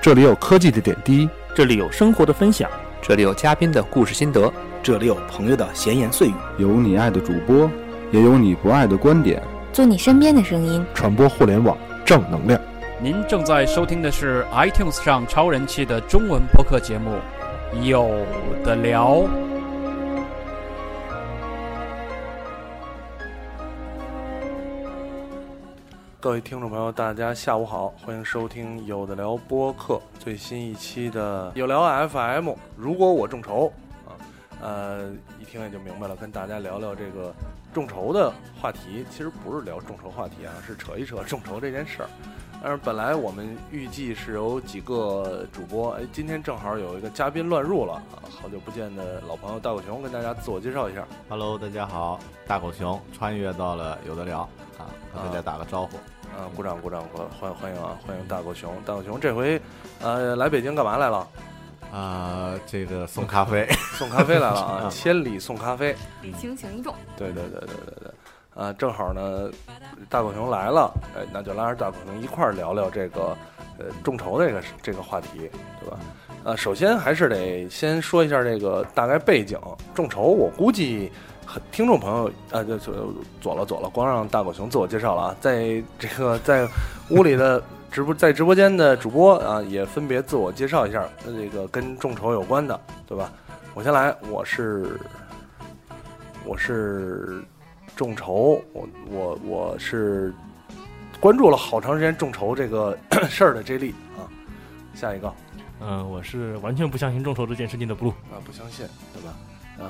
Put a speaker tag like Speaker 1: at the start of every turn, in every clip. Speaker 1: 这里有科技的点滴，
Speaker 2: 这里有生活的分享，
Speaker 3: 这里有嘉宾的故事心得，
Speaker 4: 这里有朋友的闲言碎语，
Speaker 5: 有你爱的主播，也有你不爱的观点，
Speaker 6: 做你身边的声音，
Speaker 1: 传播互联网正能量。
Speaker 7: 您正在收听的是 iTunes 上超人气的中文播客节目《有的聊》。
Speaker 8: 各位听众朋友，大家下午好，欢迎收听有的聊播客最新一期的有聊 FM。如果我众筹啊，呃，一听也就明白了，跟大家聊聊这个众筹的话题。其实不是聊众筹话题啊，是扯一扯众筹这件事儿。但是本来我们预计是有几个主播，哎，今天正好有一个嘉宾乱入了啊，好久不见的老朋友大狗熊跟大家自我介绍一下。
Speaker 9: Hello，大家好，大狗熊穿越到了有的聊啊，和大家打个招呼。
Speaker 8: 啊，鼓掌鼓掌，欢欢迎啊，欢迎大狗熊！大狗熊这回，呃，来北京干嘛来了？
Speaker 9: 啊、呃，这个送咖 啡，
Speaker 8: 送咖啡来了啊！千里送咖啡，
Speaker 6: 礼轻情重。
Speaker 8: 对对对对对对，啊，正好呢，大狗熊来了，哎，那就拉着大狗熊一块儿聊聊这个，呃，众筹这个这个话题，对吧？呃、啊，首先还是得先说一下这个大概背景，众筹我估计。听众朋友，啊，就左了左了，光让大狗熊自我介绍了啊，在这个在屋里的直播，在直播间的主播啊，也分别自我介绍一下，这个跟众筹有关的，对吧？我先来，我是我是众筹，我我我是关注了好长时间众筹这个 事儿的 J 莉啊，下一个，
Speaker 10: 嗯、呃，我是完全不相信众筹这件事情的 blue
Speaker 8: 啊，不相信，对吧？呃。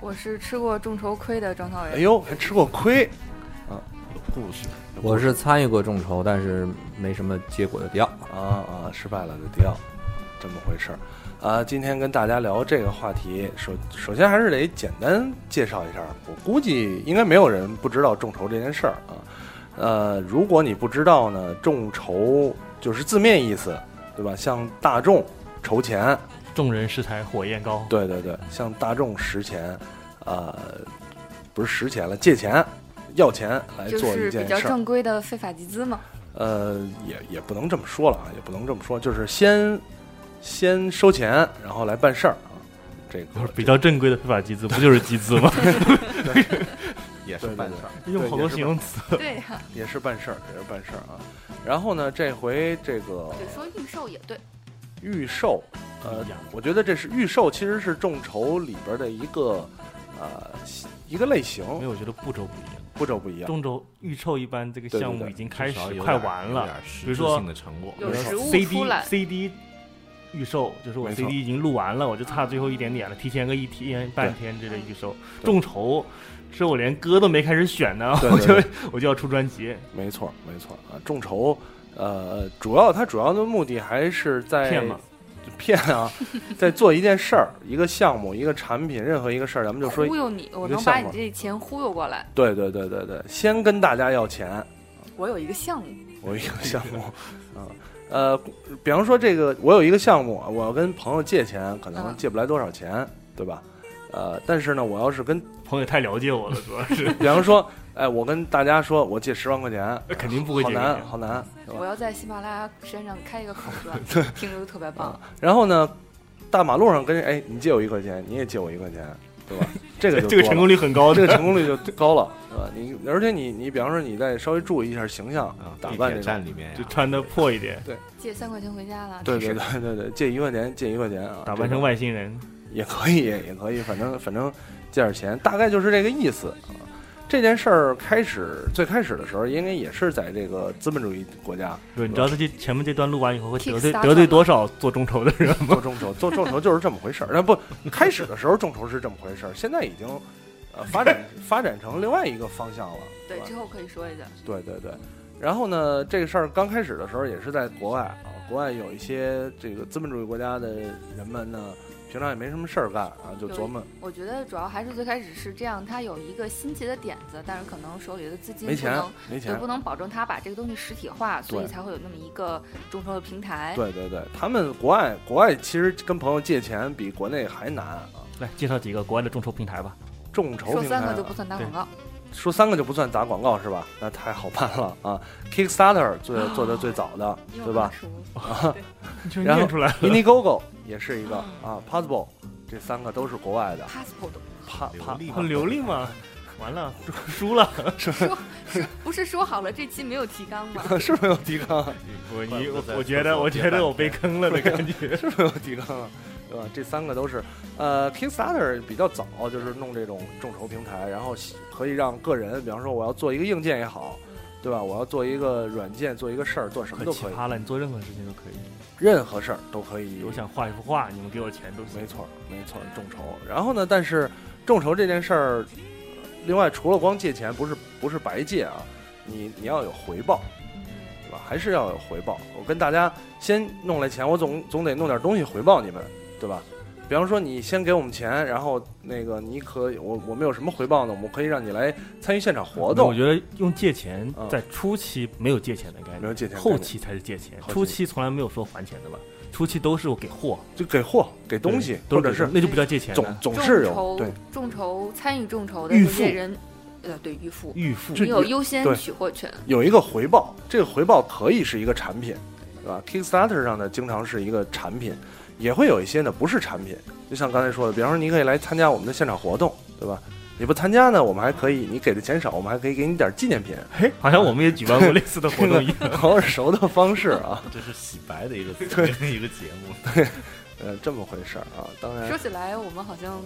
Speaker 11: 我是吃过众筹亏的张涛伟。
Speaker 8: 哎呦，还吃过亏啊！
Speaker 9: 有故事。
Speaker 3: 我是参与过众筹，但是没什么结果的迪奥
Speaker 8: 啊啊，失败了的迪奥，这么回事儿啊。今天跟大家聊这个话题，首首先还是得简单介绍一下。我估计应该没有人不知道众筹这件事儿啊。呃，如果你不知道呢，众筹就是字面意思，对吧？向大众筹钱。
Speaker 10: 众人拾柴火焰高。
Speaker 8: 对对对，向大众拾钱，呃，不是拾钱了，借钱、要钱哎来做一件事。
Speaker 11: 就是比较正规的非法集资 嘛。
Speaker 8: 呃，也也不能这么说了啊，也不能这么说，就是先先收钱，然后来办事儿啊。这个
Speaker 10: 比较正规的非法集资，不就是集资 吗？
Speaker 9: 也是办事儿，
Speaker 10: 用好多形容词。
Speaker 11: 对呀，
Speaker 8: 也是办事儿，也是办事儿啊。然后呢，这回这个
Speaker 11: 对说预售也对。
Speaker 8: 预售，呃，我觉得这是预售，其实是众筹里边的一个，呃，一个类型。
Speaker 10: 没有，我觉得步骤不一样，
Speaker 8: 步骤不一样。
Speaker 10: 众筹预售一般这个项目已经开始快完了，比如说
Speaker 9: 嗯
Speaker 11: 有实物
Speaker 10: CD CD 预售，就是我 CD 已经录完了，我就差最后一点点了，提前个一天半天之类预售。众筹是我连歌都没开始选呢，
Speaker 8: 对
Speaker 10: 对对我就 我就要出专辑。
Speaker 8: 没错，没错啊，众筹。呃，主要它主要的目的还是在
Speaker 10: 骗
Speaker 8: 骗啊， 在做一件事儿、一个项目、一个产品，任何一个事儿，咱们就说
Speaker 11: 忽悠你，我能把你这钱忽悠过 来。
Speaker 8: 对对对对对，先跟大家要钱。
Speaker 11: 我有一个项目，
Speaker 8: 我有一个项 目啊呃，比方说这个，我有一个项目，我要跟朋友借钱，可能借不来多少钱，嗯、对吧？呃，但是呢，我要是跟
Speaker 10: 朋友太了解我了，主 要是，
Speaker 8: 比方说。哎，我跟大家说，我借十万块钱，
Speaker 10: 肯定不会
Speaker 8: 好难，好难。
Speaker 11: 我要在喜马拉雅山上开一个烤 串，听着就特别棒。
Speaker 8: 啊然后呢，大马路上跟哎，你借我一块钱，你也借我一块钱，对吧？这个
Speaker 10: 这个成功率很高，
Speaker 8: 这个成功率就高 了，对吧？你而且你你比方说你再稍微注意一下形象，
Speaker 10: 啊
Speaker 8: 打扮
Speaker 9: 站里面
Speaker 10: 就穿的破一点，
Speaker 8: 对。
Speaker 11: 借三块钱回家了，
Speaker 8: 嗯对对对对对，借一块钱，借一块钱啊，
Speaker 10: 打扮成外星人
Speaker 8: 也可以，也可以，反正反正借点钱，大概就是这个意思啊。这件事儿开始最开始的时候，应该也是在这个资本主义国家。
Speaker 10: 对，你知道这前面这段录完以后会得罪得罪多少做众筹的人吗？
Speaker 8: 做众筹，做众筹就是这么回事儿。那不，开始的时候众筹是这么回事儿，现在已经呃发展发展成另外一个方向了。
Speaker 11: 对，之后可以说一下。
Speaker 8: 对对对，然后呢，这个事儿刚开始的时候也是在国外啊，国外有一些这个资本主义国家的人们呢。平常也没什么事儿干啊，就琢磨。
Speaker 11: 我觉得主要还是最开始是这样，他有一个新奇的点子，但是可能手里的资金
Speaker 8: 没钱，没钱，
Speaker 11: 不能保证他把这个东西实体化，所以才会有那么一个众筹的平台。
Speaker 8: 对对对，他们
Speaker 11: 哎
Speaker 8: 国外国外其实跟朋友借钱比国内还难啊。
Speaker 10: 来介绍几个国外的众筹平台吧。
Speaker 8: 众筹平台、啊、
Speaker 11: 说三个就不算打广告。
Speaker 8: 说三个就不算砸广告是吧？那太好办了 啊！Kickstarter 做做的最早的，对吧？啊，
Speaker 10: 就
Speaker 8: 然后
Speaker 10: 念出来了。
Speaker 8: Indiegogo 也是一个
Speaker 11: 嗯
Speaker 8: 啊，Possible 这三个都是国外的。
Speaker 11: passport
Speaker 8: 帕帕
Speaker 12: 利
Speaker 10: 很流利嘛，完 了，输了。
Speaker 11: 不是说好了这期没有提纲吗？
Speaker 8: 是没有提纲啊，
Speaker 10: 我
Speaker 12: 怪
Speaker 10: 你
Speaker 12: 不
Speaker 10: 我
Speaker 12: 得在
Speaker 10: 我
Speaker 12: 厕
Speaker 10: 觉得
Speaker 12: 所憋
Speaker 10: 我觉得
Speaker 12: 半
Speaker 10: 我被
Speaker 12: 天
Speaker 10: 坑了的感觉。
Speaker 8: 是 没有提纲啊，对吧？这三个都是呃，Kickstarter 比较早，就是弄这种众筹平台，然后喜可以让个人，比方说我要做一个硬件也好，对吧？我要做一个软件，做一个事儿，做什么
Speaker 10: 很
Speaker 8: 都
Speaker 10: 奇
Speaker 8: 可以，
Speaker 10: 葩了，你做任何事情都可以。
Speaker 8: 任何事儿都可以。
Speaker 10: 我想画一幅画，你们给我钱都行。
Speaker 8: 嗯没错，没错，众筹。然后呢，但是众筹这件事儿，另外除了光借钱，不是不是白借啊，你你要有回报，
Speaker 11: 嗯
Speaker 8: 对吧？还是要有回报。我跟大家先弄来钱，我总总得弄点东西回报你们，对吧？比方说，你先给我们钱，然后那个你可以，我我们有什么回报呢？我们可以让你来参与现场活
Speaker 10: 那我
Speaker 8: 动，
Speaker 10: 觉得用借钱
Speaker 8: 嗯
Speaker 10: 在初期没有借钱的概
Speaker 8: 没
Speaker 10: 念，
Speaker 8: 有借钱，
Speaker 10: 后期才是借钱。
Speaker 8: 后期
Speaker 10: 初期从来没有说还钱的吧？初期都是我给货，
Speaker 8: 就给货给东西，
Speaker 10: 对
Speaker 8: 或
Speaker 10: 都
Speaker 8: 者
Speaker 10: 给
Speaker 8: 是
Speaker 10: 那就不叫借钱
Speaker 8: 总
Speaker 10: 了，
Speaker 8: 总
Speaker 11: 众
Speaker 8: 哦是有
Speaker 11: 筹
Speaker 8: 对
Speaker 11: 众筹参与众筹的
Speaker 10: 预
Speaker 11: 这
Speaker 10: 付
Speaker 11: 些人，呃，对预付，
Speaker 10: 预付
Speaker 8: 这
Speaker 11: 你有优先
Speaker 8: 对
Speaker 11: 取货权。
Speaker 8: 有一个回报，这个回报可以是一个产品，对吧？Kickstarter 上的经常是一个产品，也会有一些呢不是产品，就像刚才说的，比方说你可以来参加我们的现场活动，对吧？你不参加呢，我们还可以，你给的钱少，我们还可以给你点纪念品，
Speaker 10: 好像我们也举办过类似的活 动一样。
Speaker 8: 好耳熟的方式啊，
Speaker 12: 这是洗白的一 个 一个节目。
Speaker 8: 呃，这么回事儿啊，当然
Speaker 11: 说起来，我们好像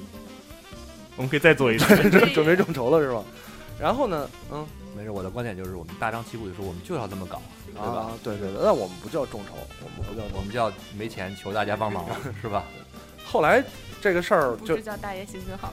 Speaker 10: 我们可以再做一次。
Speaker 8: 准准备众筹了是吧？然后呢，嗯，
Speaker 9: 没事，我的观点就是我们大张旗鼓的说，我们就要这么搞，对吧？
Speaker 8: 啊，对对对，那我们不叫众筹，我们不叫
Speaker 9: 我们叫没钱求大家帮忙， 是吧？
Speaker 8: 后来这个事儿
Speaker 11: 不
Speaker 8: 就
Speaker 11: 知叫大爷行行好，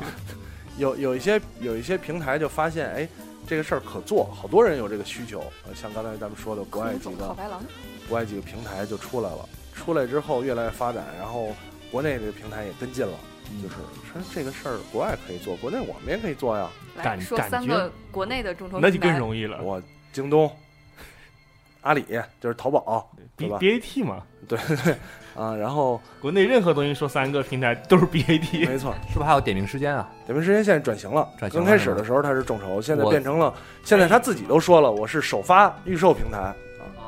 Speaker 8: 有有一些有一些平台就发现，哎，这个事儿可做，好多人有这个需求。呃像刚才咱们说的，国外
Speaker 11: 空
Speaker 8: 几
Speaker 11: 手
Speaker 8: 个
Speaker 11: 套白狼，
Speaker 8: 国外几个平台就出来了，出来之后越来越发展，然后国内这个平台也跟进了，
Speaker 9: 嗯
Speaker 8: 就是说这个事儿国外可以做，国内我们也可以做呀。
Speaker 11: 来
Speaker 10: 感
Speaker 11: 说
Speaker 10: 感
Speaker 11: 三
Speaker 10: 觉
Speaker 11: 个国内的众筹
Speaker 10: 那就
Speaker 11: 平
Speaker 10: 更
Speaker 11: 台，
Speaker 10: 容易
Speaker 9: 啊
Speaker 10: 了
Speaker 8: 我京东、阿里就是淘宝
Speaker 10: ，B
Speaker 8: 对吧
Speaker 10: B A T 嘛，
Speaker 8: 啊，然 后
Speaker 10: 国内任何东西说三个平台都是 B A T。
Speaker 8: 没错，
Speaker 9: 是不是还有点名时间啊？
Speaker 8: 点评时间现在转型了，
Speaker 9: 转型
Speaker 8: 刚
Speaker 9: 了
Speaker 8: 开
Speaker 9: 是
Speaker 8: 始
Speaker 9: 吗
Speaker 8: 的时候它是众筹，现在
Speaker 9: 我
Speaker 8: 变成了，现在他自己都说了，我是首发预售平台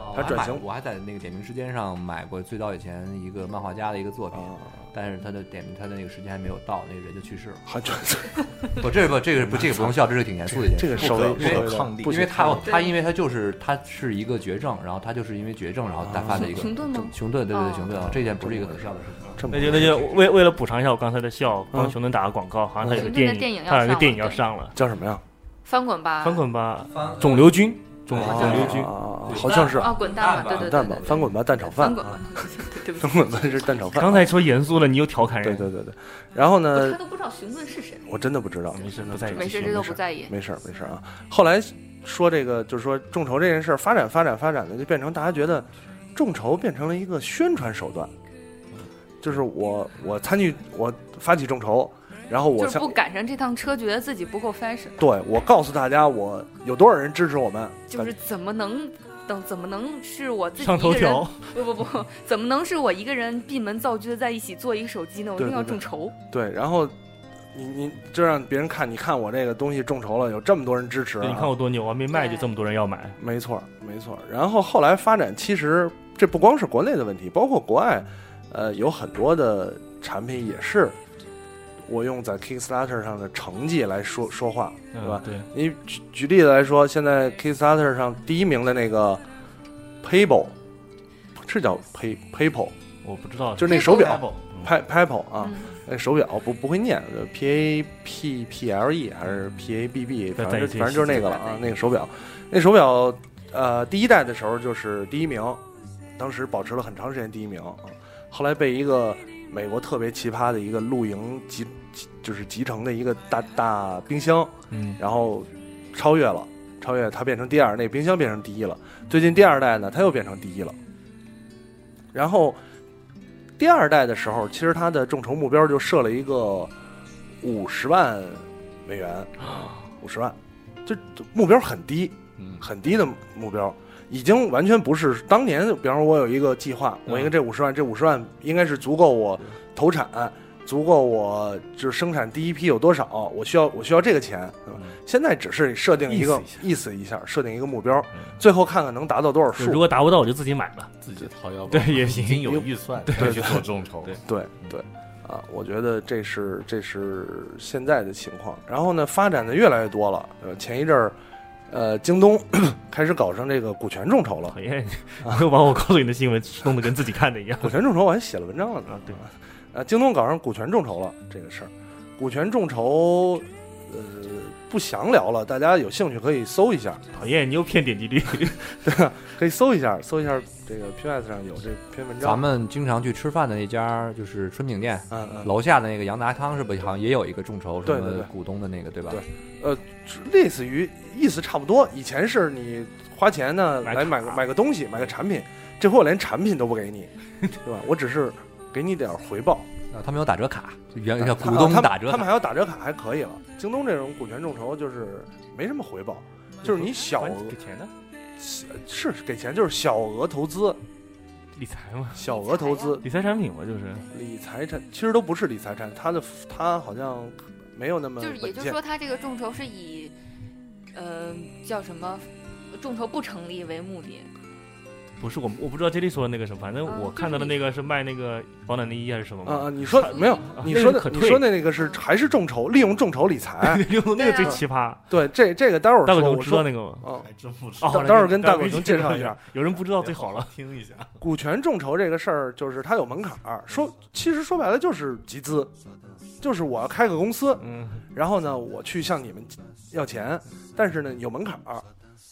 Speaker 9: 我
Speaker 8: 它
Speaker 9: 还
Speaker 8: 转
Speaker 9: 买
Speaker 8: 型
Speaker 9: 我还在那个点名时间上买过最早以前一个漫画家的一个作品，
Speaker 8: 啊，
Speaker 9: 但是他的点名他的那个时间还没有到，那个人就去世了。
Speaker 8: 还 转
Speaker 9: 不，这不，这个 不，这个不用笑，这是挺严肃的一件
Speaker 8: 这
Speaker 9: 事。
Speaker 8: 个
Speaker 12: 不
Speaker 8: 稍
Speaker 12: 可
Speaker 8: 微
Speaker 12: 不
Speaker 8: 稍
Speaker 12: 可
Speaker 8: 微的
Speaker 12: 抗力
Speaker 8: 不
Speaker 9: 因
Speaker 8: 行
Speaker 9: 为他
Speaker 11: 对
Speaker 9: 他因为他就是他是一个绝症，然后他就是因为绝症，然
Speaker 8: 哦
Speaker 9: 后他发的一个
Speaker 11: 熊顿吗？
Speaker 9: 熊顿，对对
Speaker 11: 哦
Speaker 9: 对，熊顿啊，这件不是一个可笑的事情。
Speaker 8: 这么
Speaker 10: 那就那就为为了补偿一下我刚才的笑，帮
Speaker 8: 嗯
Speaker 10: 熊顿打个广告，好像他有个
Speaker 11: 熊顿的
Speaker 10: 电
Speaker 11: 电影要
Speaker 10: 他有个
Speaker 11: 上
Speaker 10: 电
Speaker 11: 了
Speaker 10: 影要
Speaker 11: 对啊
Speaker 10: 上了，
Speaker 8: 叫什么呀？
Speaker 11: 翻滚吧，
Speaker 10: 翻滚吧，
Speaker 9: 翻
Speaker 10: 肿瘤君，肿
Speaker 11: 好
Speaker 10: 肿
Speaker 11: 像
Speaker 10: 瘤
Speaker 11: 是
Speaker 10: 君，
Speaker 8: 啊好像是
Speaker 11: 哦，滚蛋吧，对对对
Speaker 8: 蛋
Speaker 11: 对
Speaker 8: 吧，
Speaker 11: 对
Speaker 8: 翻滚吧蛋炒饭
Speaker 11: 翻，滚吧
Speaker 8: 啊，
Speaker 11: 对不
Speaker 8: 翻
Speaker 11: 起，
Speaker 8: 滚吧是蛋炒饭。啊
Speaker 10: 刚才说严肃了，你又调侃
Speaker 8: 对
Speaker 10: 人，
Speaker 8: 对对对，然后
Speaker 11: 不
Speaker 8: 呢
Speaker 11: 他，都不知道熊顿是谁，
Speaker 8: 我真的不知道，
Speaker 10: 没事不在意
Speaker 11: 没事，这都不在意，
Speaker 8: 呃没事儿没事儿啊。后来说这个，就是说众筹这件事儿发展发展发展的，就变成大家觉得众筹变成了一个宣传手段，就是我我参与我发起众筹，然后我
Speaker 11: 就是
Speaker 8: 向
Speaker 11: 不赶上这趟车，觉得自己不够 fashion，
Speaker 8: 对我告诉大家我有多少人支持我们，
Speaker 11: 就是怎么能等怎么能是我自己
Speaker 10: 上头
Speaker 11: 一个人
Speaker 10: 条，
Speaker 11: 不不不，怎么能是我一个人闭门造车在一起做一个手机呢？我一
Speaker 8: 对
Speaker 11: 定要
Speaker 8: 对对
Speaker 11: 众筹。
Speaker 8: 对，然后你你就让别人看，你看我这个东西众筹了，有这么多人支持、啊，
Speaker 10: 对，你看我多牛啊，没卖就这么多人要买，
Speaker 8: 没错没错。然后后来发展，其实这不光是国内的问题，包括国外，呃，有很多的产品也是。我用在 Kickstarter 上的成绩来说说话，对吧
Speaker 10: 嗯？对，
Speaker 8: 你举举例子来说，现在 Kickstarter 上第一名的那个 Paypal，是叫 Pay Paypal，
Speaker 10: 我不知道，
Speaker 8: 就是那手表
Speaker 10: Apple，嗯
Speaker 8: Pay Paypal 啊，
Speaker 11: 嗯，
Speaker 8: 那手表不不会念，P 呃 A P P L E 还是 P A B B，
Speaker 10: 再
Speaker 8: 反
Speaker 10: 再
Speaker 8: 正就
Speaker 10: 一些
Speaker 8: 反正就是
Speaker 10: 细
Speaker 8: 那
Speaker 10: 节
Speaker 8: 个了
Speaker 11: 再
Speaker 8: 啊
Speaker 11: 一，
Speaker 8: 那个手表，那手表呃第一代的时候就是第一名，当时保持了很长时间第一名，啊后来被一个美国特别奇葩的一个露营集集就是集成的一个大大冰箱，
Speaker 10: 嗯，
Speaker 8: 然后超越了，超越它变成第二，那冰箱变成第一了。最近第二代呢，它又变成第一了。然后第二代的时候，其实它的众筹目标就设了一个五十万美元，五十万，就目标很低，
Speaker 12: 嗯，
Speaker 8: 很低的目标，已经完全不是当嗯年。比方说，我有一个计划，我应该这五十万，这五十万应该是足够我投产，足够我就是生产第一批有多少，我需要我需要这个钱，对吧？现在只是设定一个嗯意思一下，设定一个目标，最后看看能达到多少
Speaker 10: 就
Speaker 8: 数。
Speaker 10: 如果达不到，我就自己买了。
Speaker 9: 自己掏腰包，
Speaker 10: 对也
Speaker 9: 已
Speaker 10: 行
Speaker 9: 经有预算
Speaker 10: 对
Speaker 9: 再去做众筹，
Speaker 10: 对
Speaker 8: 对对，啊，我觉得这是这是现在的情况。然后呢，发展的越来越多了。呃，前一阵儿，呃，京东 开始搞上这个股权众 筹了
Speaker 10: 讨。厌，
Speaker 8: 啊
Speaker 10: 又把我告诉你的新闻弄得跟自己看的一样。
Speaker 8: 股权众筹我还写了文章了呢。
Speaker 10: 啊，对，
Speaker 8: 呃，京东搞上股权众筹了这个事儿，股权众筹，呃，不详聊了，大家有兴趣可以搜一下，
Speaker 10: 讨厌，你又骗点击率。
Speaker 8: 可以搜一下，搜一下这个 POS 上有这篇文章。
Speaker 13: 咱们经常去吃饭的那家就是春饼店，
Speaker 8: 嗯嗯，
Speaker 13: 楼下的那个杨达康是不是好像也有一个众筹
Speaker 8: 对
Speaker 13: 什
Speaker 8: 对
Speaker 13: 么
Speaker 8: 对
Speaker 13: 股东的那个对吧？
Speaker 8: 对类似于意思差不多。以前是你花钱呢
Speaker 10: 买
Speaker 8: 来买个
Speaker 10: 卡
Speaker 8: 买个东西，买个产品，这回我连产品都不 给你，对吧？我只是给你点儿回报。
Speaker 13: 啊他们有打折卡，就原
Speaker 8: 他
Speaker 13: 叫股东
Speaker 8: 啊他们
Speaker 13: 打折
Speaker 8: 他
Speaker 13: 卡。
Speaker 8: 们还有打折卡，还可以了。京东这种股权众筹就是没什么回报，就是你 小
Speaker 10: 还
Speaker 8: 额
Speaker 10: 给钱呢？
Speaker 8: 是给钱，就是小额投资，
Speaker 10: 理财嘛，
Speaker 8: 小额投资
Speaker 10: 理财产品嘛，就是
Speaker 8: 理财产其实都不是理财产，它的它好像没有那么
Speaker 11: 就是也
Speaker 8: 稳
Speaker 11: 就是
Speaker 8: 健。
Speaker 11: 说，他这个众筹是以，呃，叫什么，众筹不成立为目的。
Speaker 10: 不是我我不知道杰里说的那个什么，反正
Speaker 11: 啊
Speaker 10: 我
Speaker 11: 就是
Speaker 10: 看到的那个是卖那个保暖内衣还是什么
Speaker 8: 啊
Speaker 10: 嘛
Speaker 8: 啊！，你说没有？你
Speaker 10: 那
Speaker 8: 说
Speaker 10: 个可
Speaker 8: 的你
Speaker 10: 退？
Speaker 8: 说的那个是还是众筹，利用众筹理财
Speaker 10: 那个最奇葩。
Speaker 8: 对，这这个待会儿
Speaker 10: 大狗熊
Speaker 8: 说，我
Speaker 10: 知道
Speaker 8: 说
Speaker 10: 那个吗？
Speaker 8: 哦，
Speaker 9: 还真不知
Speaker 10: 哦，
Speaker 8: 到
Speaker 10: 那
Speaker 8: 待会儿
Speaker 10: 就
Speaker 8: 跟大狗熊介绍一下，
Speaker 10: 有人不知道最好了。
Speaker 9: 听一下，
Speaker 8: 股权众筹这个事儿，就是它有门槛儿。说其实说白了就是集资，就是我要开个公司，
Speaker 10: 嗯，
Speaker 8: 然后呢我去向你们要钱，但是呢有门槛儿，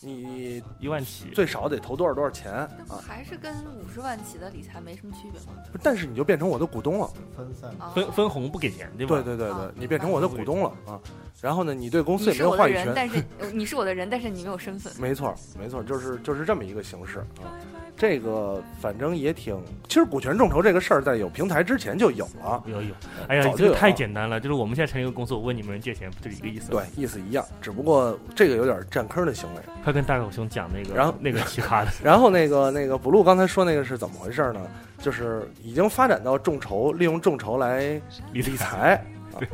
Speaker 8: 你
Speaker 10: 一万起，
Speaker 8: 最少得投多少多少钱
Speaker 11: 那不
Speaker 8: 啊，
Speaker 11: 哦还是跟五十万起的理财没什么区别吗？
Speaker 8: 但是你就变成我的股东了。
Speaker 9: 分
Speaker 8: 嗯
Speaker 9: 散
Speaker 11: 啊，
Speaker 10: 分分红不给钱，对吧？
Speaker 8: 对对对对
Speaker 11: 啊，
Speaker 8: 你变成我的股东了啊。然后呢，你对公司也
Speaker 11: 你
Speaker 8: 没
Speaker 11: 是
Speaker 8: 有
Speaker 11: 我的
Speaker 8: 话语
Speaker 11: 人，
Speaker 8: 权。
Speaker 11: 但是呃你是我的人，但是你没有身份。
Speaker 8: 没错，没错，就是就是这么一个形式啊。这个反正也挺，其实股权众筹这个事儿在有平台之前就有了，
Speaker 10: 有有，哎呀
Speaker 8: 早，就
Speaker 10: 这
Speaker 8: 有啊
Speaker 10: 个
Speaker 8: 了
Speaker 10: 太简单了，就是我们现在成立一个公司，我问你们人借钱，不就一个意思？
Speaker 8: 对，，意思一样，只不过这个有点占坑的行为。
Speaker 10: 快跟大狗熊讲那个，
Speaker 8: 然后
Speaker 10: 那个奇葩的，
Speaker 8: 然后那个那个 blue 刚才说那个是怎么回事呢？就是已经发展到众筹，利用众筹来
Speaker 10: 理
Speaker 8: 理
Speaker 10: 财，
Speaker 8: 财。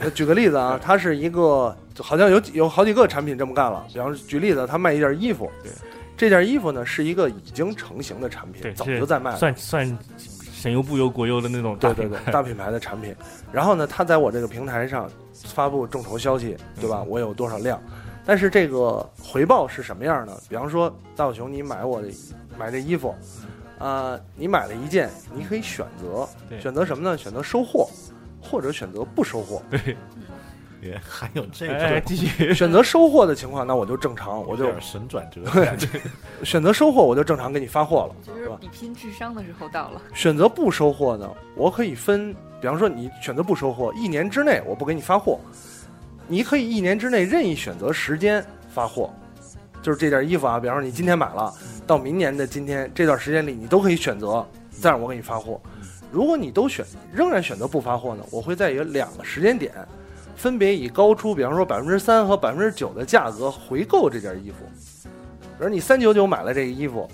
Speaker 8: 呃举个例子啊，它是一个就好像有几有好几个产品这么干了。比方说举例子，他卖一件衣服，
Speaker 10: 对，
Speaker 8: 这件衣服呢是一个已经成型的产
Speaker 10: 对
Speaker 8: 品，早
Speaker 10: 是
Speaker 8: 就在卖了。
Speaker 10: 算算省油不油国油的那种大
Speaker 8: 对
Speaker 10: 品
Speaker 8: 哎对对
Speaker 10: 牌，，
Speaker 8: 大品牌的产品。然后呢，他在我这个平台上发布众筹消息，对
Speaker 10: 嗯
Speaker 8: 吧？我有多少量？但是这个回报是什么样呢？比方说，大小熊，你买我的买这衣服，啊、你买了一件，你可以选择
Speaker 10: 嗯对
Speaker 8: 选择什么呢？选择收货，或者选择不收货。
Speaker 9: 也还有这
Speaker 10: 哎，
Speaker 9: 个，
Speaker 10: 继续，
Speaker 8: 选择收货的情况，那我就正常，我就
Speaker 9: 有点神转折，对，
Speaker 8: 选择收货，我就正常给你发货了。
Speaker 11: 就是比拼智商的时候到 了，
Speaker 8: 选择不收货呢，我可以分，比方说你选择不收货，一年之内我不给你发货，你可以一年之内任意选择时间发货，就是这件衣服啊，比方说你今天买了，到明年的今天这段时间里，你都可以选择再让我给你发货。如果你都选仍然选择不发货呢，我会在有两个时间点，分别以高出比方说百分之三和百分之九的价格回购这件衣服。比如你三九九买了这个衣服，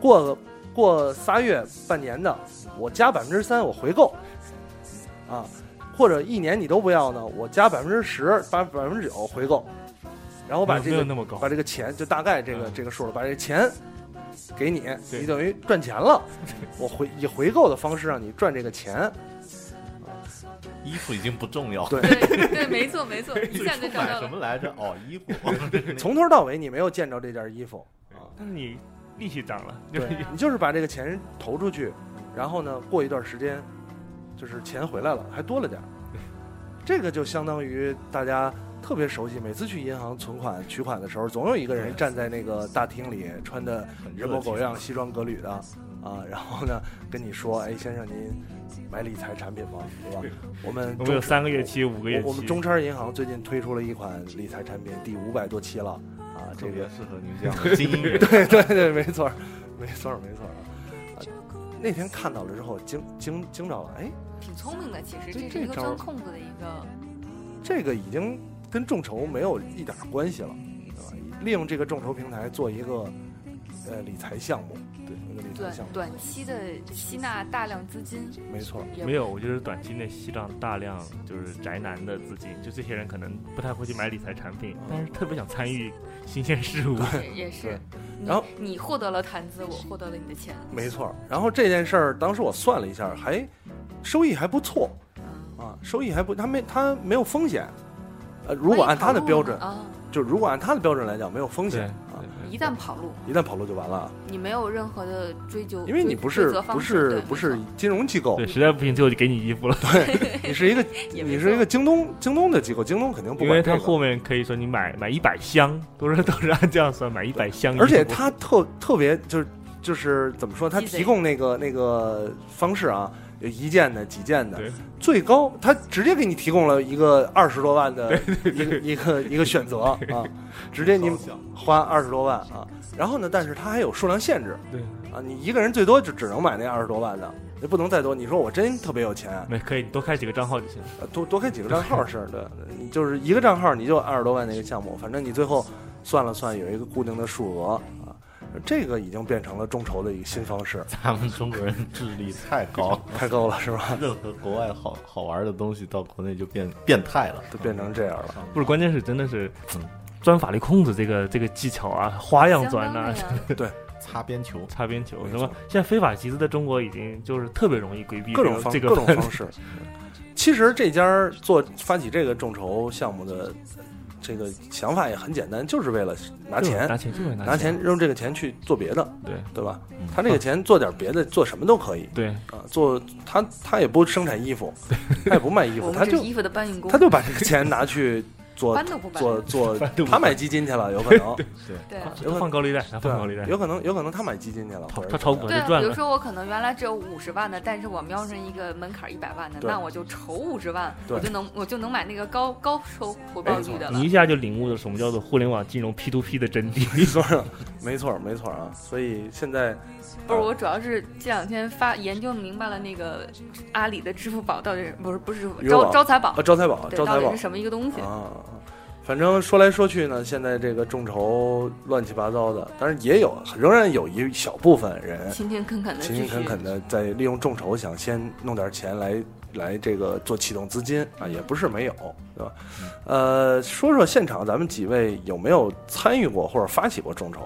Speaker 8: 过个过仨月半年的，我加百分之三，我回购，啊，或者一年你都不要呢，我加百分之十，把百分之九回购，然后
Speaker 10: 我
Speaker 8: 把这
Speaker 10: 没有
Speaker 8: 个
Speaker 10: 那么高
Speaker 8: 把，这个钱就大概这个
Speaker 10: 嗯
Speaker 8: 这个数了，把这钱给你，
Speaker 10: 对
Speaker 8: 你等于赚钱了。 我回以回购的方式让你赚这个钱，
Speaker 9: 衣服已经不重要，
Speaker 8: 对
Speaker 11: 对对，没错没错，一
Speaker 9: 最
Speaker 11: 下
Speaker 9: 初
Speaker 11: 就找
Speaker 9: 买
Speaker 11: 到
Speaker 9: 什
Speaker 11: 了。
Speaker 9: 么来着？哦，衣服，
Speaker 8: 从头到尾你没有见着这件衣服，
Speaker 10: 但是你利息涨了，
Speaker 8: 对
Speaker 10: 就是
Speaker 8: 你就是把这个钱投出去，然后呢，过一段时间，就是钱回来了，还多了点儿。这个就相当于大家特别熟悉，每次去银行存款取款的时候，总有一个人站在那个大厅里，穿的
Speaker 9: 很热
Speaker 8: 人模狗
Speaker 9: 情
Speaker 8: 样、西装革履的啊，然后呢跟你说，哎，先生您买理财产品吗？对吧？我们
Speaker 10: 我
Speaker 8: 中
Speaker 10: 们有三个月期，五个月期，
Speaker 8: 我我们中差银行最近推出了一款理财产品，第五百多期了啊，这
Speaker 9: 特
Speaker 8: 个
Speaker 9: 别适合您这样的精 英人，
Speaker 8: 对对对，没错儿，没错儿没错儿啊。那天看到了之后惊惊惊着了，哎，
Speaker 11: 挺聪明的，其
Speaker 8: 这
Speaker 11: 实这是一
Speaker 8: 这
Speaker 11: 个
Speaker 8: 招
Speaker 11: 钻空子的一个，
Speaker 8: 这个已经跟众筹没有一点儿关系了，对吧？利用这个众筹平台做一个呃理财项目，对一个理财
Speaker 11: 短
Speaker 8: 项目，
Speaker 11: 短期的吸纳大量资金，
Speaker 8: 没错，
Speaker 11: 也
Speaker 10: 没有，我就是短期内吸到大量就是宅男的资金，就这些人可能不太会去买理财产品，但是特别想参与新鲜事物。
Speaker 11: 也也是
Speaker 8: 对。
Speaker 11: 你
Speaker 8: 然后
Speaker 11: 你获得了谈资，我获得了你的钱，
Speaker 8: 没错。然后这件事儿，当时我算了一下，还收益还不错
Speaker 11: 嗯，
Speaker 8: 啊，收益还不，他没他没有风险。呃，如果按他的标准，
Speaker 11: 万一跑路呢
Speaker 8: 就如果按他的标准来讲，没有风险啊，
Speaker 11: 啊，一旦跑路，
Speaker 8: 一旦跑路就完了，
Speaker 11: 你没有任何的追究，
Speaker 8: 因为你
Speaker 11: 追
Speaker 8: 不
Speaker 11: 追
Speaker 8: 是
Speaker 11: 责哦方
Speaker 8: 不
Speaker 11: 式
Speaker 8: 是
Speaker 11: 对
Speaker 8: 不
Speaker 11: 没
Speaker 8: 是
Speaker 11: 错
Speaker 8: 金融机构，
Speaker 10: 对，实在不行最后就给你衣服了，
Speaker 8: 你是一个
Speaker 11: 也没
Speaker 8: 你是一
Speaker 11: 错
Speaker 8: 个京东京东的机构，京东肯定不
Speaker 10: 因为
Speaker 8: 管这
Speaker 10: 他
Speaker 8: 个。
Speaker 10: 后面可以说你买买一百箱，都是都是按这样算，买一百箱衣服，
Speaker 8: 而且他特特别就是就是怎么说，他
Speaker 11: 鸡贼
Speaker 8: 提供那个那个方式啊，有一件的、几件的
Speaker 10: 对，
Speaker 8: 最高他直接给你提供了一个二十多万的一个一个一个选择啊，直接你花二十多万啊，然后呢，但是它还有数量限制
Speaker 10: 对
Speaker 8: 啊，你一个人最多就只能买那二十多万的。也不能再多，你说我真特别有钱，
Speaker 10: 没可以你多开几个账号就行。
Speaker 8: 呃多多开几个账号是的，你就是一个账号你就二十多万那个项目，反正你最后算了算有一个固定的数额啊，这个已经变成了众筹的一个新方式，
Speaker 14: 咱们中国人智力 太高了，
Speaker 8: 太高了是吧？
Speaker 14: 任何国外好好玩的东西到国内就变变态了。
Speaker 8: 都变成这样了，
Speaker 10: 不是，关键是真的是嗯钻法律空子这个这个技巧啊，花样
Speaker 11: 相
Speaker 10: 钻
Speaker 11: 当
Speaker 10: 呐、
Speaker 11: 的呀，
Speaker 14: 擦边球，
Speaker 10: 擦边球
Speaker 8: 没
Speaker 10: 什
Speaker 8: 错
Speaker 10: 么，现在非法集资在中国已经就是特别容易规避
Speaker 8: 各
Speaker 10: 这
Speaker 8: 种
Speaker 10: 个
Speaker 8: 方
Speaker 10: 这
Speaker 8: 各
Speaker 10: 个
Speaker 8: 种方式。其实这家做发起这个众筹项目的这个想法也很简单，就是为了拿
Speaker 10: 对拿钱
Speaker 8: 钱，
Speaker 10: 就是
Speaker 8: 拿钱用这个钱去做别的，
Speaker 10: 对嗯
Speaker 8: 对吧？他这个钱做点别的，做什么都可以
Speaker 10: 对，
Speaker 8: 啊，做他他也不生产衣服，他也不卖衣
Speaker 11: 我
Speaker 8: 服，他
Speaker 11: 们这
Speaker 8: 就是
Speaker 11: 衣服的搬运工
Speaker 8: 他，就把这个钱拿 去做
Speaker 11: 搬都不搬，
Speaker 8: 做做
Speaker 10: 搬都，不
Speaker 8: 他买基金去了，有可能，
Speaker 11: 对。啊
Speaker 8: 有
Speaker 10: 放
Speaker 8: 可
Speaker 10: 高利贷，拿放高利贷
Speaker 8: 啊能，，有可能，有可能他买基金去了，
Speaker 10: 他
Speaker 8: 或者
Speaker 10: 他炒股
Speaker 8: 怎么
Speaker 10: 就
Speaker 8: 样
Speaker 11: 对啊，
Speaker 10: 赚
Speaker 11: 比如
Speaker 10: 了。
Speaker 11: 说我可能原来只有五十万的，但是我瞄上一个门槛一百万的，
Speaker 8: 对
Speaker 11: 那我就筹五十万，
Speaker 8: 对
Speaker 11: 我就能我就能买那个高高收回报率的了
Speaker 10: 你一。下就领悟了什么叫做互联网金融 P to P 的真谛。
Speaker 8: 没错，没错啊，所以现在啊嗯
Speaker 11: 不是，我主要是这两天发研究明白了那个阿里的支付宝到底是不是不是支付宝
Speaker 8: 余额宝
Speaker 11: 招招财宝
Speaker 8: 啊，，招财宝，
Speaker 11: 对，
Speaker 8: 招
Speaker 11: 到
Speaker 8: 财
Speaker 11: 底
Speaker 8: 宝
Speaker 11: 是什么一个东西？
Speaker 8: 啊，反正说来说去呢，现在这个众筹乱七八糟的，但是也有仍然有一小部分人
Speaker 11: 勤勤恳恳的
Speaker 8: 勤
Speaker 11: 继
Speaker 8: 勤
Speaker 11: 续
Speaker 8: 恳 恳的在利用众筹想先弄点钱来来这个做启动资金啊，也不是没有，对吧？呃，说说现场咱们几位有没有参与过或者发起过众筹？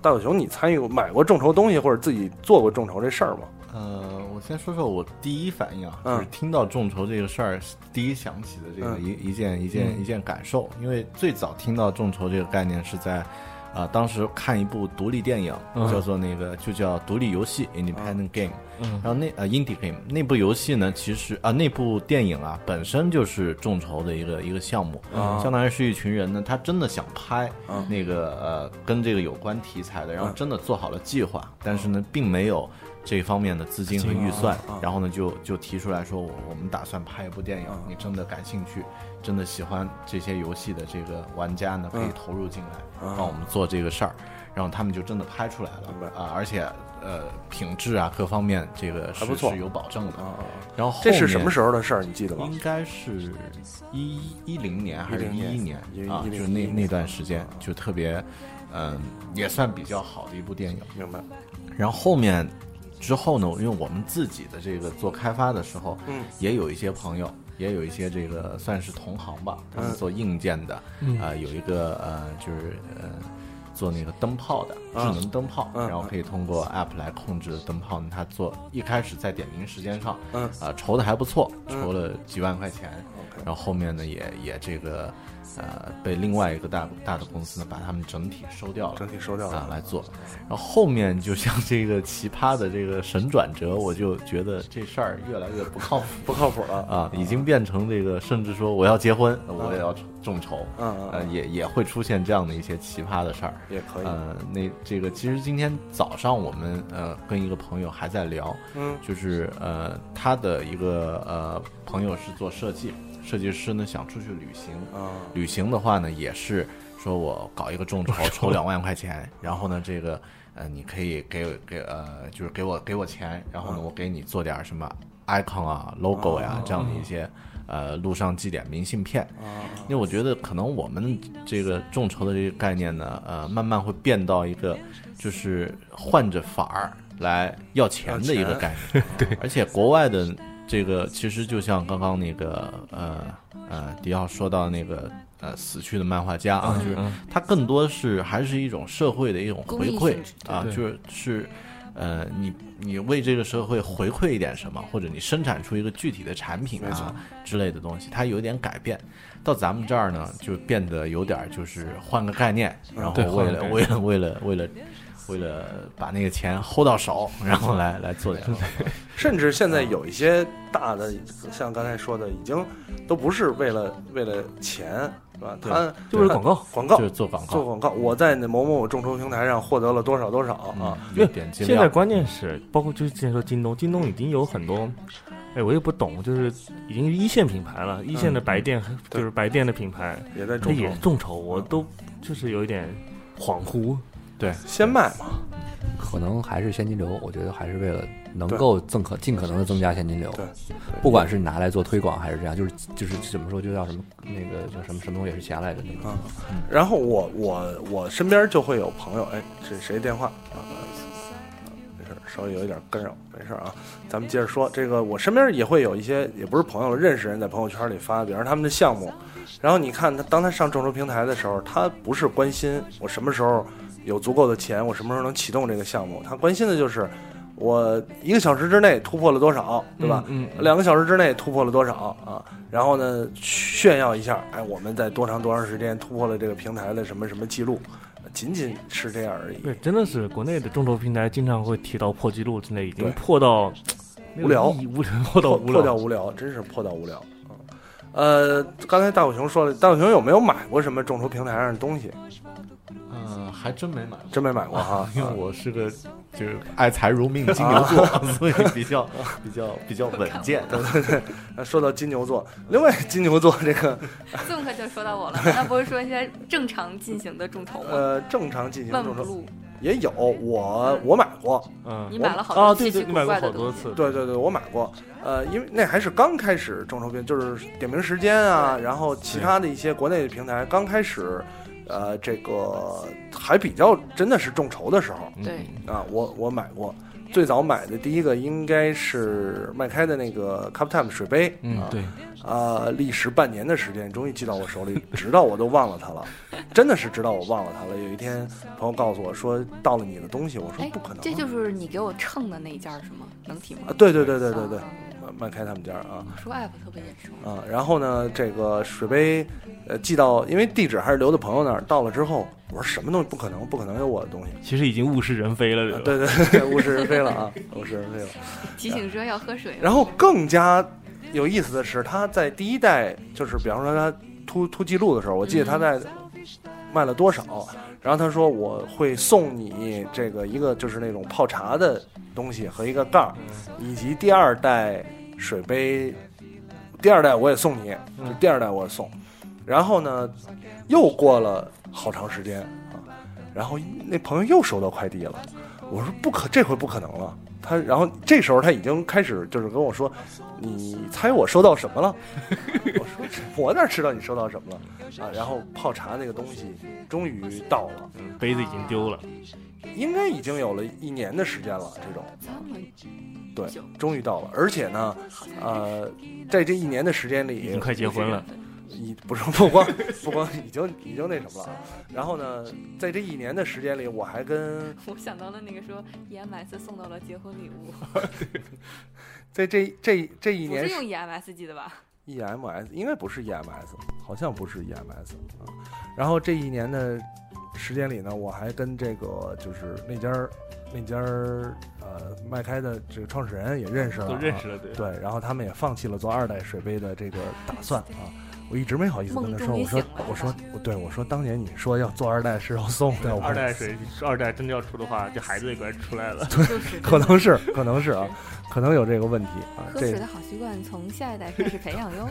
Speaker 8: 大狗熊，你参与过买过众筹东西或者自己做过众筹这事儿吗？
Speaker 14: 呃，我先说说我第一反应啊，
Speaker 8: 嗯
Speaker 14: 就是听到众筹这个事儿，第一想起的这个
Speaker 8: 嗯
Speaker 14: 一、一件一件一件感受，因为最早听到众筹这个概念是在，啊、当时看一部独立电影，
Speaker 10: 嗯
Speaker 14: 叫做那个就叫独立游戏 （Independent
Speaker 10: 嗯
Speaker 14: Game），、然后那呃 Indie Game 那部游戏呢，其实啊、那部电影啊本身就是众筹的一个一个项目，
Speaker 8: 啊
Speaker 14: 相当于是一群人呢，他真的想拍
Speaker 8: 嗯
Speaker 14: 那个、呃跟这个有关题材的，然后
Speaker 8: 嗯
Speaker 14: 真的做好了计划，但是呢并没有。这方面的资金和预算，
Speaker 8: 啊啊
Speaker 14: 然后呢就就提出来说，我我们打算拍一部电影，
Speaker 8: 嗯
Speaker 14: 你真的感兴趣，真的喜欢这些游戏的这个玩家呢，可以
Speaker 8: 嗯
Speaker 14: 投入进来，
Speaker 8: 啊
Speaker 14: 帮我们做这个事儿。然后他们就真的拍出来
Speaker 8: 明白
Speaker 14: 了啊，而且呃品质啊各方面这个是
Speaker 8: 还不错
Speaker 14: 是有保证的。
Speaker 8: 啊，
Speaker 14: 然后后
Speaker 8: 这是什么
Speaker 14: 面
Speaker 8: 时候啊的事儿？你记得吗？
Speaker 14: 应该是一一零年还是
Speaker 8: 10
Speaker 14: 一
Speaker 8: 年
Speaker 14: 一年
Speaker 8: 10
Speaker 14: 啊，
Speaker 8: 10
Speaker 14: 就是那
Speaker 8: 年
Speaker 14: 那段时间
Speaker 8: 啊
Speaker 14: 就特别，嗯，也算比较好的一部电影。
Speaker 8: 明白。
Speaker 14: 然后后面之后呢，因为我们自己的这个做开发的时候，
Speaker 8: 嗯，
Speaker 14: 也有一些朋友，也有一些这个算是同行吧，
Speaker 8: 嗯
Speaker 14: 他们做硬件的，
Speaker 10: 嗯
Speaker 14: 啊，有一个呃，就是呃。做那个灯泡的智
Speaker 8: 啊
Speaker 14: 能灯泡，
Speaker 8: 嗯
Speaker 14: 然后可以通过 app 来控制灯泡呢。它做一开始在点名时间上，
Speaker 8: 嗯
Speaker 14: 啊、筹的还不错，
Speaker 8: 嗯
Speaker 14: 筹了几万块钱，
Speaker 8: OK
Speaker 14: 然后后面呢也也这个，呃，被另外一个大大的公司呢把他们整体收掉了，
Speaker 8: 整体收掉
Speaker 14: 啊
Speaker 8: 了。
Speaker 14: 来做。然后后面就像这个奇葩的这个神转折，我就觉得这事儿越来越不靠谱
Speaker 8: 不靠谱了！
Speaker 14: 啊，已经变成这个，甚至说我要结婚，我
Speaker 8: 啊
Speaker 14: 也要众筹，
Speaker 8: 嗯嗯
Speaker 14: 呃，
Speaker 8: 嗯，
Speaker 14: 也也会出现这样的一些奇葩的事儿。
Speaker 8: 也可以。
Speaker 14: 呃，那这个其实今天早上我们呃跟一个朋友还在聊，
Speaker 8: 嗯
Speaker 14: 就是呃他的一个呃朋友是做设计，设计师呢想出去旅行，
Speaker 8: 啊，
Speaker 14: 旅行的话呢，也是说我搞一个众 筹，筹两万块钱，然后呢，这个呃，你可以给我给呃，就是哦给我给我钱，然后呢，我给你做点儿什么 icon 啊、logo 呀、这样的一些呃路上寄点明信片。
Speaker 8: 啊，
Speaker 14: 因为我觉得可能我们这个众筹的这个概念呢，呃，慢慢会变到一个就是换着法儿来要钱的一个概念。 对，而且国外的这个其实就像刚刚那个呃呃迪奥说到那个呃死去的漫画家啊，就是它更多是还是一种社会的一种回
Speaker 11: 公益
Speaker 14: 馈
Speaker 11: 性质
Speaker 14: 啊，就是是。呃，你你为这个社会回馈一点什么，或者你生产出一个具体的产品
Speaker 8: 没错
Speaker 14: 啊之类的东西，它有点改变。到咱们这儿呢，就变得有点儿就是换个概念，然后
Speaker 15: 对
Speaker 14: 为
Speaker 15: 换个概
Speaker 14: 了
Speaker 15: 念
Speaker 14: 为了为了为了为了把那个钱薅到手，然后来来做点东西。
Speaker 8: 甚至现在有一些大的，像刚才说的，已经都不是为了为了钱，是吧？
Speaker 14: 对
Speaker 8: 他
Speaker 15: 就是广告，
Speaker 8: 广告
Speaker 14: 就是做广
Speaker 8: 做
Speaker 14: 告，
Speaker 8: 广告，我在那某某众筹平台上获得了多少多少啊，
Speaker 14: 嗯，有点击
Speaker 10: 现在
Speaker 14: 量。
Speaker 10: 关键是，包括就是之前说京东，京东已经有很多，哎，我也不懂，就是已经是一线品牌了，一线的白店、
Speaker 8: 嗯对
Speaker 10: 就是白店的品牌，
Speaker 9: 嗯
Speaker 8: 也在
Speaker 10: 它
Speaker 8: 众筹
Speaker 10: 也是众筹，我都就是有一点恍惚。
Speaker 8: 先卖嘛，
Speaker 9: 可能还是现金流，我觉得还是为了能够增可尽可能的增加现金流。
Speaker 8: 对，
Speaker 9: 不管是拿来做推广还是这样，就是就是怎么说，就叫什么那个叫什么什么东西也是钱来着那个
Speaker 8: 啊。然后我我我身边就会有朋友，哎，这谁电话啊？不好意思没事儿，稍微有一点干扰，没事儿啊。咱们接着说，这个我身边也会有一些，也不是朋友，认识人在朋友圈里发，比方说他们的项目，然后你看他，当他上众筹平台的时候，他不是关心我什么时候有足够的钱，我什么时候能启动这个项目，他关心的就是我一个小时之内突破了多少，对吧？
Speaker 10: 嗯，嗯
Speaker 8: 两个小时之内突破了多少啊？然后呢，炫耀一下，哎，我们在多长多长时间突破了这个平台的什么什么记录，仅仅是这样而已。
Speaker 10: 对，真的是国内的众筹平台经常会提到破纪录之类，已经
Speaker 8: 对
Speaker 10: 破到
Speaker 8: 无
Speaker 10: 没有
Speaker 8: 聊
Speaker 10: 意义无聊，破到
Speaker 8: 破
Speaker 10: 无
Speaker 8: 破掉
Speaker 10: 聊。
Speaker 8: 无聊，真是破掉无聊。嗯呃，刚才大狗熊说了，大狗熊有没有买过什么众筹平台上的东西？
Speaker 14: 嗯，还真没买过，。
Speaker 8: 真没买过
Speaker 10: 啊
Speaker 8: 哈啊
Speaker 14: 因为我是
Speaker 11: 嗯
Speaker 14: 个就是爱财如命金牛座， 所以比较比较比较稳健。
Speaker 8: 啊说到金牛座，另外金牛座这个
Speaker 11: 这么快就说到 我了，那不是说一些正常进行的众筹吗？
Speaker 8: 呃，正常进行
Speaker 11: 万
Speaker 8: 众
Speaker 11: 不
Speaker 8: 筹
Speaker 11: 路，
Speaker 8: 也有，我我买过，
Speaker 10: 嗯，
Speaker 11: 你买了好
Speaker 10: 啊，
Speaker 11: 多
Speaker 10: 对
Speaker 11: 奇
Speaker 10: 对，
Speaker 11: 奇
Speaker 10: 你
Speaker 11: 古
Speaker 10: 买过
Speaker 11: 怪
Speaker 10: 好
Speaker 11: 的
Speaker 10: 多
Speaker 11: 东西，
Speaker 10: 次。
Speaker 8: 对对对，我买过，呃，因为那还是刚开始众筹平，就是点名时间啊，然后其他的一些国内的平台刚开始，呃，这个还比较真的是众筹的时候
Speaker 11: 对，
Speaker 8: 啊，我我买过，最早买的第一个应该是迈开的那个 Cup Time 水杯，
Speaker 10: 嗯
Speaker 8: 啊，
Speaker 10: 对，
Speaker 8: 啊，历时半年的时间，终于寄到我手里，直到我都忘了它了，真的是直到我忘了它了。有一天，朋友告诉我说到了你的东西，我说
Speaker 11: 哎
Speaker 8: 不可能，
Speaker 11: 这就是你给我称的那一件儿是吗？能提吗
Speaker 8: 嗯啊，？对对对对对对
Speaker 11: 啊，
Speaker 8: 迈开他们家啊。
Speaker 11: 说 app 特别眼熟。
Speaker 8: 啊，然后呢，这个水杯，呃，寄到，因为地址还是留在朋友那儿。到了之后，我说什么东西不可能，不可能有我的东西。
Speaker 10: 其实已经物是人非了，
Speaker 8: 啊
Speaker 10: 吧？
Speaker 8: 对对对， 物是人非了啊，物是人非了。
Speaker 11: 提醒说要喝水。
Speaker 8: 然后更加有意思的是，他在第一代，就是比方说他突突记录的时候，我记得他在卖了多少，然后他说我会送你这个一个就是那种泡茶的东西和一个盖儿，以及第二代水杯，第二代我也送你，就第二代我也送。然后呢，又过了好长时间啊，然后那朋友又收到快递了，我说不可，这回不可能了。他然后这时候他已经开始就是跟我说，你猜我收到什么了？我说我哪知道你收到什么了啊？然后泡茶那个东西终于到了，
Speaker 10: 嗯杯子已经丢了。
Speaker 8: 应该已经有了一年的时间了，这种
Speaker 11: 这么
Speaker 8: 对啊
Speaker 11: 久，
Speaker 8: 终于到了，而且呢，呃，在这一年的时间里，
Speaker 10: 已经快结婚了，
Speaker 8: 已不是不光不光已经已经那什么了啊。然后呢，在这一年的时间里，我还跟
Speaker 11: 我想到了那个说 EMS 送到了结婚礼物，
Speaker 8: 在这这这一
Speaker 11: 不
Speaker 8: 年
Speaker 11: 是用 E EMS 寄的 吧？
Speaker 8: EMS 应该不是 EMS，好像不是 EMS 啊。然后这一年的时间里呢，我还跟这个就是那家儿那家儿呃迈开的这个创始人也认识了、
Speaker 10: 都认识了，对。
Speaker 8: 对，然后他们也放弃了做二代水杯的这个打算啊。我一直没好意思跟他说，
Speaker 11: 梦
Speaker 8: 我
Speaker 11: 中
Speaker 8: 说
Speaker 11: 醒了
Speaker 8: 我说我对我说当年你说要做二代是要送的，我
Speaker 10: 二代谁？二代真的要出的话，这孩子也该出来了。
Speaker 11: 就是
Speaker 8: 可能是可能是啊，可能有这个问题啊。
Speaker 11: 喝
Speaker 8: 这
Speaker 11: 水的好习惯从下一代开始培养哟。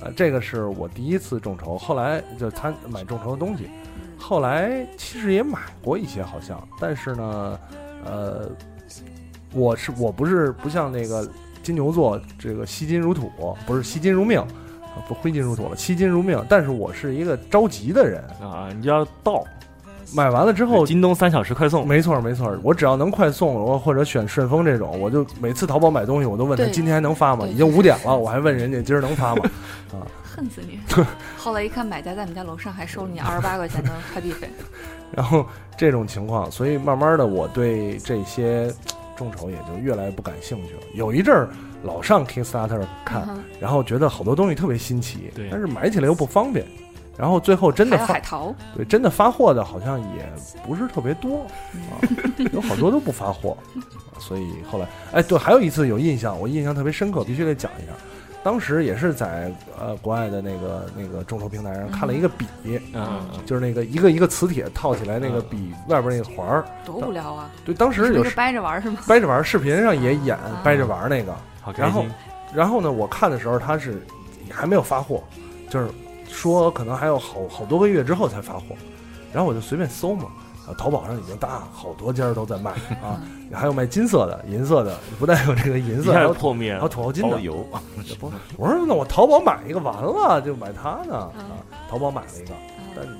Speaker 8: 呃，这个是我第一次众筹，后来就参买众筹的东西，后来其实也买过一些，好像，但是呢，呃，我是我不是不像那个金牛座这个惜金如土，不是惜金如命，啊不挥金如土了，惜金如命。但是我是一个着急的人，
Speaker 10: 啊，你就要到
Speaker 8: 买完了之后，
Speaker 10: 京东三小时快送，
Speaker 8: 没错没错，我只要能快送，我或者选顺丰这种，我就每次淘宝买东西，我都问他
Speaker 11: 对
Speaker 8: 今天还能发吗？
Speaker 11: 对
Speaker 8: 已经五点了，我还问人家今儿能发吗？
Speaker 11: 恨死你！ 后来一看，买家在我们家楼上还收了你二十八块钱的快 递费。
Speaker 8: 然后这种情况，所以慢慢的我对这些嘖众筹也就越来越不感兴趣了。有一阵儿老上 Kickstarter 看，
Speaker 11: 嗯哼
Speaker 8: 然后觉得好多东西特别新奇
Speaker 10: 对，
Speaker 8: 但是买起来又不方便。然后最后真的哦
Speaker 11: 还有
Speaker 8: 发
Speaker 11: 海淘，
Speaker 8: 对真的发货的，好像也不是特别多
Speaker 11: 嗯
Speaker 8: 啊，有好多都不发货， 啊所以后来哎对，还有一次有印象，我印象特别深刻，必须得讲一下。当时也是在呃国外的那个那个众筹平台上看了一个笔，
Speaker 10: 嗯，
Speaker 8: 就是那个一个一个磁铁套起来那个笔外边那个环儿，
Speaker 11: 多无聊啊！
Speaker 8: 对，当时
Speaker 11: 你
Speaker 8: 有
Speaker 11: 是掰着啊玩儿是吗？
Speaker 8: 掰着玩儿，视频上也演掰着玩儿那个。
Speaker 10: 好开
Speaker 8: 然后
Speaker 10: 心，
Speaker 8: 然后呢，我看的时候它是还没有发货，就是说可能还有好好多个月之后才发货。然后我就随便搜嘛，啊，淘宝上已经大好多家儿都在卖 啊，还有卖金色的、银色的，不但有这个银
Speaker 10: 一
Speaker 8: 色，
Speaker 10: 下
Speaker 8: 还
Speaker 10: 就
Speaker 8: 有
Speaker 10: 破灭
Speaker 8: 还有
Speaker 10: 了，
Speaker 8: 土豪金
Speaker 14: 包
Speaker 8: 的。
Speaker 14: 邮，
Speaker 8: 我说那我淘宝买一个完了就买它呢，啊，淘宝买了一个，但
Speaker 11: 嗯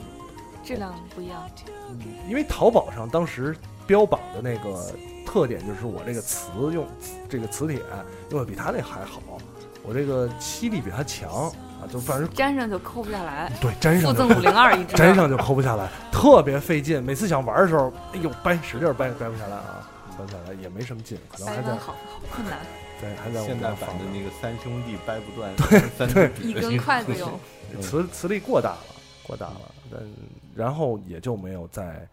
Speaker 11: 质量不一样，
Speaker 8: 嗯因为淘宝上当时标榜的那个特点就是我这个磁用这个磁铁用的比它那还好，我这个吸力比它强啊，就反正
Speaker 11: 粘上就抠不下来。
Speaker 8: 嗯对粘
Speaker 11: 附
Speaker 8: 上
Speaker 11: 赠
Speaker 8: 就
Speaker 11: 五零二一只，
Speaker 8: 粘上就抠不下来，特别费劲。每次想玩的时候，哎呦掰使劲掰掰不下来啊，掰不下来也没什么劲，可能
Speaker 11: 掰
Speaker 8: 还在
Speaker 11: 弯好好困难，
Speaker 8: 在还在我
Speaker 14: 现
Speaker 8: 们
Speaker 14: 在
Speaker 8: 家
Speaker 14: 反
Speaker 8: 放着
Speaker 14: 正那个三兄弟掰不断，三只
Speaker 11: 一
Speaker 14: 笔
Speaker 11: 根筷子用。
Speaker 14: 嗯
Speaker 8: 磁磁力过大了，过大了，但然后也就没有再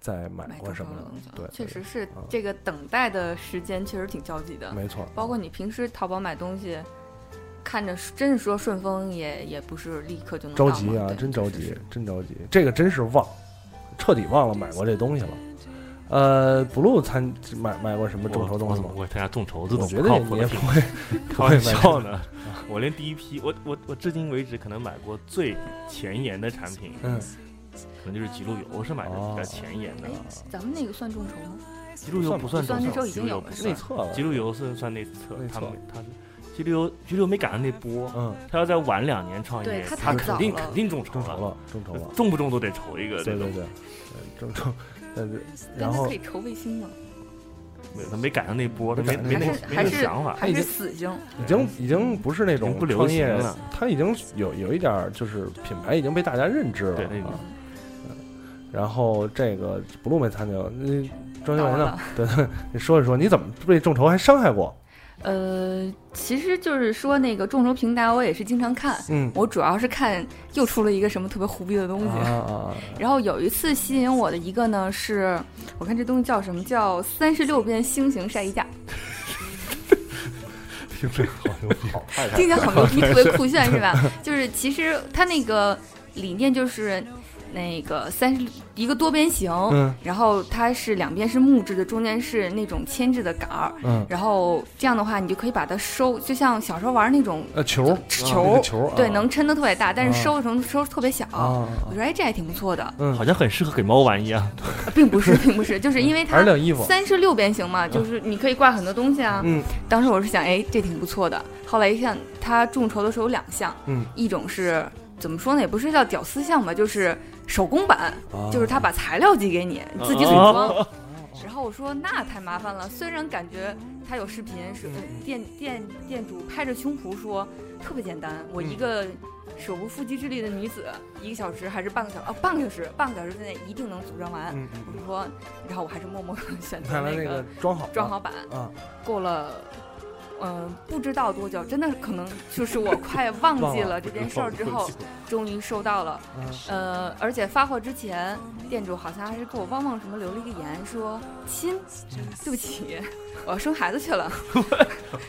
Speaker 8: 再买
Speaker 11: 买
Speaker 8: 过
Speaker 11: 众
Speaker 8: 什
Speaker 11: 筹
Speaker 8: 么
Speaker 11: 的
Speaker 8: 了
Speaker 11: 东西，
Speaker 8: 对，
Speaker 11: 确实是
Speaker 8: 嗯
Speaker 11: 这个等待的时间确实挺焦急的。
Speaker 8: 没错，
Speaker 11: 包括你平时淘宝买东西，看着真是说顺丰也也不是立刻就能
Speaker 8: 着
Speaker 11: 到
Speaker 8: 急
Speaker 11: 嘛
Speaker 8: 啊，
Speaker 11: 对
Speaker 8: 真
Speaker 11: 确
Speaker 8: 着
Speaker 11: 实
Speaker 8: 急
Speaker 11: 是，
Speaker 8: 真着急，这个真是忘，彻底忘了买过这东西了。呃，b l u e 参买买过什么众筹东西吗
Speaker 10: 我？我参加众筹这
Speaker 8: 我
Speaker 10: 种
Speaker 8: 觉
Speaker 10: 不
Speaker 8: 得
Speaker 10: 靠
Speaker 8: 你
Speaker 10: 谱
Speaker 8: 也
Speaker 10: 的
Speaker 8: 不
Speaker 10: 品
Speaker 8: 会，
Speaker 10: 开玩笑 呢，我连第一批，我我我至今为止可能买过最前沿的产品，
Speaker 8: 嗯，
Speaker 10: 可能就是极路由，我是买的比较前沿的
Speaker 11: 哎，，咱们那个算众筹吗？
Speaker 10: 极哦路由不算众
Speaker 11: 算那时
Speaker 10: 筹，
Speaker 11: 候已
Speaker 10: 极
Speaker 11: 经
Speaker 10: 路
Speaker 11: 有
Speaker 10: 由不
Speaker 11: 了是
Speaker 10: 算
Speaker 8: 内，测了
Speaker 10: 极，路由是算内测
Speaker 8: 内，测
Speaker 10: 他们他们极路由极路由没赶上那波，
Speaker 8: 嗯，
Speaker 10: 他要再晚两年创
Speaker 11: 对
Speaker 10: 业，
Speaker 11: 他太
Speaker 10: 肯
Speaker 11: 早
Speaker 10: 定
Speaker 11: 了
Speaker 10: 肯定众筹
Speaker 8: 众筹
Speaker 10: 了，
Speaker 8: 了，众筹了，
Speaker 10: 中不中都得筹一个
Speaker 8: 对
Speaker 10: 这
Speaker 8: 对
Speaker 10: 种
Speaker 8: 对，，对众筹，呃但是
Speaker 11: 但
Speaker 8: 然
Speaker 11: 它
Speaker 8: 后
Speaker 11: 可以筹卫星嘛？
Speaker 10: 没有他没赶上那波，他没
Speaker 8: 没
Speaker 10: 没
Speaker 11: 还
Speaker 10: 那
Speaker 11: 是
Speaker 10: 没
Speaker 11: 还
Speaker 10: 那
Speaker 11: 是
Speaker 10: 想
Speaker 8: 啊
Speaker 10: 法，
Speaker 8: 哎
Speaker 11: 还是死星？
Speaker 8: 已经已经不是那种
Speaker 10: 已经不流
Speaker 8: 创业
Speaker 10: 行了，
Speaker 8: 它已经有有一点儿就是品牌已经被大家认知了
Speaker 10: 对那种
Speaker 8: 啊。然后这个 blue 没参加，那庄秀
Speaker 11: 到
Speaker 8: 文呢
Speaker 11: 了？
Speaker 8: 对，你说一说你怎么被众筹还伤害过？
Speaker 11: 呃，其实就是说那个众筹平台，我也是经常看。
Speaker 8: 嗯，
Speaker 11: 我主要是看又出了一个什么特别胡逼的东西，
Speaker 8: 啊
Speaker 11: 然后有一次吸引我的一个呢是，我看这东西叫什么叫三十六变星形晒衣架，
Speaker 8: 听着好牛逼！
Speaker 11: 听起来好牛逼，特别酷炫 是吧？就是其实它那个理念就是那个三十一个多边形，
Speaker 8: 嗯
Speaker 11: 然后它是两边是木质的，中间是那种铅制的杆儿，
Speaker 8: 嗯，
Speaker 11: 然后这样的话你就可以把它收，就像小时候玩那种
Speaker 8: 呃，球儿
Speaker 11: 球
Speaker 8: 那个球儿，
Speaker 11: 对，
Speaker 8: 啊
Speaker 11: 能抻的特别大，但
Speaker 8: 啊
Speaker 11: 是收成收特别小。
Speaker 8: 啊，
Speaker 11: 我说哎，这还挺不错的，
Speaker 10: 好像很适合给猫玩一样，
Speaker 11: 并 不是，并不是，就是因为
Speaker 8: 啊还是
Speaker 11: 它
Speaker 8: 晾衣服，
Speaker 11: 三十六边形嘛，就是你可以挂很多东西啊。
Speaker 8: 嗯，
Speaker 11: 当时我是想，哎，这挺不错的。后来一看，它众筹的时候有两项，
Speaker 8: 嗯，
Speaker 11: 一种是怎么说呢，也不是叫屌丝项吧，就是手工版，
Speaker 8: 啊
Speaker 11: 就是他把材料寄给你，你
Speaker 8: 哦
Speaker 11: 自己组装。 然后我说那太麻烦了，虽然感觉他有视频是、呃
Speaker 8: 嗯
Speaker 11: 店店店主拍着胸脯说特别简单，我
Speaker 8: 嗯
Speaker 11: 一个手无缚鸡之力的女子，一个小时还是半个小时哦，半个小时，半个小时之内一定能组装完。
Speaker 8: 嗯嗯，
Speaker 11: 我说，然后我还是默默地 选择
Speaker 8: 看来那
Speaker 11: 那
Speaker 8: 个
Speaker 11: 个
Speaker 8: 装好了
Speaker 11: 装好版，
Speaker 8: 啊，
Speaker 11: 过了，嗯、不知道多久，真的可能就是我快忘记了这件事儿之后，终于收到了。
Speaker 8: 嗯
Speaker 11: 呃，而且发货之前，店主好像还是给我汪汪什么留了一个言，说：“亲，对不起，我要生孩子去了，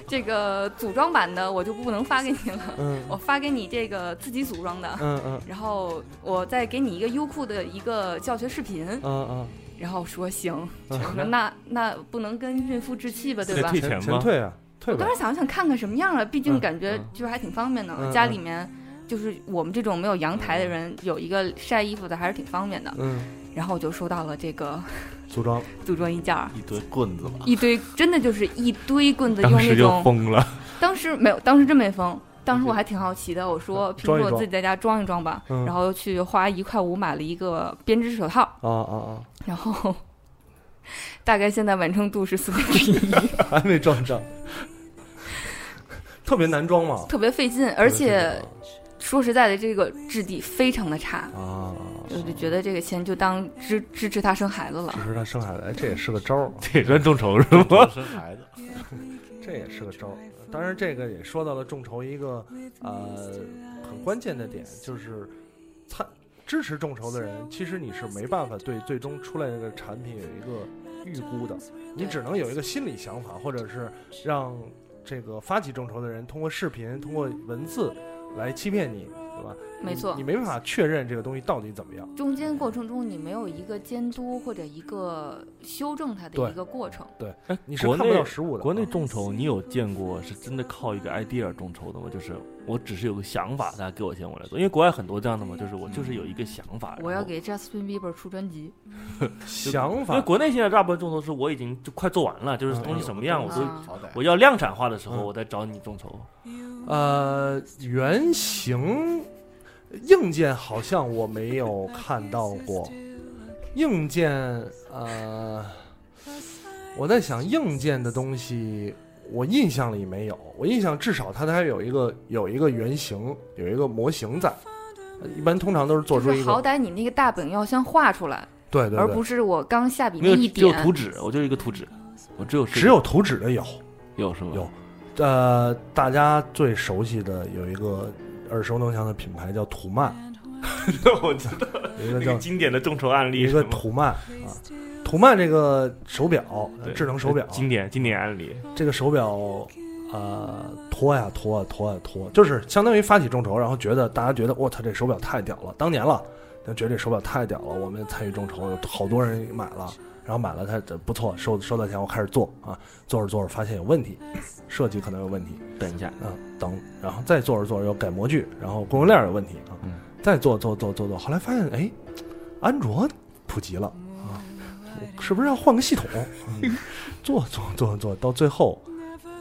Speaker 11: 这个组装版的我就不能发给你了，
Speaker 8: 嗯
Speaker 11: 我发给你这个自己组装的。”
Speaker 8: 嗯嗯
Speaker 11: 然后我再给你一个优酷的一个教学视频，
Speaker 8: 嗯嗯，
Speaker 11: 然后说行，
Speaker 8: 嗯
Speaker 11: 我说那那不能跟孕妇置气吧，对
Speaker 10: 得
Speaker 11: 吧？
Speaker 10: 退
Speaker 8: 钱
Speaker 10: 钱
Speaker 8: 钱
Speaker 10: 吗？
Speaker 8: 退啊，退
Speaker 11: 我
Speaker 8: 吧
Speaker 11: 当，时想想看看什么样啊，毕竟
Speaker 8: 嗯
Speaker 11: 感觉
Speaker 10: 嗯
Speaker 11: 就是还挺方便的。
Speaker 8: 嗯
Speaker 11: 家里面就是我们这种没有阳台的人，有一个晒衣服的还是挺方便的。
Speaker 8: 嗯，
Speaker 11: 然后我就收到了这个
Speaker 16: 组装
Speaker 11: 组装衣架，
Speaker 14: 一堆棍子 吧，
Speaker 11: 一堆真的就是一堆 棍子，用
Speaker 16: 当时
Speaker 11: 那
Speaker 16: 就
Speaker 11: 种
Speaker 16: 疯了。
Speaker 11: 当时没有，当时真没封。当时我还挺好奇的，我说平
Speaker 16: 装一
Speaker 11: 时我
Speaker 16: 装
Speaker 11: 自己在家装一装吧，
Speaker 16: 嗯
Speaker 11: 然后又去花一块五买了一个编织手套，
Speaker 16: 啊啊
Speaker 11: 然后 大概现在完成度是四分之一，
Speaker 16: 啊！还没装上，特别难装嘛。
Speaker 11: 特别费劲，而
Speaker 8: 啊
Speaker 11: 且说实在的，这个质地非常的差，
Speaker 16: 啊，
Speaker 11: 我就觉得这个钱就当支支持他生孩子了。
Speaker 16: 只是他生孩子，哎，这也是个招儿，
Speaker 10: 这也算众筹是吗？
Speaker 14: 生孩子，
Speaker 11: 啊
Speaker 8: 这也是个招儿。当然，这个也说到了众筹一个呃很关键的点，就是参支持众筹的人，其实你是没办法对最终出来的产品有一个预估的，你只能有一个心理想法，或者是让这个发起众筹的人通过视频、通过文字来欺骗你，对吧？
Speaker 11: 没错
Speaker 8: 你你没办法确认这个东西到底怎么样。
Speaker 11: 中间过程中，你没有一个监督或者一个修正它的
Speaker 8: 对
Speaker 11: 一个过程，
Speaker 8: 对，
Speaker 10: 哎
Speaker 8: 你是
Speaker 10: 国
Speaker 8: 看不
Speaker 10: 内
Speaker 8: 到实物的
Speaker 10: 国内
Speaker 8: 啊
Speaker 10: 众筹，你有见过是真的靠一个 idea 众筹的吗？就是我只是有个想法，大家给我钱我来做。因为国外很多这样的嘛，就是我就是有一个想
Speaker 8: 哎
Speaker 10: 法，
Speaker 11: 嗯我要
Speaker 10: 然后
Speaker 11: 给 Justin Bieber 出专辑，
Speaker 10: 就
Speaker 8: 想
Speaker 10: 因为
Speaker 8: 法
Speaker 10: 国内现在大部分众筹是我已经就快做完了，就是
Speaker 8: 嗯
Speaker 10: 东西什么样我都
Speaker 11: 嗯
Speaker 14: 好歹
Speaker 10: 我要量产化的时候，
Speaker 8: 嗯
Speaker 10: 我再找你众筹。
Speaker 8: 呃，原型硬件好像我没有看到过，硬件呃，我在想硬件的东西，我印象里没有，我印象至少它还有一个有一个原型，有一个模型在，呃一般通常都是做
Speaker 11: 就
Speaker 8: 出一
Speaker 11: 是好
Speaker 8: 个
Speaker 11: 歹你那个大本要先画出来，
Speaker 8: 对对
Speaker 11: 而
Speaker 8: 对
Speaker 11: 不，是我刚下笔
Speaker 10: 没有
Speaker 11: 那嗯一
Speaker 10: 只有
Speaker 11: 点。
Speaker 10: 图纸，我就一个图纸，我只有这个
Speaker 8: 只有图纸的有，
Speaker 10: 有是吗？
Speaker 8: 有呃，大家最熟悉的有一个耳熟能详的品牌叫图曼，
Speaker 10: 我知道
Speaker 8: 有一个
Speaker 10: 那
Speaker 8: 叫
Speaker 10: 个经典的众筹案例
Speaker 8: 一
Speaker 10: 是吗，
Speaker 8: 个土曼啊，土曼这个手表，呃
Speaker 10: 对
Speaker 8: 智能手表，
Speaker 10: 经典经典案例，
Speaker 8: 这个手表，呃，拖呀拖呀拖呀拖，啊就是相当于发起众筹，然后觉得大家觉得我操这手表太屌了，当年了，就觉得这手表太屌了，我们参与众筹，有好多人买了，然后买了它不错，收收到钱我开始做啊，做着做着发现有问题，设计可能有问题，
Speaker 10: 等一下，
Speaker 8: 啊，等，然后再做着做着又改模具，然后供应链有问题啊，
Speaker 14: 嗯
Speaker 8: 再做做做做做，后来发现哎，安卓普及了啊，我是不是要换个系统？嗯、 做做做做到最后，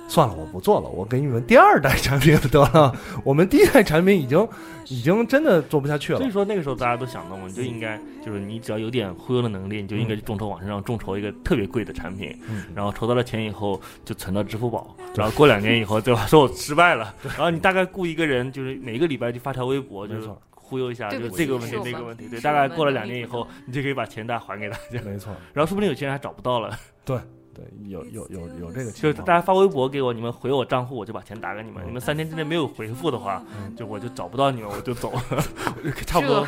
Speaker 8: 算了，我不做了，我给你们第二代产品得了，我们第一代产品已经已经真的做不下去了嗯
Speaker 10: 所以。说那个时候大家都想到嘛，你就应该就是你只要有点忽悠的能力，你就应该去众筹网站上众筹一个特别贵的产品，
Speaker 8: 嗯
Speaker 10: 然后筹到了钱以后就存到支付宝，然后过两年以后对吧？说我失败 了，然后你大概雇一个人，就是每个礼拜就发条微博，就是
Speaker 8: 没错
Speaker 10: 忽悠一下，
Speaker 11: 对
Speaker 10: 就是
Speaker 11: 不起
Speaker 10: 这个问
Speaker 11: 是
Speaker 10: 题
Speaker 11: 我
Speaker 10: 那个
Speaker 11: 们
Speaker 10: 问题，对，
Speaker 11: 是
Speaker 10: 大
Speaker 11: 我
Speaker 10: 概
Speaker 11: 们
Speaker 10: 过了
Speaker 11: 能
Speaker 10: 两
Speaker 11: 力
Speaker 10: 年以
Speaker 11: 不够
Speaker 10: 后，你就可以把钱再还给大家，
Speaker 8: 没错，
Speaker 10: 然后说不定有些人还找不到了，
Speaker 8: 对对，有有有有这个
Speaker 10: 就
Speaker 8: 情
Speaker 10: 是大
Speaker 8: 况。
Speaker 10: 家发微博给我，你们回我账户，我就把钱打给你们，你们三天之内没有回复的话，
Speaker 8: 嗯
Speaker 10: 就我就找不到你们，我就 走了，我就差不多。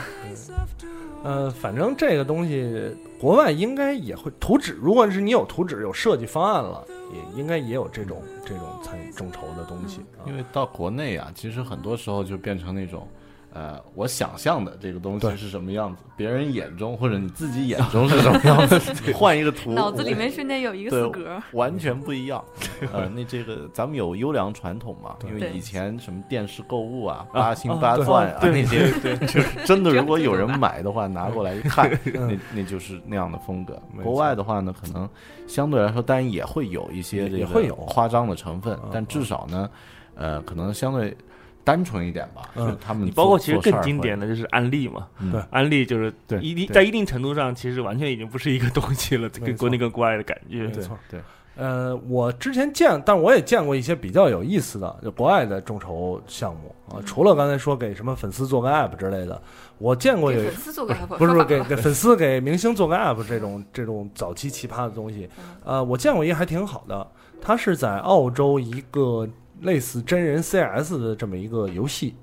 Speaker 8: 呃，反正这个东西国外应该也会图纸，如果是你有图纸有设计方案了，也应该也有这种这种参与众筹的东西。啊
Speaker 14: 因为到国内啊，其实很多时候就变成那种，呃，我想象的这个东西
Speaker 8: 对
Speaker 14: 是什么样子，别人眼中或者你自己眼中是什 么样子，你换一个图，
Speaker 11: 脑子里面瞬间有一个四
Speaker 14: 对
Speaker 11: 格，
Speaker 14: 完全不一样。呃，那这个咱们有优良传统嘛，因为
Speaker 11: 对
Speaker 14: 以前什么电视购物啊、八星八钻啊
Speaker 10: 对
Speaker 14: 那些，就是真的，
Speaker 11: 这
Speaker 14: 如果有人
Speaker 11: 这
Speaker 14: 买的话，拿过来一看，
Speaker 8: 嗯
Speaker 14: 那那就是那样的风格。
Speaker 8: 没
Speaker 14: 国
Speaker 8: 错
Speaker 14: 外的话呢，可能相对来说，当然也会有一些
Speaker 8: 也
Speaker 14: 这
Speaker 8: 也
Speaker 14: 个
Speaker 8: 会有
Speaker 14: 夸张的成分
Speaker 8: 嗯，
Speaker 14: 但至少呢，呃，可能相对单纯一点吧。
Speaker 8: 嗯
Speaker 14: 就是他们
Speaker 10: 你
Speaker 14: 做
Speaker 10: 包括其实
Speaker 14: 做事儿
Speaker 10: 更经典
Speaker 14: 会
Speaker 10: 的就是安利嘛，
Speaker 14: 嗯
Speaker 8: 对
Speaker 10: 安利就是
Speaker 8: 对
Speaker 10: 一定
Speaker 8: 对
Speaker 10: 在一定程度上，其实完全已经不是一个东西了，
Speaker 8: 没
Speaker 10: 跟
Speaker 8: 错
Speaker 10: 国内跟国外的感觉
Speaker 8: 没。错，
Speaker 14: 对。
Speaker 8: 呃，我之前见，但我也见过一些比较有意思的，就国外的众筹项目啊。除了刚才说给什么粉丝做个 app 之类的，我见过有
Speaker 11: 给粉丝做个 app，
Speaker 8: 不是不
Speaker 11: 说
Speaker 8: 是
Speaker 11: 反
Speaker 8: 给
Speaker 11: 了
Speaker 8: 给粉丝给明星做 个 app 这种这种早期奇葩的东西，
Speaker 11: 嗯
Speaker 8: 呃，我见过一个还挺好的，它是在澳洲一个类似真人 CS 的这么一个游戏，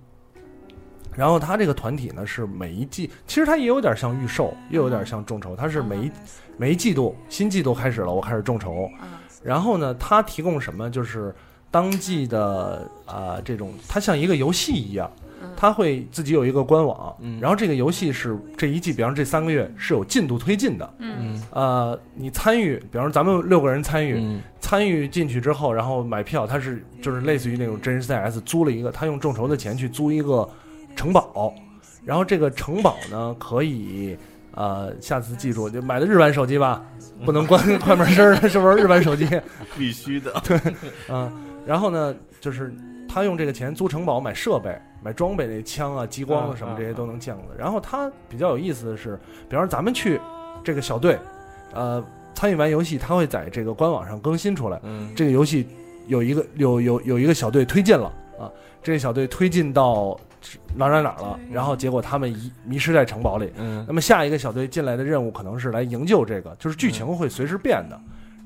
Speaker 8: 然后它这个团体呢是每一季，其实它也有点像预售，又有点像众筹，它是每
Speaker 11: 嗯
Speaker 8: 一每一季度新季度开始了，我开始众筹，
Speaker 11: 嗯
Speaker 8: 然后呢，它提供什么就是当季的啊、呃这种，它像一个游戏一样。
Speaker 11: 嗯
Speaker 8: 它会自己有一个官网，然后这个游戏是这一季，比方说这三个月是有进度推进的，
Speaker 11: 嗯，
Speaker 8: 呃，你参与，比方说咱们六个人参与，
Speaker 9: 嗯
Speaker 8: 参与进去之后，然后买票，它是就是类似于那种真人 CS 租了一个，他用众筹的钱去租一个城堡，然后这个城堡呢可以呃，下次记住，就买的日版手机吧，不能关快门声儿的，是不是日版手机？
Speaker 14: 必须的。
Speaker 8: 对，啊，然后呢，就是他用这个钱租城堡买设备、买装备，那枪啊、激光啊什么这些都能降的。然后他比较有意思的是，比方说咱们去这个小队，呃，参与完游戏，他会在这个官网上更新出来。
Speaker 14: 嗯，
Speaker 8: 这个游戏有一个有有有一个小队推进了啊，这个小队推进到哪儿哪儿哪儿了，然后结果他们遗迷失在城堡里。
Speaker 14: 嗯
Speaker 8: 那么下一个小队进来的任务可能是来营救这个，就是剧情会随时变的。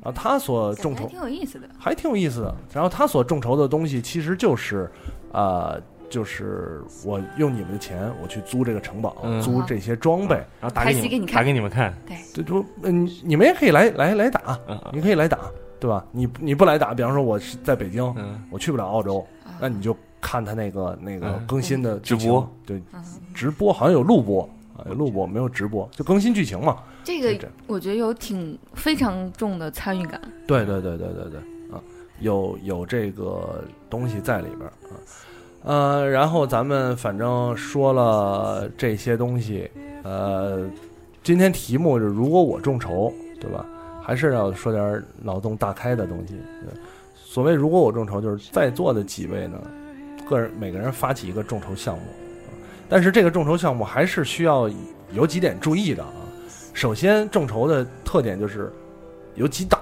Speaker 8: 然后他所众
Speaker 11: 还
Speaker 8: 筹
Speaker 11: 嗯挺有意思的。
Speaker 8: 还挺有意思的。然后他所众筹的东西其实就是，呃，就是我用你们的钱，我去租这个城堡，
Speaker 10: 嗯
Speaker 8: 租这些装备。
Speaker 10: 然后打给
Speaker 11: 拍戏
Speaker 10: 你
Speaker 11: 给你
Speaker 10: 们，
Speaker 11: 看
Speaker 10: 打给你们看，
Speaker 8: 对，就嗯，你你们也可以来来来打
Speaker 10: 嗯，
Speaker 8: 你可以来打，对吧？你你不来打，比方说我是在北京，
Speaker 14: 嗯
Speaker 8: 我去不了澳洲，
Speaker 11: 啊
Speaker 8: 那你就看他那个那个
Speaker 14: 嗯
Speaker 8: 更新的剧
Speaker 14: 直
Speaker 8: 情
Speaker 14: 播，
Speaker 8: 对，
Speaker 11: 嗯
Speaker 8: 直播好像有录播啊，有录播没有直播，就更新剧情嘛。
Speaker 11: 这
Speaker 8: 就这
Speaker 11: 个
Speaker 8: 样
Speaker 11: 我觉得有挺非常重的参与感，
Speaker 8: 对对对对对对，啊，有有这个东西在里边儿啊，呃，然后咱们反正说了这些东西，呃，今天题目是如果我众筹，对吧？还是要说点儿脑洞大开的东西。对所谓如果我众筹，就是在座的几位呢，个人每个人发起一个众筹项目，啊但是这个众筹项目还是需要有几点注意的啊。首先，众筹的特点就是有几档，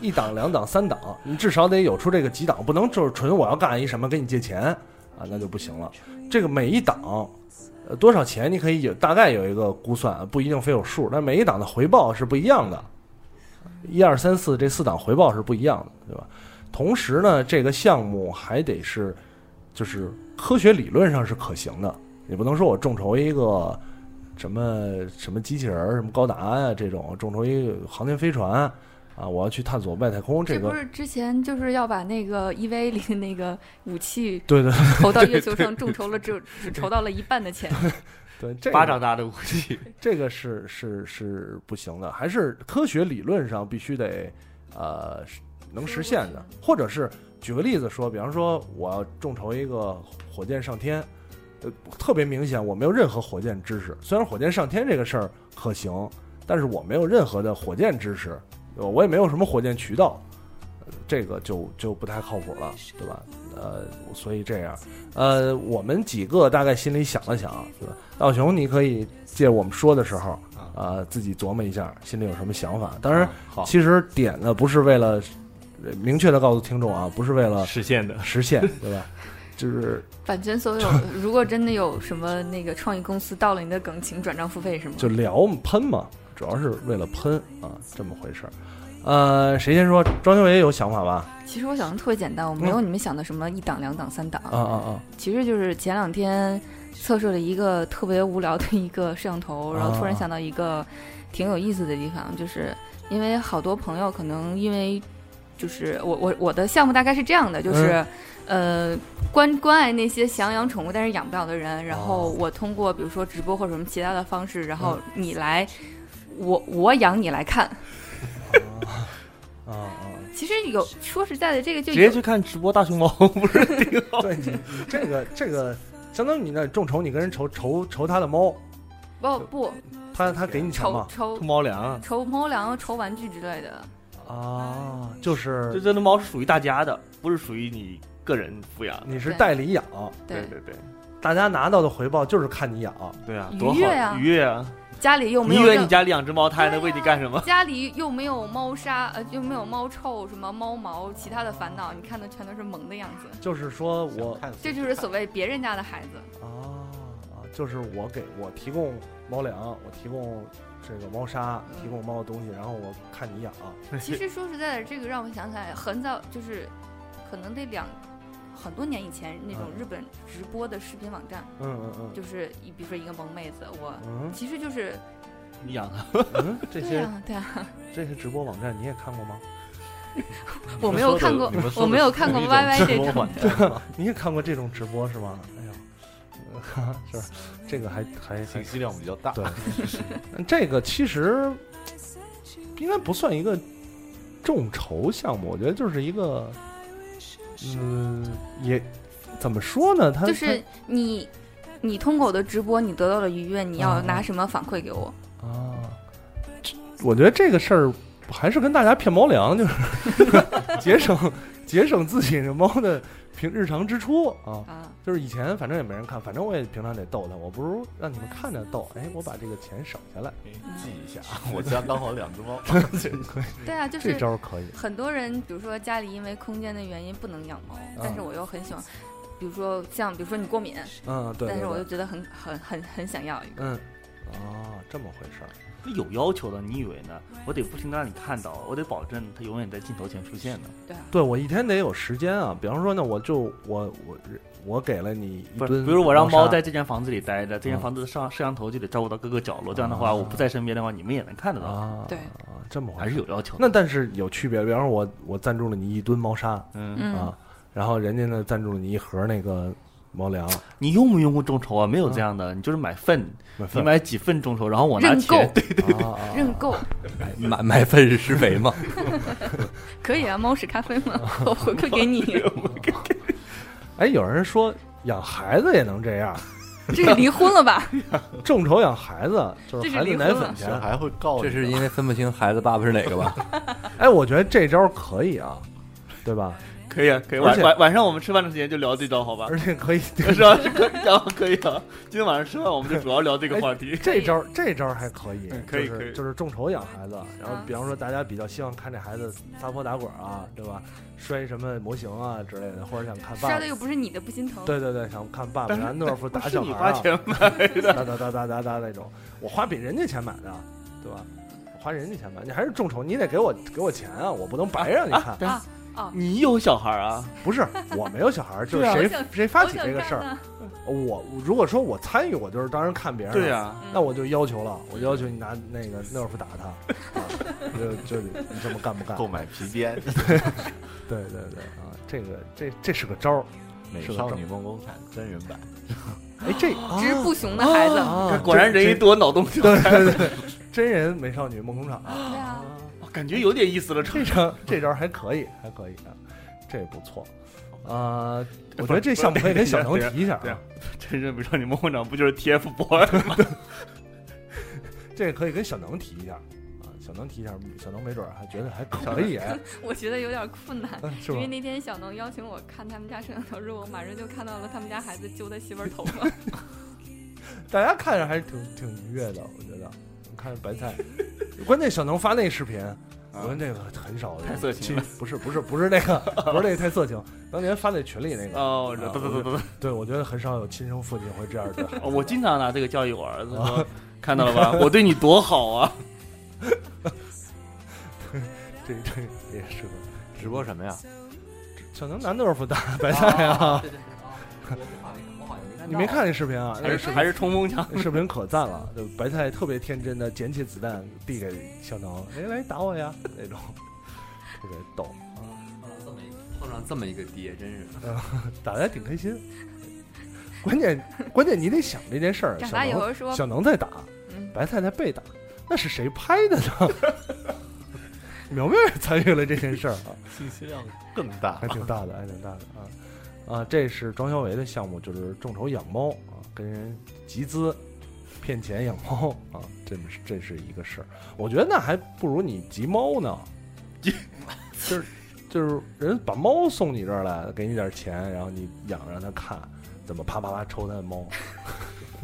Speaker 8: 一档、两档、三档，你至少得有出这个几档，不能就是纯我要干一什么给你借钱啊，那就不行了。这个每一档，呃，多少钱你可以有大概有一个估算，不一定非有数，但每一档的回报是不一样的。一二三四这四档回报是不一样的，对吧？同时呢，这个项目还得是，就是科学理论上是可行的，你不能说我众筹一个什么什么机器人儿、什么高达啊这种，众筹一个航天飞船啊，我要去探索外太空，这
Speaker 11: 这
Speaker 8: 个
Speaker 11: 不是之前就是要把那个 EV 里的那个武器
Speaker 8: 对对
Speaker 11: 投到月球上，众筹了只只筹到了一半 的钱，
Speaker 8: 对，这个
Speaker 10: 巴掌大的武器，
Speaker 8: 这个是是是不行的，还是科学理论上必须得呃是能实现的，或者是举个例子说，比方说我要众筹一个火箭上天，呃，特别明显我没有任何火箭知识，虽然火箭上天这个事儿可行，但是我没有任何的火箭知识，呃我也没有什么火箭渠道，呃这个就就不太靠谱了，对吧？呃，所以这样，呃，我们几个大概心里想了想，对吧？道雄，你可以借我们说的时候，呃，自己琢磨一下心里有什么想法。当然，
Speaker 14: 嗯 好，
Speaker 8: 其实点呢不是为了呃明确的告诉听众啊，不是为了
Speaker 10: 嗯实现的，
Speaker 8: 实现，对吧？就是
Speaker 11: 版权所有。如果真的有什么那个创意公司盗了你的梗，请转账付费是吗？
Speaker 8: 就聊嘛喷嘛，主要是为了喷啊，这么回事儿。呃，谁先说？庄修也有想法吧？
Speaker 11: 其实我想的特别简单，我
Speaker 8: 嗯
Speaker 11: 没有你们想的什么一档、两档、三档
Speaker 8: 啊啊啊！
Speaker 11: 其实就是前两天测试了一个特别无聊的一个摄像 头，然后突然想到一个挺有意思的地方，就是因为好多朋友可能因为就是我我我的项目大概是这样的，就是、呃关关爱那些想养宠物但是养不了的人，然后我通过比如说直播或者什么其他的方式，然后你来、我我养你来看。
Speaker 8: 啊啊！
Speaker 11: 其实有说实在的，这个就
Speaker 9: 直接
Speaker 11: 有
Speaker 9: 去看直播大熊猫，不是挺好？
Speaker 8: 对你你这个这个，相当于你那众筹，你跟人筹筹筹他的猫，
Speaker 11: 不不
Speaker 8: 他他给你钱
Speaker 11: 筹
Speaker 8: 吗？
Speaker 11: 筹
Speaker 9: 兔猫粮啊，
Speaker 11: 筹猫粮、筹玩具之类的。
Speaker 8: 啊，就是
Speaker 10: 这这只猫是属于大家的，不是属于你个人抚养。
Speaker 8: 你是代理养，
Speaker 11: 对
Speaker 10: 对对
Speaker 8: 大家拿到的回报就是看你养。
Speaker 10: 对啊，
Speaker 11: 愉
Speaker 10: 多
Speaker 11: 悦啊
Speaker 10: 好，愉悦啊！
Speaker 11: 家里又没
Speaker 10: 你
Speaker 11: 有
Speaker 10: 以为
Speaker 11: 任
Speaker 10: 你家里养只猫，它还能为
Speaker 11: 啊
Speaker 10: 你干什么？
Speaker 11: 家里又没有猫砂，呃，又没有猫臭，什么猫毛，其他的烦恼，你看的全都是萌的样子。
Speaker 8: 就是说我
Speaker 11: 这就是所谓别人家的孩子，
Speaker 8: 啊啊，就是我给我提供猫粮，我提供这个猫砂，
Speaker 11: 嗯
Speaker 8: 提供猫的东西，然后我看你养。啊
Speaker 11: 其实说实在的，这个让我想起来，很早就是，可能得两很多年以前那种
Speaker 8: 嗯
Speaker 11: 日本直播的视频网站，
Speaker 8: 嗯嗯
Speaker 11: 就是一比如说一个萌妹子，我
Speaker 8: 嗯
Speaker 11: 其实就是
Speaker 10: 你养它，
Speaker 8: 嗯嗯，这
Speaker 11: 对
Speaker 8: 些
Speaker 11: 呀对啊呀，
Speaker 8: 这些直播网站你也看过吗？
Speaker 11: 我没有看过，我没有看过 YY 这种的，
Speaker 8: 你也看过这种直播是吗？哎呦，呃 哈哈是吧这个还还还
Speaker 14: 信息量比较大。
Speaker 8: 对这个其实应该不算一个众筹项目，我觉得就是一个，嗯，也怎么说呢？它
Speaker 11: 就是你你通过我的直播，你得到了愉悦，你要拿什么反馈给我？
Speaker 8: 啊，我觉得这个事儿还是跟大家骗猫粮，就是 节省节省自己的猫的平日常支出啊。就是以前反正也没人看，反正我也平常得逗它，我不如让你们看着逗，哎，我把这个钱省下来，
Speaker 11: 嗯
Speaker 14: 记一下。我家刚好两只猫
Speaker 11: 对啊，就是
Speaker 8: 这招可以。
Speaker 11: 很多人，比如说家里因为空间的原因不能养猫，但是我又很喜欢，比如说像比如说你过敏，
Speaker 8: 嗯对对
Speaker 11: 但是
Speaker 8: 对
Speaker 11: 我又觉得很很很很想要一个。
Speaker 8: 嗯，哦，这么回事儿。
Speaker 10: 有要求的，你以为呢？我得不停的让你看到，我得保证它永远在镜头前出现的。
Speaker 11: 对啊，
Speaker 8: 对我一天得有时间啊，比方说呢，我就我我我给了你一
Speaker 10: 不是，
Speaker 8: 吨猫砂，啊
Speaker 10: 比如我让猫在这间房子里待着，这间房子的上摄像头就得照顾到各个角落，这样的话，我不在身边的话，你们也能看得
Speaker 8: 啊
Speaker 10: 到。
Speaker 11: 对，
Speaker 8: 这么回事
Speaker 10: 还是有要求的。
Speaker 8: 哦那但是有区别，比方说我我赞助了你一吨猫砂，
Speaker 10: 嗯
Speaker 8: 啊，然后人家呢赞助了你一盒那个猫粮，啊
Speaker 10: 你用没用过众筹啊？没有这样的，你就是买份，
Speaker 8: 份
Speaker 10: 你买几份众筹，然后我拿
Speaker 11: 认购
Speaker 10: 钱，，对对对，
Speaker 8: 啊
Speaker 11: 认购
Speaker 9: 买买份是施肥 吗？
Speaker 11: 可以啊，猫屎咖啡 吗？我回馈给你，
Speaker 8: 哎，有人说养孩子也能这样，
Speaker 11: 这是离婚了 吧？
Speaker 8: 众筹养孩子就是
Speaker 11: 这是
Speaker 8: 孩子
Speaker 11: 离
Speaker 8: 奶
Speaker 11: 婚
Speaker 8: 粉
Speaker 11: 了
Speaker 8: 钱，
Speaker 14: 还会告
Speaker 9: 这是因为分不清孩子爸爸是哪个吧？
Speaker 8: 哎，我觉得这招可以啊，对吧？
Speaker 10: 可以啊，可以。
Speaker 8: 而
Speaker 10: 晚
Speaker 8: 且
Speaker 10: 晚晚上我们吃饭的时间就聊这招，好吧？
Speaker 8: 而 且 可以，
Speaker 10: 是吧？是可以，然后可以啊。今天晚上吃饭我们就主要聊这个话题。
Speaker 8: 这招这招还可以，
Speaker 10: 嗯可以
Speaker 8: 就
Speaker 10: 可以
Speaker 8: 是就是众筹养孩子，然后
Speaker 11: 啊
Speaker 8: 比方说大家比较希望看这孩子撒泼打滚啊，对吧？摔什么模型啊之类的，或者想看爸
Speaker 11: 摔
Speaker 8: 爸
Speaker 11: 的。又不是你的，不心疼。
Speaker 8: 对对对，想看爸爸
Speaker 10: 但是
Speaker 8: 拿懦夫打
Speaker 10: 不是
Speaker 8: 小
Speaker 10: 你
Speaker 8: 孩、啊，
Speaker 10: 花钱买的
Speaker 8: 哒哒哒哒哒哒那种，我花比人家钱买的，对吧？我花人家钱买，你还是众筹，你得给我给我钱啊，我不能白让你看。
Speaker 10: 啊
Speaker 11: 哦，
Speaker 10: 你有小孩啊？
Speaker 8: 不是，我没有小孩，就是
Speaker 10: 对啊
Speaker 8: 谁
Speaker 11: 我想
Speaker 8: 谁发起这个
Speaker 11: 我想
Speaker 8: 事
Speaker 11: 看
Speaker 8: 儿
Speaker 11: 呢，
Speaker 8: 我如果说我参与，我就是当然看别人了。
Speaker 10: 对
Speaker 11: 嗯
Speaker 10: 啊
Speaker 8: 那我就要求了，我要求你拿那个懦夫打他，啊，就就你这么干不干？
Speaker 14: 购买皮鞭，
Speaker 8: 对对对啊，这个这这是个招儿，
Speaker 14: 美
Speaker 8: 是个
Speaker 14: 少
Speaker 8: 招儿
Speaker 14: 女梦工厂真人版，
Speaker 8: 哎这啊
Speaker 11: 直哦不雄的孩子，
Speaker 8: 啊
Speaker 10: 果然人一多脑洞就
Speaker 8: 对对对，真人美少女梦工厂。
Speaker 11: 对啊，
Speaker 10: 感觉有点意思了。这
Speaker 8: 这招这招还可以，还可以啊，这不错。啊、我觉得这项目可以跟小能提一下
Speaker 10: 对
Speaker 8: 啊，
Speaker 10: 真人美少女梦工厂不就是 TFBOY 吗？
Speaker 8: 这可以跟小能提一下啊，小能提一下，小能没准儿还觉得还可以，哎
Speaker 11: 我觉得有点困难。
Speaker 8: 嗯是
Speaker 11: 因
Speaker 8: 吧
Speaker 11: 为？那天小能邀请我看他们家摄像头之后，我马上就看到了他们家孩子揪他媳妇儿头发。
Speaker 8: 大家看着还是挺挺愉悦的，我觉得。看着白 菜，关键小能发那视频，我说那个很少
Speaker 10: 啊太色情了，
Speaker 8: 不是不是不是那个， 不是那个太色情，当年发在群里那个，
Speaker 10: 哦，对对对对对，
Speaker 8: 对我觉得很少有亲生父亲会这样 对孩子
Speaker 10: 哦我经常拿这个教育我儿子，
Speaker 8: 哦
Speaker 10: 说 看到了吧？我对你多好啊！
Speaker 8: 这这这也是个
Speaker 9: 直播什么呀？
Speaker 14: 啊
Speaker 8: 小能拿豆腐打白菜啊， 你没看那视频啊？
Speaker 10: 还是还是冲锋枪，
Speaker 8: 那视频可赞了，就白菜特别天真的捡起子弹递给小能，哎来打我呀那种，特别逗，
Speaker 9: 碰上这么一个爹，真是
Speaker 8: 打的还挺开心。关键关键你得想这件事儿，
Speaker 11: 长
Speaker 8: 小
Speaker 11: 大以
Speaker 8: 能
Speaker 11: 后说，
Speaker 8: 小能在打，
Speaker 11: 嗯，
Speaker 8: 白菜在被打，那是谁拍的呢？ 苗苗也参与了这件事儿啊，
Speaker 14: 信息量更大
Speaker 8: 还。挺大的，还挺大的啊啊！这是庄小维的项目，就是众筹养猫啊，跟人集资骗钱养猫啊，这么是这是一个事儿。我觉得那还不如你集猫 呢，就是就是人把猫送你这儿来，给你点钱，然后你养让它看，怎么啪啪啪抽它的猫，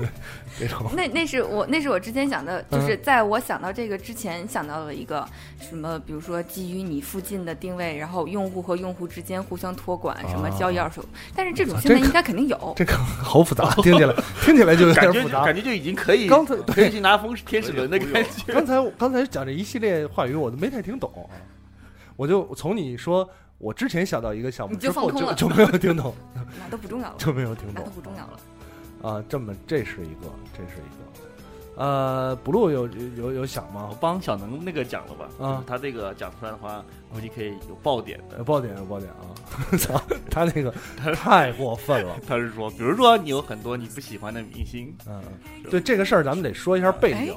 Speaker 8: 这种
Speaker 11: 那那是我那是我之前想的，
Speaker 8: 嗯
Speaker 11: 就是在我想到这个之前想到了一个什么，比如说基于你附近的定位，然后用户和用户之间互相托管，什么交易二手，但是这种现在应该肯定 有。
Speaker 8: 啊这个好复杂，听起来听起来就有
Speaker 10: 感
Speaker 8: 点
Speaker 10: 觉
Speaker 8: 复
Speaker 10: 就
Speaker 8: 杂
Speaker 10: 感。觉就已经可以
Speaker 8: 刚才
Speaker 10: 可以去拿风天使轮的感觉。
Speaker 8: 刚才我刚才讲这一系列话语，我都没太听懂，
Speaker 10: 啊
Speaker 8: 我就从你说我之前想到一个项目
Speaker 11: 你就
Speaker 8: 之后
Speaker 11: 放空
Speaker 8: 就
Speaker 11: 了
Speaker 8: 就没有听懂，
Speaker 11: 那都不重要了，
Speaker 8: 就没有听
Speaker 11: 那
Speaker 8: 懂
Speaker 11: 都不重要了。
Speaker 8: 啊。这么这是一个，这是一个，呃，blue 有有有想
Speaker 10: 我
Speaker 8: 吗？
Speaker 10: 帮小能那个讲了吧，
Speaker 8: 啊
Speaker 10: 就是他这个讲出来的话，估计可以有爆点的。
Speaker 8: 有呃爆点有爆点啊！ 操，他 那个太过分了。
Speaker 10: 他是说，比如说你有很多你不喜欢的明星，
Speaker 8: 嗯，对这个事儿，咱们得说一下背景，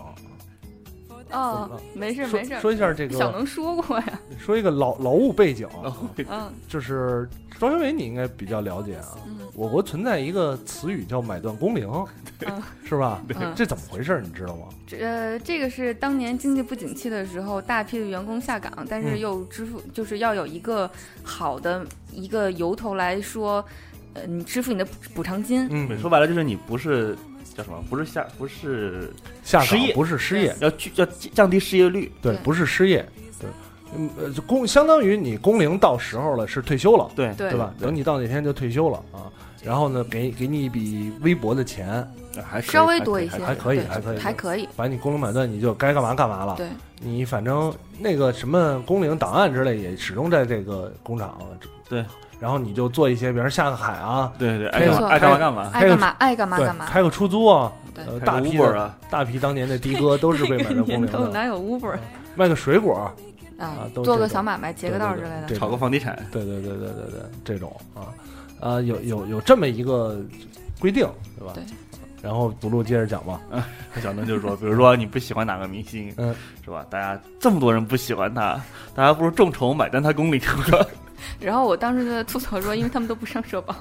Speaker 8: 怎么
Speaker 11: 哦
Speaker 8: 了，
Speaker 11: 没事
Speaker 8: 说
Speaker 11: 哎没事，
Speaker 8: 说一下这
Speaker 11: 小
Speaker 8: 个，
Speaker 11: 能说过呀，
Speaker 8: 说一个劳劳务背景，
Speaker 10: 哦，
Speaker 11: 嗯
Speaker 8: 就是庄学伟，你应该比较了解啊。
Speaker 11: 嗯，
Speaker 8: 我国存在一个词语叫“买断工龄”，是吧
Speaker 11: 对？
Speaker 10: 嗯
Speaker 8: 这怎么回事儿？你知道吗？
Speaker 11: 这呃，这个是当年经济不景气的时候，大批的员工下岗，但是
Speaker 8: 嗯
Speaker 11: 又支付，就是要有一个好的一个由头来说，呃，你支付你的补补偿金。
Speaker 8: 嗯
Speaker 10: 说白了就是你不是叫什么，不是下不是
Speaker 8: 下岗
Speaker 10: 失业，
Speaker 8: 不是失业，
Speaker 10: 要去要降低失业率，
Speaker 8: 对，不是失业，对，嗯，呃，就工相当于你工龄到时候了，是退休了，
Speaker 10: 对
Speaker 8: 对
Speaker 10: 对
Speaker 8: 吧？
Speaker 10: 对
Speaker 8: 等你到那天就退休了啊，然后呢，给给你一笔微薄的钱，
Speaker 14: 还
Speaker 11: 稍微多一些，
Speaker 8: 还可以，
Speaker 11: 对
Speaker 8: 还可以，
Speaker 11: 还可以。
Speaker 8: 反正你工龄买断，你就该干嘛干嘛了。
Speaker 11: 对，
Speaker 8: 你反正那个什么工龄档案之类也始终在这个工厂。
Speaker 10: 对，
Speaker 8: 然后你就做一些，比如下个海啊，
Speaker 10: 对对
Speaker 8: 开个
Speaker 10: 爱干嘛爱干嘛干嘛
Speaker 8: 开个
Speaker 11: 爱干嘛爱干嘛
Speaker 8: 对
Speaker 11: 干嘛
Speaker 8: 开个出租啊，
Speaker 11: 对
Speaker 8: 呃
Speaker 10: 开个
Speaker 8: 大批的
Speaker 10: Uber 啊
Speaker 8: 大批当年的的哥都是被买 断工龄
Speaker 11: 年头
Speaker 8: 的，
Speaker 11: 哪有 Uber
Speaker 8: 卖个水果啊
Speaker 11: 啊？
Speaker 8: 都是
Speaker 11: 做
Speaker 8: 这
Speaker 11: 个
Speaker 8: 种
Speaker 11: 小买卖，截个道之类的。
Speaker 8: 这种
Speaker 10: 炒个房地产，
Speaker 8: 对对对对对对，这种啊，啊有有有这么一个规定，对吧？
Speaker 11: 对。
Speaker 8: 然后不录接着讲吧，
Speaker 10: 小能就是说，比如说你不喜欢哪个明星，
Speaker 8: 嗯，
Speaker 10: 是吧？大家这么多人不喜欢他，大家不如众筹买单他功里，是吧？
Speaker 11: 然后我当时就吐槽说，因为他们都不上社保，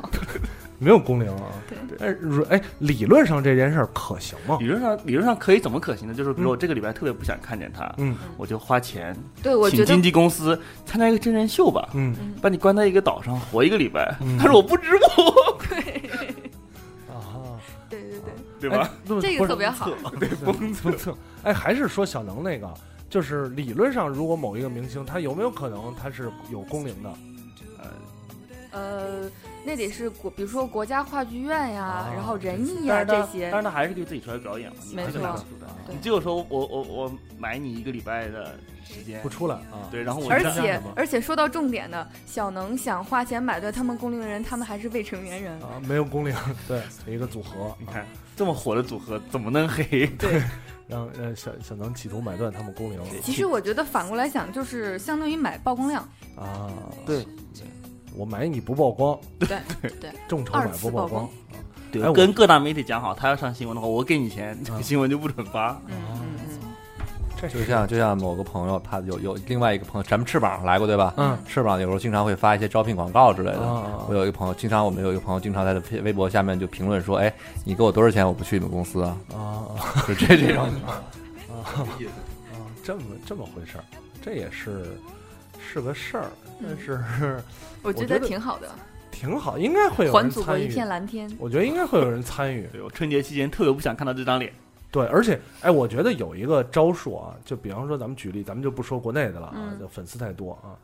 Speaker 8: 没有工龄啊。
Speaker 11: 对
Speaker 8: 哎，如哎，理论上这件事儿可行 吗？
Speaker 10: 理论上理论上可以怎么可行呢？就是比如说我这个礼拜特别不想看见他，
Speaker 8: 嗯，
Speaker 10: 我就花钱，
Speaker 11: 对我觉
Speaker 10: 请
Speaker 11: 得
Speaker 10: 经纪公司参加一个真人秀吧，
Speaker 8: 嗯，
Speaker 10: 把你关在一个岛上活一个礼拜。他说我不直播，
Speaker 8: 啊，哎
Speaker 11: 对对对，
Speaker 10: 对吧？
Speaker 8: 那
Speaker 11: 这个特别好。
Speaker 10: 对，
Speaker 8: 封测。哎，还是说小能那个，就是理论上，如果某一个明星，他有没有可能他是有工龄的？哎
Speaker 11: 呃，那得是国，比如说国家话剧院呀，
Speaker 8: 啊
Speaker 11: 然后仁义 呀
Speaker 10: 但是
Speaker 11: 这
Speaker 10: 他
Speaker 11: 些
Speaker 10: 但，是他还是可以自己出来表演嘛。
Speaker 11: 没错对
Speaker 10: 你只有说我我我买你一个礼拜的时间
Speaker 8: 不，出来啊？
Speaker 10: 对，然后我
Speaker 11: 而
Speaker 10: 就这
Speaker 11: 且
Speaker 10: 样
Speaker 11: 而且说到重点的，小能想花钱买断他们工龄的人，他们还是未成年人。
Speaker 8: 啊，没有工龄， 对，一个组合。
Speaker 10: 你看这么火的组合怎么能黑？
Speaker 8: 让让小小能企图买断他们工龄
Speaker 11: 其实我觉得反过来想，就是相当于买曝光量，
Speaker 8: 啊，
Speaker 10: 对，
Speaker 8: 我买你不曝光，
Speaker 11: 对 对，
Speaker 8: 众筹
Speaker 11: 二
Speaker 8: 买
Speaker 11: 次
Speaker 8: 不曝
Speaker 11: 曝光
Speaker 8: 光，
Speaker 10: 对
Speaker 8: 哎我
Speaker 10: 跟各大媒体讲好，他要上新闻的话，我给你钱，
Speaker 8: 嗯
Speaker 10: 新闻就不准发。
Speaker 11: 嗯嗯嗯，
Speaker 8: 这
Speaker 9: 就像就像某个朋友，他有有另外一个朋友，咱们翅膀来过对吧？
Speaker 8: 嗯
Speaker 9: 翅膀有时候经常会发一些招聘广告之类的。
Speaker 8: 啊
Speaker 9: 我有一个朋友，经常我们有一个朋友，经常在他的微博下面就评论说：“哎，你给我多少钱，我不去你们公司啊
Speaker 8: 啊啊！？”
Speaker 9: 就这这种，
Speaker 8: 啊这么这么回事儿，这也是是个事儿，
Speaker 11: 嗯
Speaker 8: 但是
Speaker 11: 我觉
Speaker 8: 我觉
Speaker 11: 得
Speaker 8: 得
Speaker 11: 挺好的，
Speaker 8: 挺好，应该会有
Speaker 11: 还
Speaker 8: 人
Speaker 11: 祖国
Speaker 8: 参
Speaker 11: 一
Speaker 8: 与。嗯
Speaker 11: 片蓝天。
Speaker 8: 我觉得应该会有人参与，
Speaker 10: 对我春节期间特别不想看到这张脸，
Speaker 8: 对，而且，哎，我觉得有一个招数啊，就比方说咱们举例，咱们就不说国内的了啊，
Speaker 11: 嗯
Speaker 8: 就粉丝太多啊。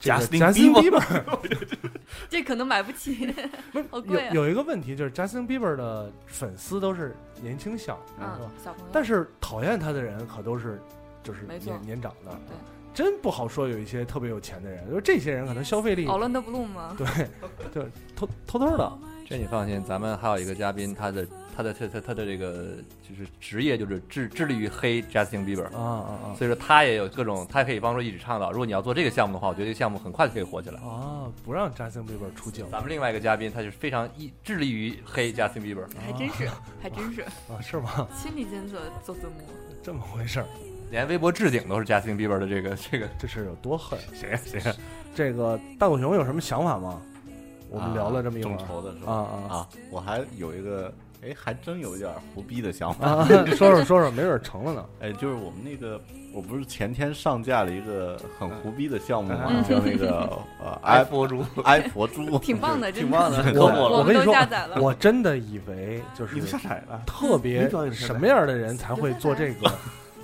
Speaker 10: 贾斯汀
Speaker 8: 贾斯汀
Speaker 10: Bieber
Speaker 8: 比伯，
Speaker 11: 这可能买 不起，
Speaker 8: 嗯
Speaker 11: 好贵啊
Speaker 8: 有有一个问题就是贾斯汀比伯的粉丝都是年轻小，是吧
Speaker 11: 嗯，小朋友。
Speaker 8: 但
Speaker 11: 是
Speaker 8: 是讨厌他的人可都是就是
Speaker 11: 没错
Speaker 8: 年年长的
Speaker 11: 对，
Speaker 8: 真不好说有一些特别有钱的人，就是这些人可能消费力
Speaker 11: 奥兰德布鲁嘛，
Speaker 8: 对，就是偷偷偷的，
Speaker 9: 这你放心，咱们还有一个嘉宾，他的他的他他他的这个就是职业就是致致力于黑 Justin Bieber，
Speaker 8: 啊啊啊
Speaker 9: 所以说他也有各种，他可以帮助一直倡导。如果你要做这个项目的话，我觉得这个项目很快就可以火起来。
Speaker 8: 啊！不让贾斯汀比伯出镜
Speaker 9: 咱们另外一个嘉宾，他就是非常一致力于黑 Justin Bieber，
Speaker 11: 还真是，还 真是，
Speaker 8: 啊，是吗？
Speaker 11: 亲历间做做字幕。
Speaker 8: 这么回事儿，
Speaker 9: 连微博置顶都是 Justin Bieber 的这个这个。
Speaker 8: 这是有多狠？
Speaker 10: 谁呀谁呀？
Speaker 8: 这个大狗熊有什么想法吗？我们
Speaker 14: 啊
Speaker 8: 聊了这么一会
Speaker 14: 众
Speaker 8: 儿
Speaker 14: 筹的时
Speaker 8: 啊
Speaker 14: 候
Speaker 8: 啊
Speaker 14: 啊，我还有一个，哎，还真有一点胡逼的想法。
Speaker 8: 啊！ 说说说说，没准儿成了 呢。
Speaker 14: 哎，就是我们那个，我不是前天上架了一个很胡逼的项目
Speaker 10: 嗯
Speaker 8: 啊
Speaker 14: 嘛，叫 那个呃
Speaker 9: i
Speaker 8: 哎
Speaker 14: 埃
Speaker 9: 佛珠，
Speaker 14: 埃佛珠，
Speaker 11: 挺棒的，真
Speaker 10: 挺 棒的，可
Speaker 8: 我
Speaker 10: 火
Speaker 8: 我
Speaker 10: 了，
Speaker 8: 跟你
Speaker 11: 们都
Speaker 8: 说
Speaker 11: 下载了。
Speaker 8: 我真的以为就是
Speaker 10: 你都下载了？
Speaker 8: 特别
Speaker 10: 你找一个
Speaker 8: 什么样的人才会做这个，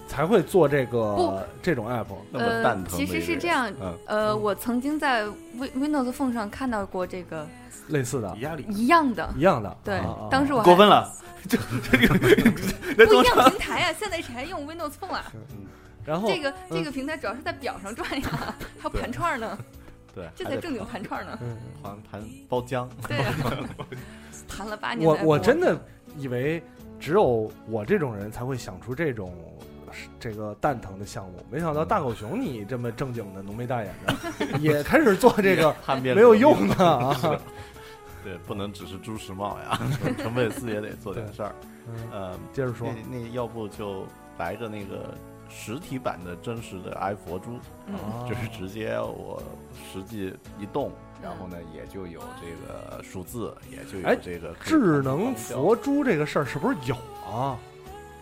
Speaker 8: 才会做这
Speaker 11: 不
Speaker 8: 个这种 app
Speaker 14: 那么蛋疼的
Speaker 11: 呃其
Speaker 14: 一
Speaker 11: 实
Speaker 14: 个
Speaker 11: 是
Speaker 14: 人
Speaker 11: 这样
Speaker 14: 嗯，
Speaker 11: 呃，我曾经在 Win Windows Phone 上看到过这个
Speaker 8: 类似的
Speaker 10: 比亚里
Speaker 11: 一样的，
Speaker 8: 一样的。
Speaker 11: 对
Speaker 8: 啊啊，
Speaker 11: 当时我还
Speaker 10: 过分了，这这个那
Speaker 11: 不
Speaker 10: 中
Speaker 11: 一样平台啊， 现在谁还用 Windows Phone 啊？
Speaker 8: 然后
Speaker 11: 这个
Speaker 8: 嗯
Speaker 11: 这个平台主要是在表上转呀，还有盘串呢，
Speaker 14: 对，
Speaker 11: 这
Speaker 14: 还
Speaker 11: 才
Speaker 14: 得
Speaker 11: 正经盘串呢。
Speaker 8: 嗯
Speaker 14: 盘盘包浆，
Speaker 11: 对啊， 盘了八年
Speaker 8: 我
Speaker 11: 的 Apple。
Speaker 8: 我真的以为只有我这种人才会想出这种。这个蛋疼的项目，没想
Speaker 10: 嗯
Speaker 8: 到大狗熊你这么正经的浓眉大眼的，也开始做 这个
Speaker 14: 叛变
Speaker 8: 没有用的 啊！
Speaker 14: 对，不能只是朱时茂呀， 陈佩斯也得做点事儿。
Speaker 8: 嗯
Speaker 14: 呃，
Speaker 8: 接着说
Speaker 14: 那，那要不就来个那个实体
Speaker 8: 啊
Speaker 14: 版的真实的埃佛珠，
Speaker 11: 嗯
Speaker 14: 就是直接我实际一动，然后呢也就有这个数字，也就
Speaker 8: 哎
Speaker 14: 有这个可以
Speaker 8: 智能佛珠这个事儿是不是有啊？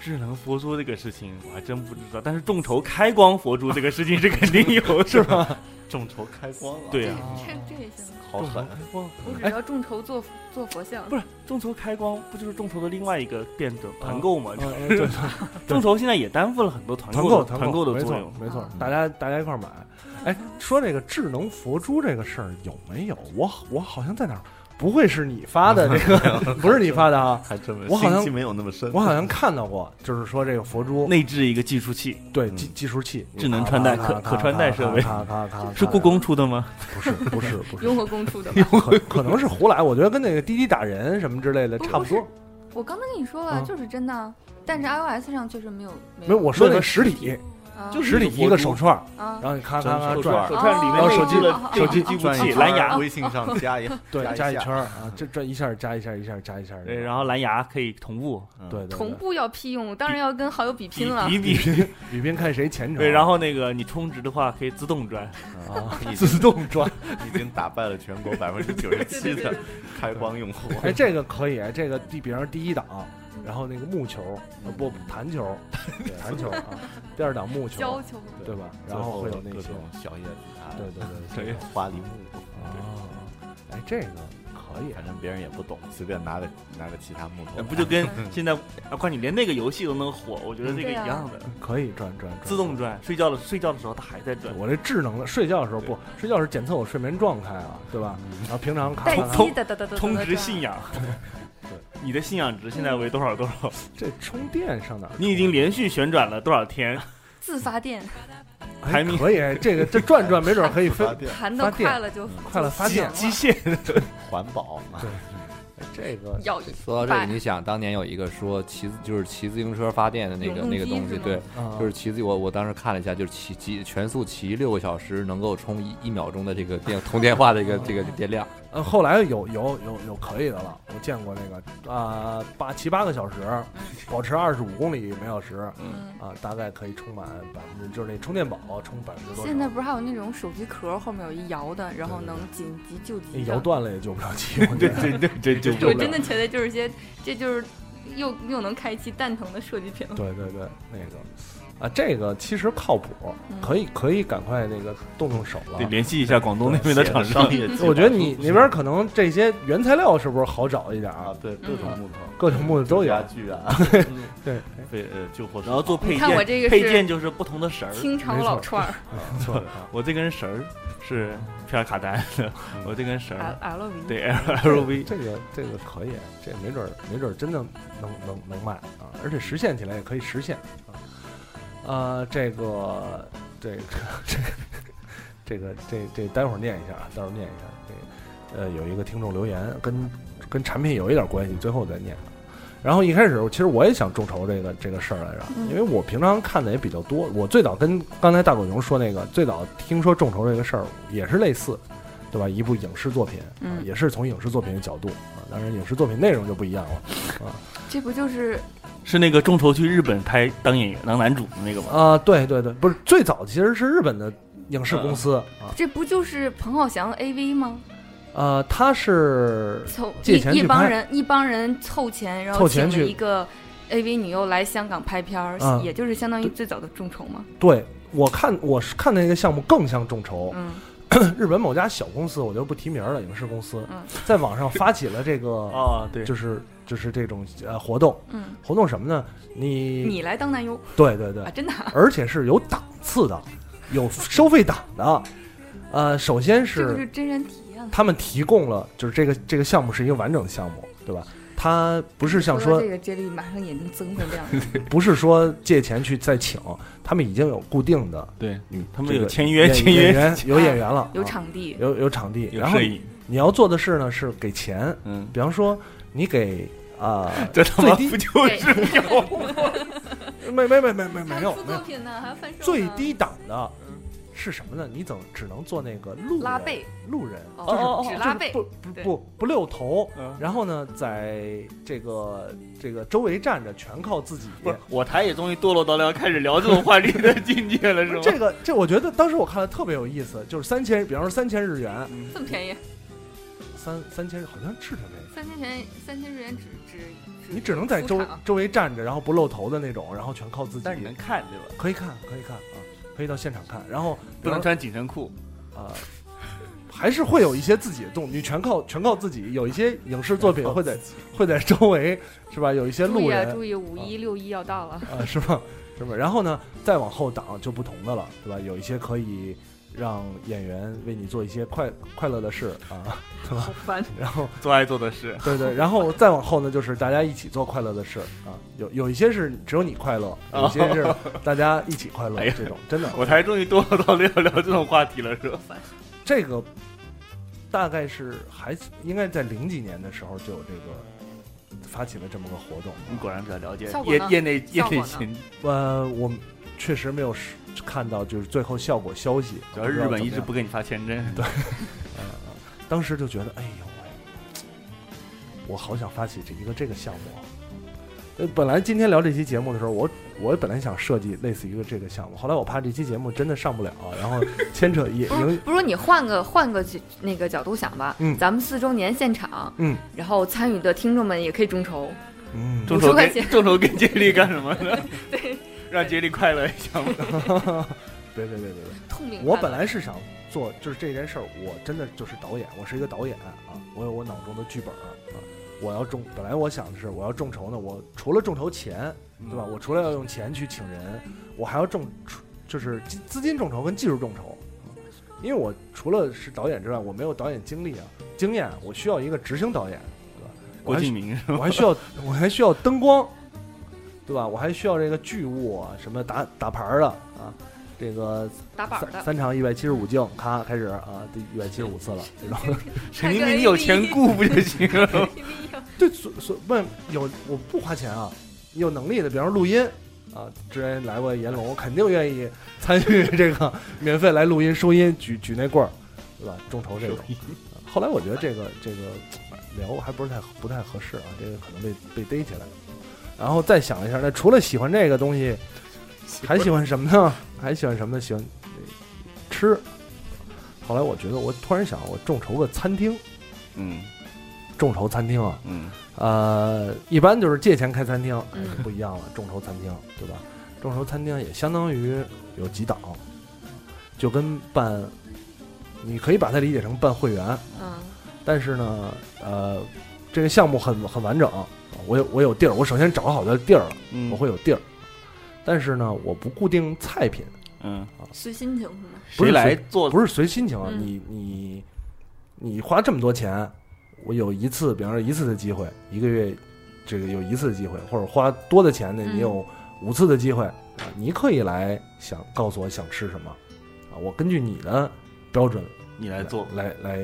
Speaker 10: 智能佛珠这个事情我还真不知道，但是众筹开光佛珠这个事情是肯定有，是吧？众筹开光啊，对呀、
Speaker 11: 这这也行。
Speaker 14: 好狠，
Speaker 10: 啊
Speaker 11: 我
Speaker 8: 哎
Speaker 11: 只要众筹做做佛像，
Speaker 10: 不是众筹开光，不就是众筹的另外一个变种团
Speaker 8: 嗯
Speaker 10: 购吗？
Speaker 8: 嗯嗯
Speaker 10: 就
Speaker 8: 对
Speaker 10: 是
Speaker 8: 对
Speaker 10: 众筹现在也担负了很多团
Speaker 8: 团
Speaker 10: 购
Speaker 8: 购
Speaker 10: 的团购的
Speaker 8: 没
Speaker 10: 作
Speaker 8: 错
Speaker 10: 用，嗯
Speaker 8: 没错，大家大家一块儿买。哎，说这个智能佛珠这个事儿有没有？我我好像在哪儿，不会是你发的这个，不是你发的啊？
Speaker 14: 还真没
Speaker 8: 我好
Speaker 14: 心
Speaker 8: 像
Speaker 14: 机没有那么深
Speaker 8: 我好像看到过，就是说这个佛珠
Speaker 10: 内置一个计数器，
Speaker 8: 对计计数器，
Speaker 10: 智嗯能穿戴
Speaker 8: 咔
Speaker 10: 可
Speaker 8: 咔
Speaker 10: 可
Speaker 8: 咔
Speaker 10: 穿戴
Speaker 8: 咔
Speaker 10: 设备
Speaker 8: 咔咔咔咔，
Speaker 10: 是故宫出的吗？
Speaker 8: 不是不是 不是，
Speaker 11: 雍和宫出的吧。
Speaker 8: 可可能是胡来，我觉得跟那个滴滴打人什么之类的差不多。
Speaker 11: 我刚才跟你说了，
Speaker 8: 嗯
Speaker 11: 就是真的，啊但是 iOS 上确实没有
Speaker 8: 没有，我说那个实体，
Speaker 11: 啊
Speaker 8: 就实体一个手串儿，
Speaker 11: 啊哦
Speaker 8: 然后你咔
Speaker 14: 真
Speaker 8: 咔咔
Speaker 14: 手
Speaker 8: 转
Speaker 14: 串儿，
Speaker 11: 串里面
Speaker 8: 然后手
Speaker 11: 内
Speaker 8: 机
Speaker 11: 置了
Speaker 8: 手机
Speaker 11: 手机
Speaker 14: 转一
Speaker 10: 器
Speaker 14: 圈
Speaker 10: 蓝牙
Speaker 14: 微信上加一
Speaker 8: 对
Speaker 14: 加
Speaker 8: 加
Speaker 14: 一
Speaker 8: 一
Speaker 14: 下
Speaker 8: 圈儿啊，这转一下儿加一下儿一下儿加一下儿，嗯
Speaker 10: 对，然后蓝牙可以同步，
Speaker 8: 对对对
Speaker 11: 同步要屁用，当然要跟好友比拼了。
Speaker 10: 比比比
Speaker 8: 比拼看谁虔诚。
Speaker 10: 对，然后那个你充值的话可以自动转，
Speaker 8: 啊，
Speaker 14: 已经
Speaker 8: 自动转。
Speaker 14: 已经打败了全国百分之九十七的开光用户。
Speaker 8: 哎，这个可以，这个第比方说第一档，然后那个木球，呃不弹球，弹球啊，第二档木球
Speaker 11: 交，球
Speaker 8: 对吧？然后会有那
Speaker 14: 各
Speaker 8: 些
Speaker 14: 种，小叶子啊，
Speaker 8: 对对 对对，
Speaker 14: 花梨木，
Speaker 8: 哦，哎，这个可以，
Speaker 14: 反正别人也不懂，随便拿个拿个其他木头
Speaker 10: 呃，不就 跟现在啊，快你连那个游戏都能火，我觉得这个
Speaker 11: 对
Speaker 10: 一
Speaker 11: 啊
Speaker 10: 样的，
Speaker 8: 可以转转转。
Speaker 10: 自动转，睡觉的睡觉的时候它还在转，
Speaker 8: 我这智能的，睡觉的时候不，睡觉是检测我睡眠状态啊，对吧？
Speaker 10: 嗯
Speaker 8: 然后平常
Speaker 11: 待
Speaker 8: 看看
Speaker 11: 机哒哒哒哒哒。
Speaker 10: 充值信仰
Speaker 8: 对，
Speaker 10: 你的信仰值现在为多少多少？
Speaker 8: 这充电上哪儿？
Speaker 10: 你已经连续旋转了多少天？
Speaker 11: 自发电，
Speaker 8: 哎
Speaker 10: 排名
Speaker 8: 可以，这个这转转没准儿可以
Speaker 14: 发
Speaker 8: 分
Speaker 14: 电
Speaker 11: 弹的快了就
Speaker 8: 快了发电，
Speaker 10: 极限
Speaker 14: 环保嘛。
Speaker 8: 这个
Speaker 11: 要
Speaker 9: 说到这
Speaker 11: 拜
Speaker 9: 个，你想当年有一个说骑就是骑自行车发电的那个
Speaker 11: 永动
Speaker 9: 那个
Speaker 11: 机
Speaker 9: 东
Speaker 11: 是
Speaker 9: 西，
Speaker 11: 吗
Speaker 9: 对，
Speaker 8: 啊
Speaker 9: 就是骑自我我当时看了一下，就是骑骑全速骑六个小时能够充一一秒钟的这个电通电话的一 个这个电量，
Speaker 8: 呃，后来有有有有可以的了，我见过那个啊，八七八个小时，保持二十五公里每小时，
Speaker 11: 嗯
Speaker 8: 啊，大概可以充满百分之，就是那充电宝充百分之多少？
Speaker 11: 现在不是还有那种手机壳后面有一摇的，然后能紧急救
Speaker 8: 那
Speaker 11: 急的。
Speaker 8: 哎摇断了也救不了急，我觉得
Speaker 10: 嗯对对对
Speaker 11: 我真的觉得就是些，这就是又又能开启蛋疼的设计品 了。
Speaker 8: 对对对，那个啊，这个其实靠谱，
Speaker 11: 嗯
Speaker 8: 可以可以赶快那个动动手了
Speaker 10: 得。联系一下广东那边的厂 商。
Speaker 14: 商业计划
Speaker 8: 我觉得你那边可能这些原材料是不是好找一点
Speaker 14: 啊
Speaker 8: 啊？，
Speaker 14: 对各种木头，
Speaker 8: 各种木头都有
Speaker 14: 家。具啊，
Speaker 8: 对，
Speaker 14: 对呃救火，
Speaker 10: 然后做配
Speaker 11: 你看我
Speaker 10: 件，
Speaker 11: 这个
Speaker 10: 配
Speaker 11: 是
Speaker 10: 件就是不同的绳儿。
Speaker 11: 清朝
Speaker 8: 哎没错啊
Speaker 11: 老串儿
Speaker 10: 我这根绳儿是皮尔卡丹 的，我这根绳儿
Speaker 11: ，L L V。
Speaker 10: 嗯对 LV。
Speaker 8: 这个这个可以，这没准儿没准儿真的能能能卖啊，而且实现起来也可以实现啊。呃，这个这个这个这个这这，待会儿念一下啊，待会儿念一下。这个呃，有一个听众留言跟跟产品有一点关系，最后再念。啊然后一开始，其实我也想众筹这个这个事儿来着，
Speaker 11: 嗯
Speaker 8: 因为我平常看的也比较多。我最早跟刚才大狗熊说那个，最早听说众筹这个事儿也是类似，对吧？一部影视作品，啊
Speaker 11: 嗯
Speaker 8: 也是从影视作品的角度啊，当然影视作品内容就不一样了
Speaker 11: 这不就是
Speaker 10: 是那个众筹去日本拍当演员当男主的那个吗？，
Speaker 8: 啊。对对对，不是最早其实是日本的影视公司啊，
Speaker 11: 这不就是彭浩翔 A V 吗？
Speaker 8: 呃，他是
Speaker 11: 凑
Speaker 8: 借
Speaker 11: 一
Speaker 8: 钱
Speaker 11: 一
Speaker 8: 去
Speaker 11: 帮
Speaker 8: 拍
Speaker 11: 人一帮人凑钱，然后
Speaker 8: 凑钱
Speaker 11: 请了
Speaker 8: 去
Speaker 11: 一个 A V 女优来香港拍片儿，
Speaker 8: 嗯
Speaker 11: 也就是相当于最早的众筹嘛。
Speaker 8: 对我看我是看那个项目更像众筹，
Speaker 11: 嗯，
Speaker 8: 日本某家小公司我就不提名了，影视公司
Speaker 11: 嗯
Speaker 8: 在网上发起了这 个
Speaker 10: 哦，对，
Speaker 8: 啊就是就是这种呃活动，
Speaker 11: 嗯，
Speaker 8: 活动什么呢？你哎
Speaker 11: 你来当男优
Speaker 8: 对对对
Speaker 11: 啊，，真的啊、
Speaker 8: 而且是有档次的，有收费档的。呃，首先
Speaker 11: 这
Speaker 8: 是
Speaker 11: 不是真人体验了？
Speaker 8: 他们提供了，就是这个这个项目是一个完整的项目，对吧？他不是像
Speaker 11: 说
Speaker 8: 说
Speaker 11: 到，这个接力，马上眼睛睁会亮。
Speaker 8: 不是说借钱去再请，他们已经有固定的
Speaker 10: 对
Speaker 8: 嗯，
Speaker 10: 他们
Speaker 8: 这
Speaker 10: 有
Speaker 8: 个
Speaker 10: 签约，
Speaker 8: 演
Speaker 10: 签
Speaker 8: 演
Speaker 10: 约，
Speaker 8: 员有演员了，
Speaker 11: 有
Speaker 8: 啊
Speaker 11: 场地，
Speaker 8: 有有场地，
Speaker 10: 有
Speaker 8: 然后
Speaker 10: 摄影，
Speaker 8: 你要做的事呢是给钱，
Speaker 10: 嗯，
Speaker 8: 比方说你给 啊，
Speaker 10: 这他妈
Speaker 8: 最低
Speaker 10: 不就是
Speaker 8: 没没没没没没有
Speaker 11: 出
Speaker 8: 没
Speaker 11: 作
Speaker 8: 有，
Speaker 11: 品呢，还要翻手呢
Speaker 8: 最低档的是什么呢？你怎只能做那个路人
Speaker 11: 拉背
Speaker 8: 路人，
Speaker 11: 哦
Speaker 8: 就是、
Speaker 11: 哦哦
Speaker 8: 就是
Speaker 11: 只拉背
Speaker 8: 不不
Speaker 11: 对
Speaker 8: 不不溜头
Speaker 10: 嗯，
Speaker 8: 然后呢，在这个这个周围站着，全靠自己。
Speaker 10: 不是，我台也终于堕落到了开始聊这种话题的境界了，是吗？
Speaker 8: 这个这，我觉得当时我看了特别有意思，就是三千，比方说三千日元，
Speaker 10: 嗯
Speaker 11: 这么便宜，啊
Speaker 8: 三三千好像是特别，
Speaker 11: 三千元，三千日元只只
Speaker 8: 你只能在周
Speaker 11: 出场
Speaker 8: 周围站着，然后不露头的那种，然后全靠自己。但是你能
Speaker 10: 看对吧？
Speaker 8: 可以看，可以看啊，可以到现场看。然后
Speaker 10: 不能穿紧身裤
Speaker 8: 啊。还是会有一些自己的动，你全靠全靠自己。有一些影视作品会在会在周围是吧？有一些
Speaker 11: 注
Speaker 8: 路
Speaker 11: 意啊，
Speaker 8: 人
Speaker 11: 注意，五一六一要到了，
Speaker 8: 啊，是吧？ 是吧？然后呢，再往后档就不同的了，对吧？有一些可以让演员为你做一些快快乐的事啊， 对吧？
Speaker 11: 烦。
Speaker 8: 然后
Speaker 10: 做爱做的事，
Speaker 8: 对对，然后再往后呢，就是大家一起做快乐的事啊，有有一些是只有你快乐，有一些是大家一起快乐
Speaker 10: 哎呀
Speaker 8: 这种，真的。
Speaker 10: 我台终于堕落到了要聊这种话题了，是吧？
Speaker 8: 这个大概是还应该在零几年的时候就有这个发起了这么个活动。啊
Speaker 10: 你果然比较了解
Speaker 11: 效果呢业业内业内效果呢情。
Speaker 8: 呃，我们确实没有是看到就是最后效果消息，啊
Speaker 10: 主要是日本一直不给你发签证，
Speaker 8: 对，呃当时就觉得，哎呦喂，我好想发起这一个这个项目啊。呃，本来今天聊这期节目的时候，我我本来想设计类似一个这个项目，后来我怕这期节目真的上不了，然后牵扯 也
Speaker 11: 不是
Speaker 8: 影
Speaker 11: 不是，你换个换个角那个角度想吧，
Speaker 8: 嗯
Speaker 11: 咱们四周年现场，
Speaker 8: 嗯
Speaker 11: 然后参与的听众们也可以众筹，
Speaker 8: 嗯
Speaker 10: 众
Speaker 11: 五十
Speaker 10: 筹
Speaker 11: 块
Speaker 10: 跟
Speaker 11: 钱
Speaker 10: 众筹跟接力干什么呢？对，让接力快乐一下嘛。
Speaker 8: 别别别别别，
Speaker 11: 痛并
Speaker 8: 我
Speaker 11: 快乐
Speaker 8: 本来是想做，就是这件事儿，我真的就是导演，我是一个导演啊，我有我脑中的剧本儿啊，我要众，本来我想的是我要众筹呢，我除了众筹钱，对吧？我除了要用钱去请人，我还要众，就是资资金众筹跟技术众筹。因为我除了是导演之外，我没有导演经历啊、经验，我需要一个执行导演，对吧？我
Speaker 10: 郭
Speaker 8: 还
Speaker 10: 敬
Speaker 8: 需
Speaker 10: 明是吧？
Speaker 8: 我还需要我还需要灯光，对吧？我还需要这个剧务啊，什么打打牌儿的啊，这个
Speaker 11: 打板儿的
Speaker 8: 三三场一百七十五镜，咔开始啊，第一百七十五次了，这种。
Speaker 10: 陈明明你有钱雇不就行了 吗？
Speaker 8: 对，所所问有我不花钱啊，你有能力的，比方说录音啊，之前来过严龙，肯定愿意参与这个免费来录音收音，举举那棍儿，对吧？众筹这种。啊后来我觉得这个这个聊还不是太不太合适啊，这个可能被被逮起来。然后再想一下，那除了喜欢这个东西，还喜欢什么呢？还喜欢什么呢？喜欢呃吃。后来我觉得，我突然想，我众筹个餐厅，
Speaker 10: 嗯，
Speaker 8: 众筹餐厅啊，
Speaker 10: 嗯，
Speaker 8: 呃，一般就是借钱开餐厅，哎，不一样了，众筹餐厅，对吧？众筹餐厅也相当于有几档，就跟办，你可以把它理解成办会员，
Speaker 11: 嗯，
Speaker 8: 但是呢，呃，这个项目很很完整，我有我有地儿，我首先找好的地儿了，
Speaker 10: 嗯
Speaker 8: 我会有地儿，但是呢，我不固定菜品，
Speaker 10: 嗯，
Speaker 11: 随心情是吗？
Speaker 8: 不
Speaker 10: 谁
Speaker 8: 是
Speaker 10: 来
Speaker 8: 随
Speaker 10: 做
Speaker 8: 不是随心情啊，
Speaker 11: 嗯
Speaker 8: 你你你花这么多钱，我有一次，比方说一次的机会，一个月这个有一次的机会，或者花多的钱呢，
Speaker 11: 嗯
Speaker 8: 你有五次的机会，啊你可以来想告诉我想吃什么啊，我根据你的标准
Speaker 10: 你来做，
Speaker 8: 来来，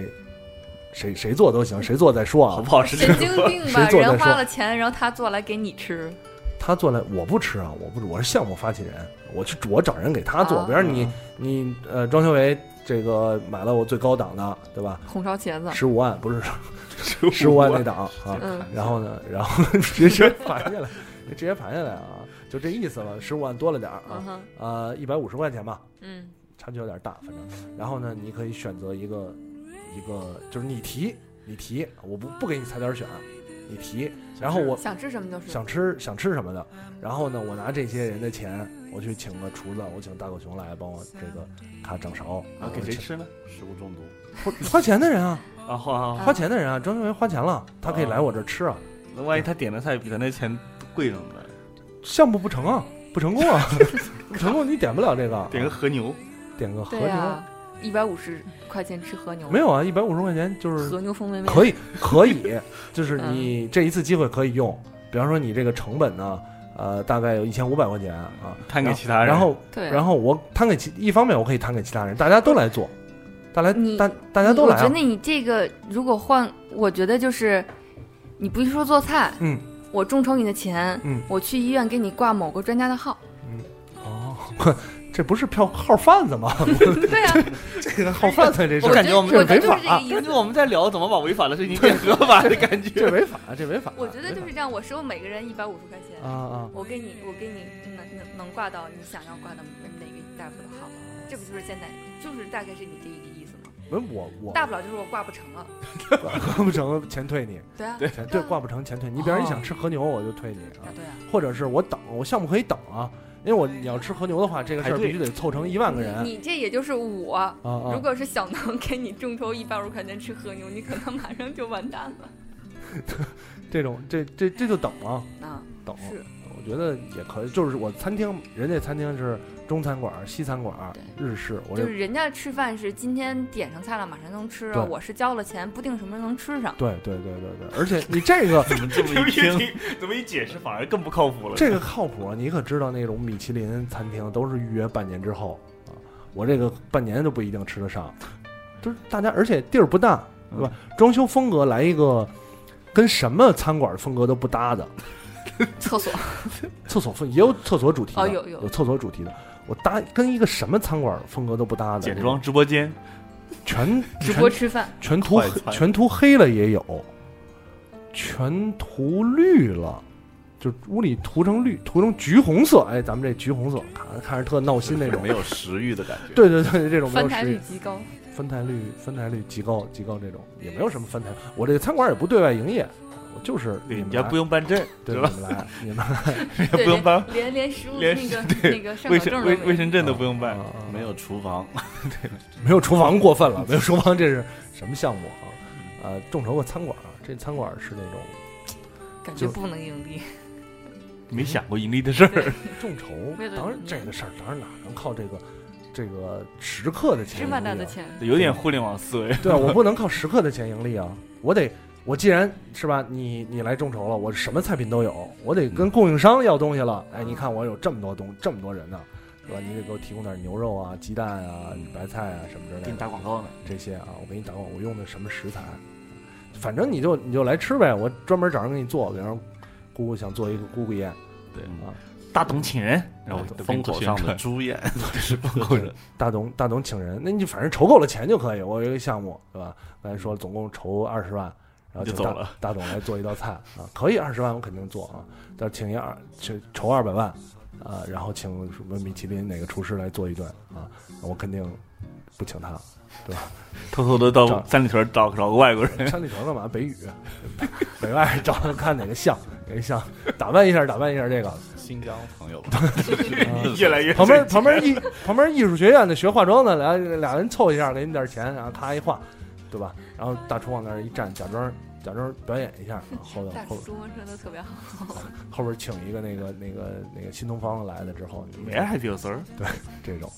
Speaker 8: 谁谁做都行，谁做再说啊，
Speaker 10: 好不好吃
Speaker 11: 神经病吧，
Speaker 8: 谁做再
Speaker 11: 人花
Speaker 8: 说
Speaker 11: 了钱，然后他做来给你吃，
Speaker 8: 他做来我不吃啊，我不我是项目发起人，我去我找人给他做，
Speaker 11: 啊
Speaker 8: 比方说你你呃庄修为这个买了我最高档的，对吧？
Speaker 11: 红烧茄子，
Speaker 8: 十五万不是 十五万那档啊
Speaker 11: 嗯，
Speaker 8: 然后呢，然后直接盘下来，直接盘下来啊，就这意思了，十五万多了点儿
Speaker 11: 嗯
Speaker 8: 啊，
Speaker 11: 哼，
Speaker 8: 呃，一百五十块钱吧，
Speaker 11: 嗯，
Speaker 8: 差距有点大，反正，然后呢，你可以选择一个一个，就是你提你提，我不不给你菜单选，你提，然后我
Speaker 11: 想吃什么就是
Speaker 8: 想吃想吃什么的，然后呢，我拿这些人的钱，我去请个厨子，我请大狗熊来帮我这个咔掌勺，
Speaker 10: 啊，给
Speaker 8: 我
Speaker 10: 谁
Speaker 8: 请
Speaker 10: 吃呢？食物中毒
Speaker 8: 花花钱的人啊，
Speaker 10: 啊，好好，
Speaker 8: 花钱的人啊，张秀梅花钱了，他可以来我这儿吃啊。
Speaker 10: 那万一他点的菜比咱那钱贵怎么办？
Speaker 8: 项目不成啊，不成功啊， 不成功你点不了这个，啊
Speaker 10: 点个和牛，
Speaker 8: 点个和
Speaker 11: 对
Speaker 8: 牛、
Speaker 11: 啊，一百五十块钱吃和牛，
Speaker 8: 没有啊，一百五十块钱就是
Speaker 11: 和牛风味面
Speaker 8: 可以可 以，就是
Speaker 11: 嗯
Speaker 8: 你这一次机会可以用，比方说你这个成本呢，呃，大概有一千五百块钱啊，
Speaker 10: 摊给其他人
Speaker 8: 然后
Speaker 11: 对啊
Speaker 8: 然后我摊给其一方面我可以摊给其他人，大家都来做，大来
Speaker 11: 你
Speaker 8: 大大家都
Speaker 11: 我
Speaker 8: 来、
Speaker 11: 觉得
Speaker 8: 啊，
Speaker 11: 你这个如果换，我觉得就是，你不是说做菜，
Speaker 8: 嗯，
Speaker 11: 我众筹你的钱，
Speaker 8: 嗯
Speaker 11: 我去医院给你挂某个专家的号，
Speaker 8: 哦，这不是票号贩子 吗？
Speaker 11: 对呀、
Speaker 8: 这个号贩子这事儿，
Speaker 11: 我感觉我们
Speaker 8: 这违
Speaker 11: 我
Speaker 8: 法
Speaker 11: 就是
Speaker 8: 这
Speaker 11: 这个意思，感
Speaker 10: 哎觉我们在聊怎么把违法的事情变合法的感觉，
Speaker 8: 这违法，这违法。
Speaker 11: 我 觉得就是这样，我收每个人一百五十块钱
Speaker 8: 啊啊
Speaker 11: 我给你，我给你能能能挂到你想要挂到哪个大夫的号，这不就是现在就是大概是你这一个意思吗？
Speaker 8: 不是我我
Speaker 11: 大不了就是我挂不成了，
Speaker 8: 挂不成钱退你，
Speaker 11: 对啊对哦
Speaker 8: 钱对挂不成钱退你。比方你想吃和牛，我就退你啊，
Speaker 11: 对啊，
Speaker 8: 或者是我等，我项目可以等啊，因为我你要吃和牛的话，这个事儿必须得凑成一万个人。
Speaker 11: 你这也就是我。
Speaker 8: 啊
Speaker 11: 嗯如果是小能给你众筹一百五十块钱吃和牛，你可能马上就完蛋了。
Speaker 8: 这种这这这就等啊，
Speaker 11: 啊，
Speaker 8: 等。
Speaker 11: 是
Speaker 8: 我觉得也可以，就是我餐厅，人家餐厅是中餐馆、西餐馆、日式，我
Speaker 11: 就
Speaker 8: 这
Speaker 11: 是人家吃饭是今天点上菜了，马上能吃；
Speaker 8: 对
Speaker 11: 我是交了钱，不定什么时候能吃上。
Speaker 8: 对对对对对，而且你这个
Speaker 10: 怎么这么一听，怎么一解释反而更不靠谱了。
Speaker 8: 这个靠谱，你可知道那种米其林餐厅都是预约半年之后啊，我这个半年都不一定吃得上，就是大家，而且地儿不大，
Speaker 11: 嗯
Speaker 8: 对吧？装修风格来一个跟什么餐馆风格都不搭 的，
Speaker 11: 厕所
Speaker 8: 厕所风也有厕所主题的，
Speaker 11: 哦有有
Speaker 8: 厕所主题的，我搭跟一个什么餐馆风格都不搭的，
Speaker 10: 简装直播间，
Speaker 8: 全
Speaker 11: 直播吃饭，
Speaker 8: 全涂
Speaker 10: 快餐
Speaker 8: 全涂黑了也有，全涂绿了，就屋里涂成绿，涂成橘红色。哎，咱们这橘红色看着看着特闹心那种，
Speaker 14: 没有食欲的感觉。
Speaker 8: 对对对，这种没
Speaker 11: 翻
Speaker 8: 有
Speaker 11: 台
Speaker 8: 食
Speaker 11: 率
Speaker 8: 欲，
Speaker 11: 极高。
Speaker 8: 翻台率翻台率极高极高，这种也没有什么翻台。我这个餐馆也不对外营业，我就是
Speaker 10: 对，
Speaker 8: 你
Speaker 10: 人
Speaker 8: 们
Speaker 10: 家
Speaker 8: 来
Speaker 10: 不用办证，
Speaker 8: 对
Speaker 10: 是
Speaker 8: 你
Speaker 10: 吧？
Speaker 8: 们来你们来
Speaker 10: 人家
Speaker 11: 对
Speaker 10: 不用办
Speaker 11: 连连食物
Speaker 10: 连
Speaker 11: 那个
Speaker 10: 对
Speaker 11: 那个上
Speaker 10: 卫
Speaker 11: 岗证
Speaker 10: 生
Speaker 11: 都没
Speaker 10: 卫
Speaker 11: 有
Speaker 10: 卫生证都不用办，
Speaker 14: 没有厨房，
Speaker 8: 啊没有厨房过分了，没有厨房这是什么项目啊？呃，众筹个餐馆啊，这餐馆是那种
Speaker 11: 感觉
Speaker 8: 就
Speaker 11: 不能盈利。
Speaker 10: 没想过盈利的事儿。
Speaker 8: 众筹
Speaker 11: 没有，
Speaker 8: 当然这个事儿当然哪能靠这个这个食客的钱
Speaker 11: 吃
Speaker 8: 盈
Speaker 11: 饭
Speaker 8: 利
Speaker 11: 大的
Speaker 8: 啊？
Speaker 11: 钱，
Speaker 10: 有点互联网思维，
Speaker 8: 对啊，我不能靠食客的钱盈利啊，我得我既然是吧，你你来众筹了，我什么菜品都有，我得
Speaker 10: 嗯
Speaker 8: 跟供应商要东西了。
Speaker 11: 嗯
Speaker 8: 哎，你看我有这么多东这么多人呢、是吧？你得给我提供点牛肉啊、鸡蛋啊、白菜啊什么之类
Speaker 10: 嗯
Speaker 8: 的。
Speaker 10: 给你打广告呢。
Speaker 8: 这些啊，我给你打广告，我用的什么食材，反正你就你就来吃呗，我专门找人给你做，比方说姑姑想做一个姑姑宴，
Speaker 14: 对
Speaker 8: 啊，
Speaker 10: 大董请人，然后嗯哎都给
Speaker 14: 风
Speaker 10: 你做
Speaker 14: 口
Speaker 10: 宣
Speaker 14: 上的
Speaker 10: 传
Speaker 14: 猪宴，
Speaker 10: 是风 口人，
Speaker 8: 大董大董请人，那你就反正筹够了钱就可以。我有一个项目，对吧？刚才说总共筹二十万，然后
Speaker 10: 就
Speaker 8: 请
Speaker 10: 走
Speaker 8: 大
Speaker 10: 了
Speaker 8: 大董来做一道菜啊，可以二十万我肯定做啊，但是请一二请筹二百万啊，然后请什么米其林哪个厨师来做一顿啊，我肯定不请 他，对吧？
Speaker 10: 偷偷的到三里屯找找个外国人，
Speaker 8: 山里头干嘛？北语，北外找看哪个像哪个像，打扮一下，打扮一 下这个。啊
Speaker 14: 新疆朋友，
Speaker 10: 越来越
Speaker 8: 旁 边旁边艺旁边艺术学院的学化妆的俩俩人凑一下，给你点钱，然后咔一画，对吧？然后大厨往那儿一站，假装假装表演一下，后头
Speaker 11: 大
Speaker 8: 后
Speaker 11: 厨中文说的特别好。
Speaker 8: 后边请一个那个那个那个新东方来了之后，你
Speaker 9: 哎
Speaker 10: 没还有事儿。
Speaker 8: 这种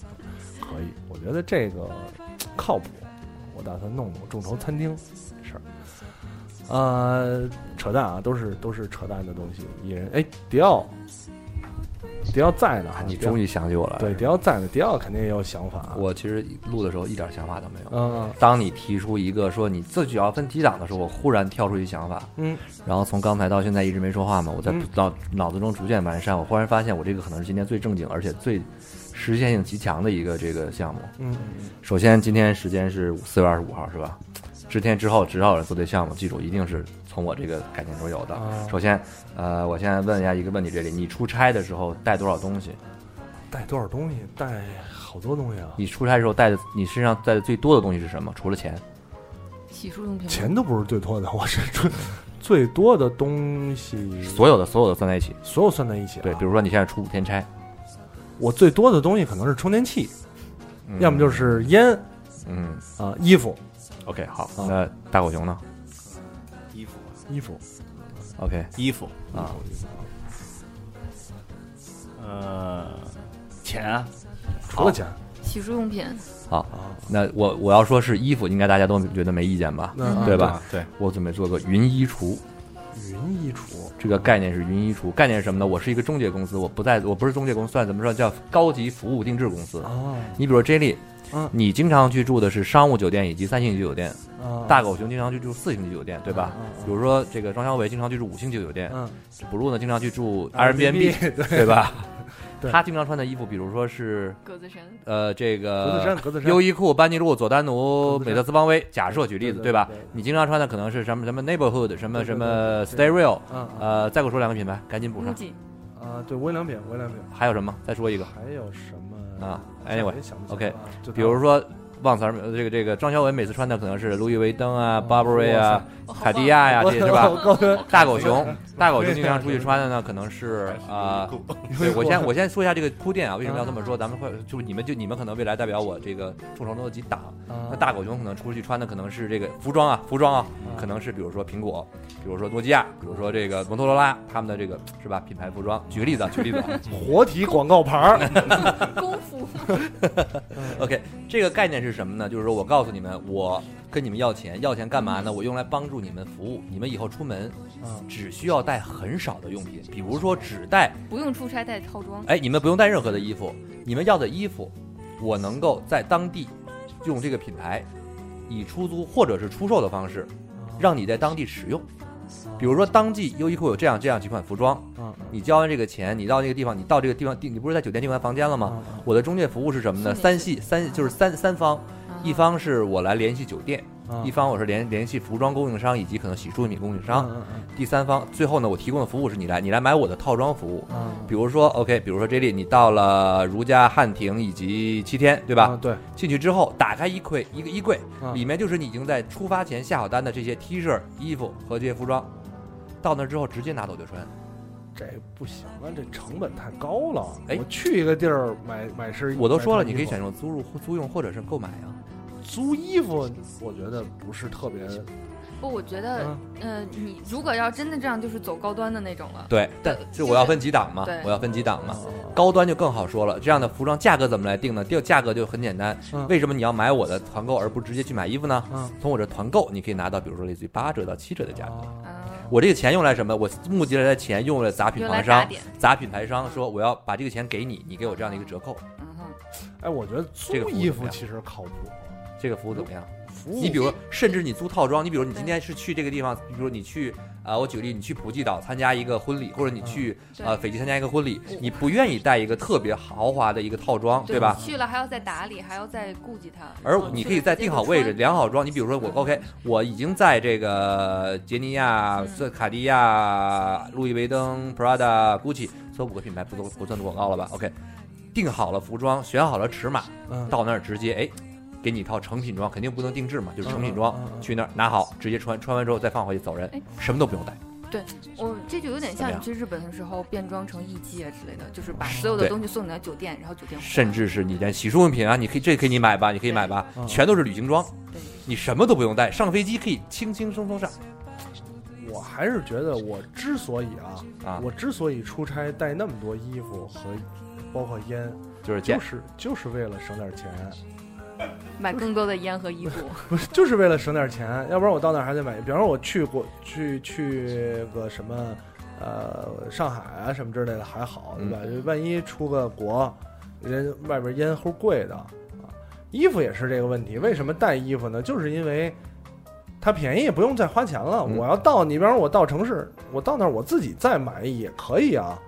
Speaker 8: 可以，我觉得这个靠谱。我打算弄弄众筹餐厅这事儿。呃，扯淡啊，都是都是扯淡的东西。一人哎，迪奥，迪奥在呢哈，
Speaker 9: 啊你
Speaker 8: 迪奥
Speaker 9: 终于想起我来了。
Speaker 8: 对迪奥在呢，迪奥肯定也有想法啊。
Speaker 9: 我其实录的时候一点想法都没有。
Speaker 8: 嗯
Speaker 9: 当你提出一个说你自己要分几档的时候，我忽然跳出一想法，
Speaker 8: 嗯，
Speaker 9: 然后从刚才到现在一直没说话嘛，我在
Speaker 8: 嗯
Speaker 9: 脑脑子中逐渐完善。我忽然发现，我这个可能是今天最正经而且最实现性极强的一个这个项目。
Speaker 8: 嗯
Speaker 9: 首先，今天时间是四月二十五号，是吧？之天之后，只要有人做这项目，记住一定是从我这个概念中有的。
Speaker 8: 啊，
Speaker 9: 首先，呃，我现在问一下一个问题：这里你出差的时候带多少东西？
Speaker 8: 带多少东西？带好多东西啊，
Speaker 9: 你出差的时候带的，你身上带的最多的东西是什么？除了钱，
Speaker 11: 洗漱用品吗，
Speaker 8: 钱都不是最多的，我是最最多的东西，
Speaker 9: 所有的所有的算在一起。
Speaker 8: 所有算在一起、啊。
Speaker 9: 对，比如说你现在出五天差，
Speaker 8: 我最多的东西可能是充电器，
Speaker 9: 嗯
Speaker 8: 要么就是烟
Speaker 9: 嗯
Speaker 8: 啊、衣服，
Speaker 9: ，OK，好，
Speaker 8: 啊
Speaker 9: 那大狗熊呢
Speaker 14: 衣服
Speaker 8: 衣服。
Speaker 9: ？OK，
Speaker 14: 衣服
Speaker 9: 啊，
Speaker 10: 呃，钱啊，
Speaker 8: 除了钱，啊
Speaker 11: 洗漱用品，
Speaker 9: 哦那我我要说是衣服，应该大家都觉得没意见吧？
Speaker 8: 那
Speaker 9: 对吧
Speaker 14: 啊对，
Speaker 9: 我准备做个云衣橱，
Speaker 8: 云衣橱，
Speaker 9: 这个概念是云衣橱，概念是什么呢？我是一个中介公司，我不在，我不是中介公司，算怎么说叫高级服务定制公司。
Speaker 8: 啊
Speaker 9: 你比如 J 莉
Speaker 8: 嗯，
Speaker 9: 你经常去住的是商务酒店以及三星级酒店，
Speaker 8: 啊，
Speaker 9: 大狗熊经常去住四星级酒店，对吧
Speaker 8: 嗯嗯？嗯
Speaker 9: 比如说这个庄小伟经常去住五星级酒店，
Speaker 8: 嗯
Speaker 9: 不入呢经常去住
Speaker 8: Airbnb，
Speaker 9: Airbnb，对吧？
Speaker 8: 对
Speaker 9: 他经常穿的衣服，比如说是
Speaker 11: 格子衫，
Speaker 9: 呃，这
Speaker 8: 格子衫
Speaker 9: 个
Speaker 8: 格子衫
Speaker 9: 优衣库、班尼路、佐丹
Speaker 8: 格
Speaker 9: 奴、
Speaker 8: 子衫
Speaker 9: 美特斯邦威，假设举例子，
Speaker 8: 对对
Speaker 9: 对吧
Speaker 8: 对对？
Speaker 9: 你经常穿的可能是什么什么 neighborhood，什么
Speaker 8: 对对
Speaker 9: 什
Speaker 8: 对对
Speaker 9: 么 stay real，
Speaker 8: 嗯嗯
Speaker 9: 呃，再给我说两个品牌，赶紧补
Speaker 11: 木
Speaker 9: 上。
Speaker 11: 槿，
Speaker 8: 啊，对，温良品，温良品，
Speaker 9: 还有什么？再说一个
Speaker 8: 还有什么
Speaker 9: 啊
Speaker 8: 暂时想不起来
Speaker 9: ？Anyway，OK，
Speaker 8: 啊就
Speaker 9: 比如说旺财儿，呃这个这个张小文每次穿的可能是路易威登啊、Burberry 啊、
Speaker 11: 哇塞
Speaker 9: 卡地亚呀，
Speaker 8: 我
Speaker 9: 这些是吧
Speaker 8: 我我刚？
Speaker 9: 大狗熊，大狗熊 经常出去穿的呢，可能
Speaker 11: 哎
Speaker 9: 是啊。 对，我先我先说一下这个铺垫啊，为什么要这
Speaker 11: 嗯
Speaker 9: 么说？咱们会就是你们就你们可能未来代表我这个众筹中的几档，那
Speaker 11: 嗯
Speaker 8: 那
Speaker 9: 大狗熊可能出去穿的可能是这个服装啊，服装
Speaker 8: 嗯
Speaker 9: 啊，
Speaker 11: 嗯
Speaker 9: 可能是比如说苹果，比如说诺基亚，比如说这个摩托罗拉，他们的这个是吧品牌服装。举个例子，啊，举例子啊。
Speaker 8: 活体广告牌儿，
Speaker 11: 功夫
Speaker 9: OK，这个概念是什么呢？就是说我告诉你们，我跟你们要钱，要钱干嘛呢？我用来帮助你们服务。你们以后出门
Speaker 8: 嗯
Speaker 9: 只需要带很少的用品，比如说只带，
Speaker 11: 不用出差带套装，
Speaker 9: 哎，你们不用带任何的衣服，你们要的衣服，我能够在当地用这个品牌，以出租或者是出售的方式，
Speaker 8: 嗯
Speaker 9: 让你在当地使用。比如说，当季优衣库有这样这样几款服装，
Speaker 8: 嗯
Speaker 9: 你交完这个钱，你到这个地方，你到这个地方，地你不是在酒店订完房间了吗？
Speaker 8: 嗯
Speaker 9: 我的中介服务是什么
Speaker 11: 送
Speaker 9: 呢？
Speaker 11: 你
Speaker 9: 三系三就是三三方，
Speaker 11: 啊
Speaker 9: 一方是我来联系酒店，
Speaker 8: 嗯
Speaker 9: 一方我是联联系服装供应商以及可能洗漱品供应商，
Speaker 8: 嗯嗯
Speaker 9: 第三方最后呢，我提供的服务是你来你来买我的套装服务。
Speaker 8: 嗯，
Speaker 9: 比如说，OK，比如说 J 莉，你到了如家汉庭以及七天，对
Speaker 8: 对
Speaker 9: 吧？
Speaker 8: 啊对，
Speaker 9: 进去之后，打开衣柜，一个衣柜
Speaker 8: 嗯
Speaker 9: 里面就是你已经在出发前下好单的这些 T 恤、衣服和这些服装，到那之后直接拿走就穿。
Speaker 8: 嗯这不行啊，这成本太高了。
Speaker 9: 哎
Speaker 8: 我去一个地儿买买身，
Speaker 9: 我都说了，
Speaker 8: 买身
Speaker 9: 你可以
Speaker 8: 衣服
Speaker 9: 选用租入、租用或者是购买啊。
Speaker 8: 租衣服，我觉得不是特别
Speaker 11: 不，我觉得，呃，你如果要真的这样，就是走高端的那种了。
Speaker 9: 对，但
Speaker 11: 就是
Speaker 9: 我要分几档嘛
Speaker 11: 对，
Speaker 9: 我要分几档
Speaker 8: 啊嗯
Speaker 9: 嘛。高端就更好说了，这样的服装价格怎么来定呢？定价格就很简单
Speaker 8: 嗯。
Speaker 9: 为什么你要买我的团购而不直接去买衣服呢
Speaker 8: 嗯？
Speaker 9: 从我这团购，你可以拿到比如说类似于八折到七折的价格。
Speaker 8: 啊
Speaker 11: 啊，
Speaker 9: 我这个钱用来什么？我募集来的钱用来砸品
Speaker 11: 用
Speaker 9: 牌
Speaker 11: 来打
Speaker 9: 商，
Speaker 11: 点，
Speaker 9: 砸品牌商说我要把这个钱给你，你给我这样的一个折扣，
Speaker 11: 嗯哼，
Speaker 8: 哎，我觉得租
Speaker 9: 这个服务
Speaker 8: 衣
Speaker 9: 怎么
Speaker 8: 服
Speaker 9: 样
Speaker 8: 其实靠谱。
Speaker 9: 这个服务怎么样？
Speaker 8: 服务
Speaker 9: 你比如，甚至你租套装，你比如你今天是去这个地方，比如你去啊、我举个例，你去普吉岛参加一个婚礼，或者你去
Speaker 11: 对
Speaker 9: 呃斐济参加一个婚礼，你不愿意带一个特别豪华的一个套装，哦对吧？哦
Speaker 11: 去了还要再打理，还要再顾及它。
Speaker 9: 而你可以在定好位置，量好装。你比如说我 OK，我已经在这个杰尼亚、
Speaker 11: 嗯
Speaker 9: 斯卡地亚、路易威登、Prada、Gucci 这五个品牌不都不算广告了吧？OK，定好了服装，选好了尺码，
Speaker 8: 嗯
Speaker 9: 到那儿直接哎，给你一套成品装，肯定不能定制嘛，就是成品装
Speaker 8: 嗯嗯嗯，嗯
Speaker 9: 去那儿拿好，直接穿，穿完之后再放回去走人
Speaker 11: 哎，
Speaker 9: 什么都不用带。
Speaker 11: 我这就有点像
Speaker 9: 怎么
Speaker 11: 你
Speaker 9: 样哦
Speaker 11: 去日本的时候变装成艺妓啊之类的，就是把所有的
Speaker 9: 对
Speaker 11: 东西送你到酒店，然后酒店
Speaker 9: 甚至是你连洗漱用品啊，你可以这可以你买吧，你可以买吧，全都是旅行装
Speaker 11: 对，
Speaker 9: 你什么都不用带，上飞机可以轻轻松松上
Speaker 8: 嗯我还是觉得我之所以啊，
Speaker 9: 啊，
Speaker 8: 我之所以出差带那么多衣服和包括烟，
Speaker 9: 就是见
Speaker 8: 就是就是为了省点钱，
Speaker 11: 买更多的烟和衣 服。
Speaker 8: 不是就是为了省点钱，要不然我到那儿还得买。比方说我去过去去个什么呃上海啊什么之类的还好，对吧？
Speaker 11: 嗯
Speaker 8: 万一出个国，人外边烟齁贵的啊，衣服也是这个问题。为什么带衣服呢？就是因为。它便宜，不用再花钱了。
Speaker 9: 嗯
Speaker 8: 我要到你，比方说我到城市，我到那儿我自己再买也可以啊。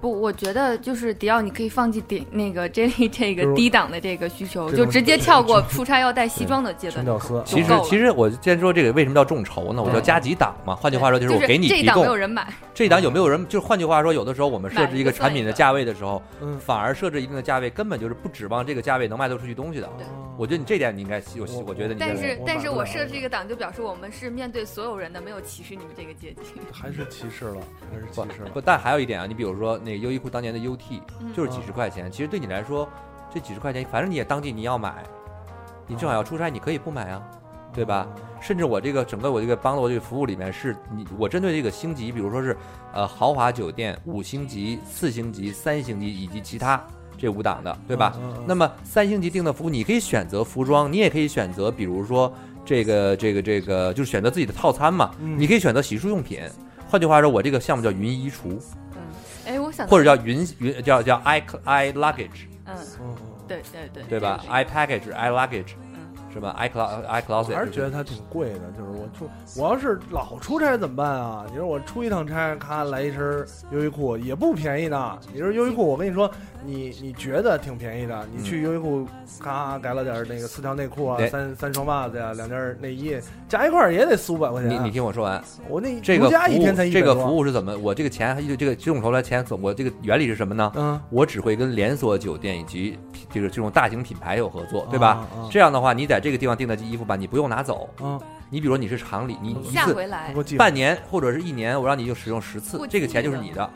Speaker 11: 不，我觉得就是迪奥，你可以放弃点那个 Jelly 这
Speaker 8: 就
Speaker 11: 个
Speaker 8: 是
Speaker 11: 低档的这个需求，
Speaker 8: 这
Speaker 11: 就
Speaker 8: 种
Speaker 11: 直接跳过出差要带西装的阶
Speaker 8: 全
Speaker 11: 段。
Speaker 8: 屌丝，啊
Speaker 9: 其
Speaker 11: 够
Speaker 9: 实
Speaker 11: 了嗯
Speaker 9: 其实我先说这个为什么叫众筹呢？我叫加急档嘛。换句话说，
Speaker 11: 就是
Speaker 9: 我给你
Speaker 11: 这一
Speaker 9: 提
Speaker 11: 档没有
Speaker 9: 供
Speaker 11: 人买，
Speaker 9: 这一档有没有人？就是换句话说，有的时候我们设置一个产品的价位的时候，
Speaker 8: 嗯，
Speaker 9: 反而设置一定的价位，根本就是不指望这个价位能卖得出去东西的。我觉得你这点你应该有
Speaker 8: 嗯我，
Speaker 9: 我觉得你应
Speaker 11: 但
Speaker 9: 该
Speaker 11: 是
Speaker 8: 我
Speaker 11: 但是
Speaker 8: 买不
Speaker 11: 我
Speaker 8: 了
Speaker 11: 设置这个档就表示我们是面对所有人的，没有歧视你们这个阶级。
Speaker 8: 还是歧视了，还是
Speaker 9: 不
Speaker 8: 歧视了。
Speaker 9: 不。但还有一点啊，你比如说那个优衣库当年的 UT，
Speaker 11: 嗯
Speaker 9: 就是几十块钱，其实对你来说，这几十块钱，反正你也当地你要买，
Speaker 11: 嗯
Speaker 9: 你正好要出差，你可以不买啊，对吧？甚至我这个整个我这个帮了我这个服务里面是你我针对这个星级，比如说是呃豪华酒店五星级、四星级、三星级以及其他这五档的，对吧？
Speaker 8: 嗯？嗯
Speaker 9: 那么三星级定的服务，你可以选择服装，你也可以选择，比如说这个这个这个，就是选择自己的套餐嘛。
Speaker 8: 嗯
Speaker 9: 你可以选择洗漱用品，换句话说，我这个项目叫云衣橱，
Speaker 11: 哎，我想
Speaker 8: 嗯
Speaker 9: 或者叫云云叫叫 i i luggage，
Speaker 8: 嗯
Speaker 11: 嗯，
Speaker 8: 嗯嗯
Speaker 11: 对对对，
Speaker 9: 对吧哎
Speaker 11: 这个是
Speaker 9: ？i package i luggage，
Speaker 11: 嗯
Speaker 9: 什么 iCloud iCloud，
Speaker 8: 我还是觉得它挺贵的。就是我出，我要是老出差怎么办啊？你说我出一趟差，咔来一身优衣库也不便宜呢。你说优衣库，我跟你说，你你觉得挺便宜的，你去优衣库咔改了点那个四条内裤啊，
Speaker 9: 对
Speaker 8: 三三双袜子呀、两件内衣，加一块儿也得四五百块钱
Speaker 9: 你
Speaker 8: 啊、
Speaker 9: 你听我说完，
Speaker 8: 我那
Speaker 9: 这个
Speaker 8: 如家
Speaker 9: 服
Speaker 8: 一天才
Speaker 9: 务
Speaker 8: 100
Speaker 9: 这个
Speaker 8: 多啊
Speaker 9: 服务是怎么？我这个钱就这个这种筹来钱，我这个原理是什么呢？
Speaker 8: 嗯，
Speaker 9: 我只会跟连锁酒店以及这个这种大型品牌有合作，对吧
Speaker 8: 啊啊？
Speaker 9: 这样的话，你在这个地方订的衣服吧，你不用拿走。
Speaker 8: 嗯，
Speaker 9: 你比如说你是厂里，你一
Speaker 11: 嗯下
Speaker 9: 次
Speaker 11: 回来
Speaker 8: 给我寄回来
Speaker 9: 半年或者是一年，我让你就使用十次
Speaker 11: 过，
Speaker 9: 这个
Speaker 11: 季
Speaker 9: 钱就是
Speaker 11: 的
Speaker 9: 你
Speaker 8: 啊
Speaker 9: 的。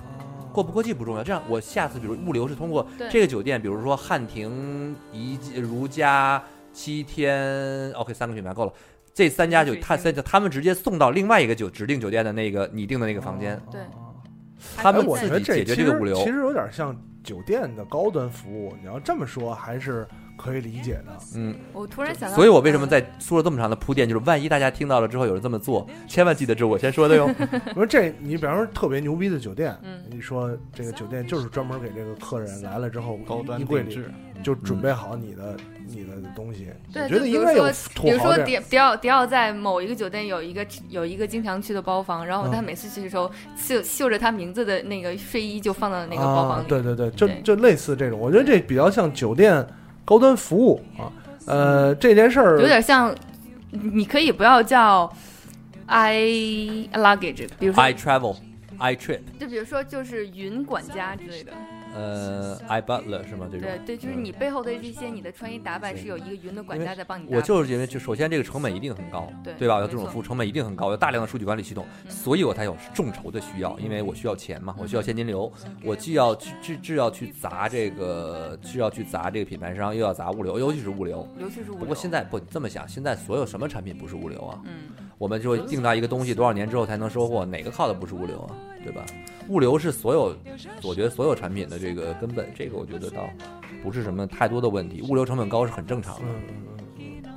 Speaker 9: 过不过季不重要，这样我下次比如物流是通过
Speaker 11: 对
Speaker 9: 这个酒店，比如说汉庭、宜家如家、七天，OK，三个品牌够了。这三家酒，他三他们直接送到另外一个酒指定酒店的那个你订的那个房间，
Speaker 8: 哦
Speaker 11: 对，
Speaker 9: 他们
Speaker 8: 哎我
Speaker 9: 自
Speaker 8: 觉得
Speaker 9: 己解决
Speaker 8: 其
Speaker 9: 这个
Speaker 8: 实
Speaker 9: 物流
Speaker 8: 其实有点像酒店的高端服务。你要这么说，还是可以理解的。
Speaker 9: 嗯，
Speaker 11: 我突然想到，
Speaker 9: 所以我为什么在说了这么长的铺垫，就是万一大家听到了之后有人这么做，千万记得这是我先 说的哟。
Speaker 8: 我说这，你比方说特别牛逼的酒店，
Speaker 11: 嗯
Speaker 8: 你说这个酒店就是专门给这个客人来了之后，
Speaker 14: 高端
Speaker 8: 衣柜
Speaker 14: 定
Speaker 8: 里
Speaker 14: 制
Speaker 8: 就准备好你的、你的东西。
Speaker 11: 对，
Speaker 8: 我觉
Speaker 11: 就
Speaker 8: 得
Speaker 11: 比
Speaker 8: 应
Speaker 11: 如
Speaker 8: 该有
Speaker 11: 说比
Speaker 8: 土
Speaker 11: 如
Speaker 8: 豪
Speaker 11: 说
Speaker 8: 这
Speaker 11: 迪
Speaker 8: 样。
Speaker 11: 迪奥迪奥在某一个酒店有一个有一个经常去的包房，然后他
Speaker 8: 嗯
Speaker 11: 每次去的时候绣绣着他名字的那个睡衣就放到那个包房
Speaker 8: 啊
Speaker 11: 里，，
Speaker 8: 对对对，就
Speaker 11: 对
Speaker 8: 就类似这种，我觉得这比较像酒店高端服务啊。呃，这件事儿
Speaker 11: 有点像，你可以不要叫 i luggage，比如说
Speaker 9: I travel, I trip，
Speaker 11: 就比如说就是云管家之类的，
Speaker 9: 呃，I butler 是吗？这种
Speaker 11: 对对，就是
Speaker 9: 嗯
Speaker 11: 你背后的这些你的穿衣打扮是有一个云的管家在帮你搭配。
Speaker 9: 我就是因为就首先这个成本一定很高，
Speaker 11: 对
Speaker 9: 吧？
Speaker 11: 没
Speaker 9: 要这种
Speaker 11: 错嗯
Speaker 9: 服务成本一定很高，有大量的数据管理系统，所以我才有众筹的需要，因为我需要钱嘛，我需要现金流，
Speaker 11: 嗯
Speaker 9: 我既要去既既要去砸这个，既要去砸这个品牌商，又要砸物流，尤其是物流。
Speaker 11: 尤其是物流
Speaker 9: 不过现在不，你这么想，现在所有什么产品不是物流啊？
Speaker 11: 嗯，
Speaker 9: 我们就定到一个东西多少年之后才能收获，哪个靠的不是物流啊？对吧？物流是所有，我觉得所有产品的这个根本，这个我觉得倒不是什么太多的问题。物流成本高是很正常
Speaker 8: 嗯
Speaker 9: 的。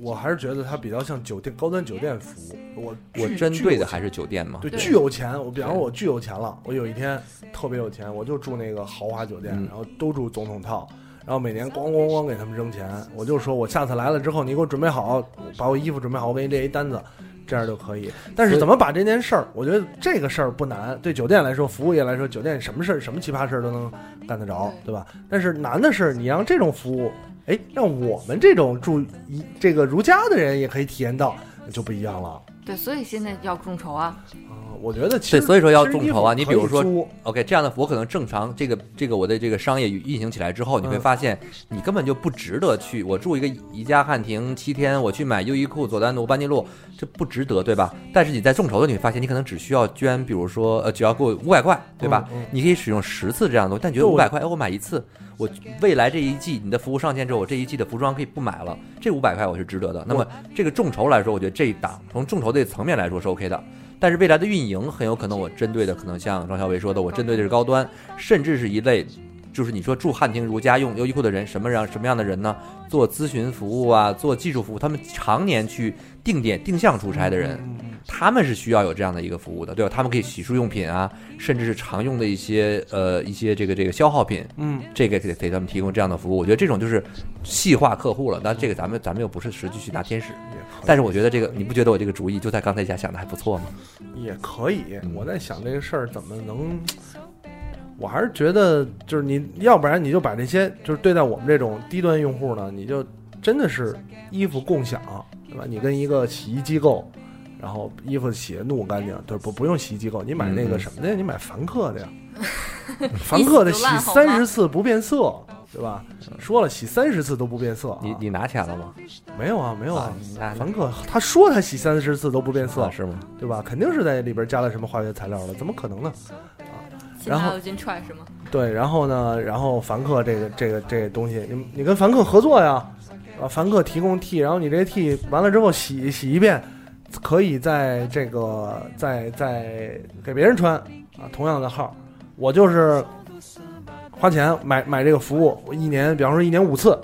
Speaker 8: 我还是觉得它比较像酒店高端酒店服务。我
Speaker 9: 我
Speaker 8: 巨
Speaker 9: 针
Speaker 8: 巨
Speaker 9: 对
Speaker 8: 有
Speaker 9: 的
Speaker 8: 钱
Speaker 9: 还是酒店嘛？
Speaker 8: 对，
Speaker 9: 啊对
Speaker 8: 巨有钱。我比方说，我巨有钱了，我有一天特别有钱，我就住那个豪华酒店，
Speaker 9: 嗯
Speaker 8: 然后都住总统套，然后每年咣咣咣给他们扔钱。我就说我下次来了之后，你给我准备好，把我衣服准备好，我给你列一单子，这样就可以。但是怎么把这件事儿，我觉得这个事儿不难，对酒店来说，服务业来说，酒店什么事儿、什么奇葩事儿都能干得着，对吧？但是难的是，你让这种服务，哎，让我们这种住一这个如家的人也可以体验到，就不一样了。
Speaker 11: 对，所以现在要众筹啊，
Speaker 8: 我觉得其
Speaker 9: 对，
Speaker 8: 实
Speaker 9: 所以说要
Speaker 8: 其实
Speaker 9: 众筹啊！
Speaker 8: 衣服
Speaker 9: 你比如
Speaker 8: 可以
Speaker 9: 说
Speaker 8: 租
Speaker 9: ，OK，这样的我可能正常，这个这个我的这个商业运行起来之后，你会
Speaker 8: 嗯
Speaker 9: 发现你根本就不值得去。我住一个宜家、汉庭七天，我去买优衣库、佐丹奴、班尼路，这不值得，对吧？但是你在众筹的，你会发现你可能只需要捐，比如说呃，只要给我五百块，对吧？
Speaker 8: 嗯嗯
Speaker 9: 你可以使用十次这样的东西，但你觉得
Speaker 8: 对我
Speaker 9: 五百块，哎，我买一次，我未来这一季你的服务上线之后，我这一季的服装可以不买了，这五百块我是值得的。那么这个众筹来说，我觉得这一档从众筹这个层面来说是 OK 的。但是未来的运营很有可能，我针对的可能像张小伟说的，我针对的是高端，甚至是一类，就是你说住汉庭、如家、用优衣库的人，什么样什么样的人呢？做咨询服务啊，做技术服务，他们常年去定点定向出差的人，他们是需要有这样的一个服务的，对吧？他们可以洗漱用品啊，甚至是常用的一些呃一些这个这个消耗品，
Speaker 8: 嗯，
Speaker 9: 这个给给他们提供这样的服务，我觉得这种就是细化客户了。但这个咱们咱们又不是实际去拿天使，
Speaker 8: 嗯
Speaker 9: 但是我觉得这个你不觉得我这个主意就在刚才家想的还不错吗？
Speaker 8: 也可以。
Speaker 9: 嗯
Speaker 8: 我在想这个事儿怎么能，我还是觉得就是你要不然你就把这些就是对待我们这种低端用户呢，你就真的是衣服共享，对吧？你跟一个洗衣机构。然后衣服洗得弄干净，对不不用洗衣机构，你买
Speaker 9: 嗯
Speaker 8: 那个什么的，你买凡客的呀，凡客的洗三十次不变色，对吧？说了洗三十次都不变色、
Speaker 11: 啊
Speaker 9: 你你拿钱了吗？
Speaker 8: 没有啊，没有啊
Speaker 9: 啊那，
Speaker 8: 凡客他说他洗三十次都不变色，
Speaker 9: 是啊吗？
Speaker 8: 对吧？肯定是在里边加了什么化学材料了，怎么可能呢？
Speaker 11: 现
Speaker 8: 然
Speaker 11: 在
Speaker 8: 后
Speaker 11: 要进 try 是吗？
Speaker 8: 对，然后呢，然后凡客这个这个这个东西，你你跟凡客合作呀，啊，凡客提供 T，然后你这 T 完了之后洗洗一遍，可以在这个在在给别人穿啊，同样的号，我就是花钱买买这个服务，我一年，比方说一年五次。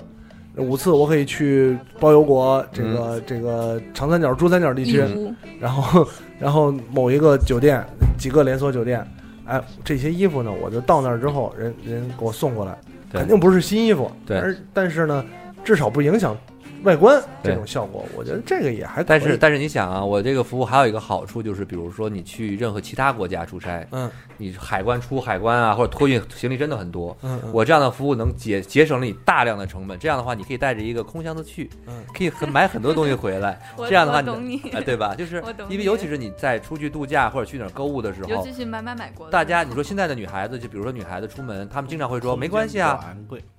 Speaker 8: 五次我可以去包邮国这个、这个长三角、珠三角地区，
Speaker 11: 义乌
Speaker 8: 然后 然后某一个酒店几个连锁酒店，哎，这些衣服呢，我就到那儿之后，人人给我送过来，
Speaker 9: 对
Speaker 8: 肯定不是新衣服，
Speaker 9: 对
Speaker 8: 而但是呢，至少不影响外观
Speaker 9: 对
Speaker 8: 这种效果，我觉得这个也还可以。
Speaker 9: 但是但是你想啊，我这个服务还有一个好处就是，比如说你去任何其他国家出差，
Speaker 8: 嗯，
Speaker 9: 你海关出海关啊，或者托运行李真的很多，
Speaker 8: 嗯嗯
Speaker 9: 我这样的服务能节节省了你大量的成本。这样的话，你可以带着一个空箱子去，
Speaker 8: 嗯，
Speaker 9: 可以很买很多东西回来
Speaker 11: 我。
Speaker 9: 这样的话
Speaker 11: 我懂你
Speaker 9: 啊，对吧？就是
Speaker 11: 我懂
Speaker 9: 因为
Speaker 11: 你
Speaker 9: 尤其是你在出去度假或者去哪儿购物的时
Speaker 11: 尤
Speaker 9: 候
Speaker 11: 其。是买买买过的，
Speaker 9: 大家，你说现在的女孩子，就比如说女孩子出门，她们经常会说没关系啊，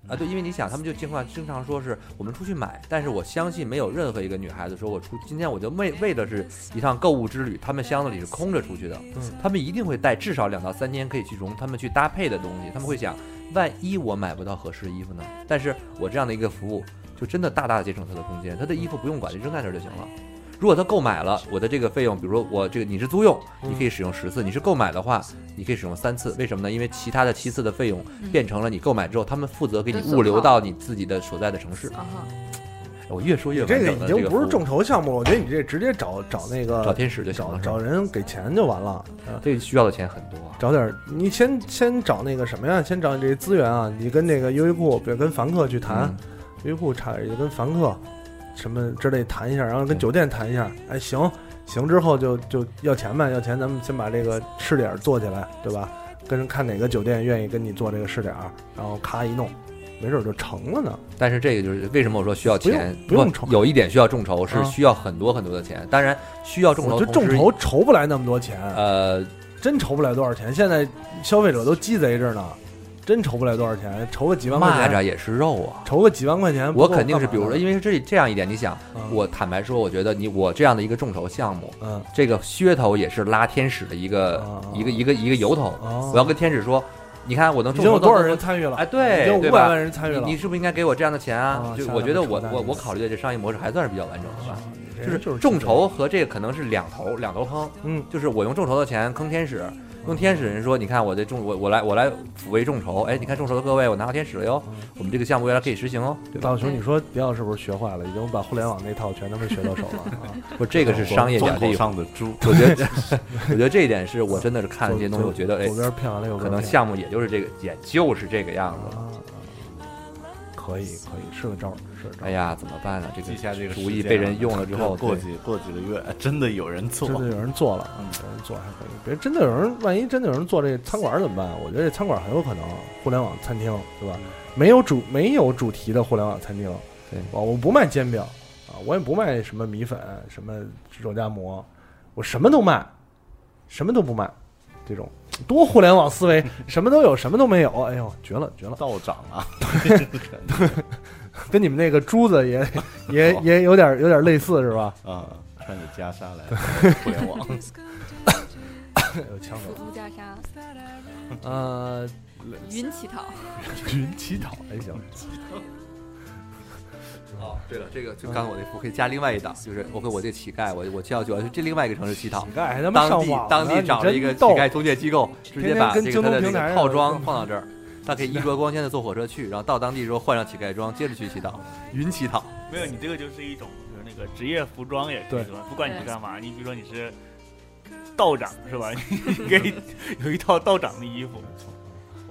Speaker 9: 啊，对，因为你想，他们就经常经常说是我们出去买，但是我相信没有任何一个女孩子说我出今天我就为为的是一趟购物之旅，她们箱子里是空着出去的，
Speaker 8: 嗯
Speaker 9: 她们一定会带至少两到三天可以去容她们去搭配的东西，她们会想，万一我买不到合适的衣服呢？但是我这样的一个服务，就真的大大的节省她的空间，她的衣服不用管，就扔在那儿就行了。如果她购买了，我的这个费用，比如说我这个你是租用，
Speaker 8: 嗯
Speaker 9: 你可以使用十次；你是购买的话，你可以使用三次。为什么呢？因为其他的七次的费用
Speaker 11: 嗯
Speaker 9: 变成了你购买之后，他们负责给你
Speaker 11: 都损耗
Speaker 9: 物流到你自己的所在的城市。哎
Speaker 11: 啊哈，
Speaker 9: 我越说越
Speaker 8: 你这个
Speaker 9: 完整
Speaker 8: 已
Speaker 9: 的
Speaker 8: 经
Speaker 9: 个
Speaker 8: 不是
Speaker 9: 服务
Speaker 8: 众筹项目了，我觉得你这直接找找那个
Speaker 9: 找天使就行
Speaker 8: 找
Speaker 9: 了，
Speaker 8: 找人给钱就完了。嗯
Speaker 9: 这需要的钱很多。啊
Speaker 8: 找点儿，你先先找那个什么呀？先找你这些资源啊！你跟那个优衣库，比如跟凡客去
Speaker 9: 嗯
Speaker 8: 谈，优衣库差点就跟凡客什么之类谈一下，然后跟酒店谈一下。哎，行行，之后就就要钱呗，要钱咱们先把这个试点儿做起来，对吧？跟人看哪个酒店愿意跟你做这个试点儿，然后咔一弄，没准儿就成了呢。
Speaker 9: 但是这个就是为什么我说需要钱，
Speaker 8: 不用不用筹
Speaker 9: 有一点需要众筹是
Speaker 8: 啊
Speaker 9: 需要很多很多的钱，当然需要众
Speaker 8: 我
Speaker 9: 筹，
Speaker 8: 觉得众筹，筹不来那么多钱，
Speaker 9: 呃，
Speaker 8: 真筹不来多少钱。现在消费者都鸡贼着呢，真筹不来多少钱，筹个几万块
Speaker 9: 蚂
Speaker 8: 钱
Speaker 9: 蚱也是肉啊。
Speaker 8: 筹个几万块钱不够
Speaker 9: 我
Speaker 8: 干嘛呢，
Speaker 9: 肯定是，比如说，因为是这这样一点，你想，
Speaker 8: 嗯
Speaker 9: 我坦白说，我觉得你我这样的一个众筹项目，
Speaker 8: 嗯，
Speaker 9: 这个噱头也是拉天使的一个一个一个一个由头
Speaker 8: 哦。
Speaker 9: 我要跟天使说，你看我能
Speaker 8: 已
Speaker 9: 众
Speaker 8: 经
Speaker 9: 筹
Speaker 8: 有多少
Speaker 9: 到
Speaker 8: 人参与了？
Speaker 9: 哎，
Speaker 8: 已
Speaker 9: 对，
Speaker 8: 经
Speaker 9: 对
Speaker 8: 五
Speaker 9: 吧
Speaker 8: 百万人参与了。
Speaker 9: 你你是不是应该给我这样的钱啊
Speaker 8: 啊？
Speaker 9: 就
Speaker 8: 下
Speaker 9: 我
Speaker 8: 来
Speaker 9: 觉得
Speaker 8: 不
Speaker 9: 我
Speaker 8: 扯淡
Speaker 9: 我我考虑的这商业模式还算是比较完整的吧。
Speaker 8: 这人
Speaker 9: 就
Speaker 8: 就是是
Speaker 9: 众筹和这个可能是两头两头坑，
Speaker 8: 嗯，
Speaker 9: 就是我用众筹的钱坑天使，用天使人说，你看我这众我我来我来抚慰众筹，哎，你看众筹的各位，我拿到天使了哟，我们这个项目未来可以实行哦，对吧？
Speaker 8: 大熊，你说迪奥是不是学坏了？已经把互联网那套全他妈学到手了啊！
Speaker 9: 不，这个是商业眼
Speaker 14: 口
Speaker 9: 力。
Speaker 14: 上的猪，
Speaker 9: 我 觉得，我觉得这一点是我真的是 看了这些东西，
Speaker 8: 左
Speaker 9: 我觉得哎
Speaker 8: 左，边骗完了，右边
Speaker 9: 可能
Speaker 8: 骗
Speaker 9: 项目也就是这个，也就是这个样子了。
Speaker 8: 啊，可以可以，是个招儿，是个招儿。
Speaker 9: 哎呀，怎么办呢？这
Speaker 14: 记下这
Speaker 9: 个
Speaker 14: 个
Speaker 9: 主意被人用了 之后，
Speaker 14: 过
Speaker 9: 对
Speaker 14: 几过几个月，真的有人做
Speaker 8: 真，的有人做了，嗯，有人做还可以。别真的有人，万一真的有人做这餐馆儿怎么办？啊我觉得这餐馆儿很有可能互联网餐厅，对吧？没有主没有主题的互联网餐厅，
Speaker 9: 对
Speaker 8: 啊，我不卖煎饼啊，我也不卖什么米粉、什么肉夹馍，我什么都卖，什么都不卖，这种多互联网思 维，什么都有，什么都没有，哎呦，绝了绝了！
Speaker 14: 道长啊，
Speaker 8: 跟你们那个珠子 也也也有点有点类似是吧？
Speaker 14: 啊，穿着袈裟来互联网，
Speaker 8: 有枪
Speaker 11: 辅助袈裟，
Speaker 8: 手，呃，
Speaker 11: 云乞讨，
Speaker 8: 云乞讨还 行。
Speaker 9: 哦，对了，这个就刚才我那副可以加另外一档，就是我给我这乞丐，我我就要就要去这另外一个城市乞讨，
Speaker 8: 乞丐还他妈
Speaker 9: 当
Speaker 8: 上
Speaker 9: 地
Speaker 8: 网
Speaker 9: 当
Speaker 8: 呢
Speaker 9: 地
Speaker 8: 你
Speaker 9: 找了
Speaker 8: 真
Speaker 9: 一个乞
Speaker 8: 逗
Speaker 9: 丐中介机构，直接
Speaker 8: 天天
Speaker 9: 把
Speaker 8: 跟
Speaker 9: 这个
Speaker 8: 京
Speaker 9: 他
Speaker 8: 东
Speaker 9: 的这
Speaker 8: 平台
Speaker 9: 个
Speaker 8: 上
Speaker 9: 套
Speaker 8: 有
Speaker 9: 装
Speaker 8: 这
Speaker 9: 放到这儿，他可以衣着光鲜的坐火车去，然后到当地之后换上乞丐装，接着去 乞讨，云乞讨。
Speaker 10: 没有，你这个就是一种就是那个职业服装也可以
Speaker 8: 对
Speaker 10: 吧？不管你是干嘛，你比如说你是道长是 吧？你可以有一套道长的衣服。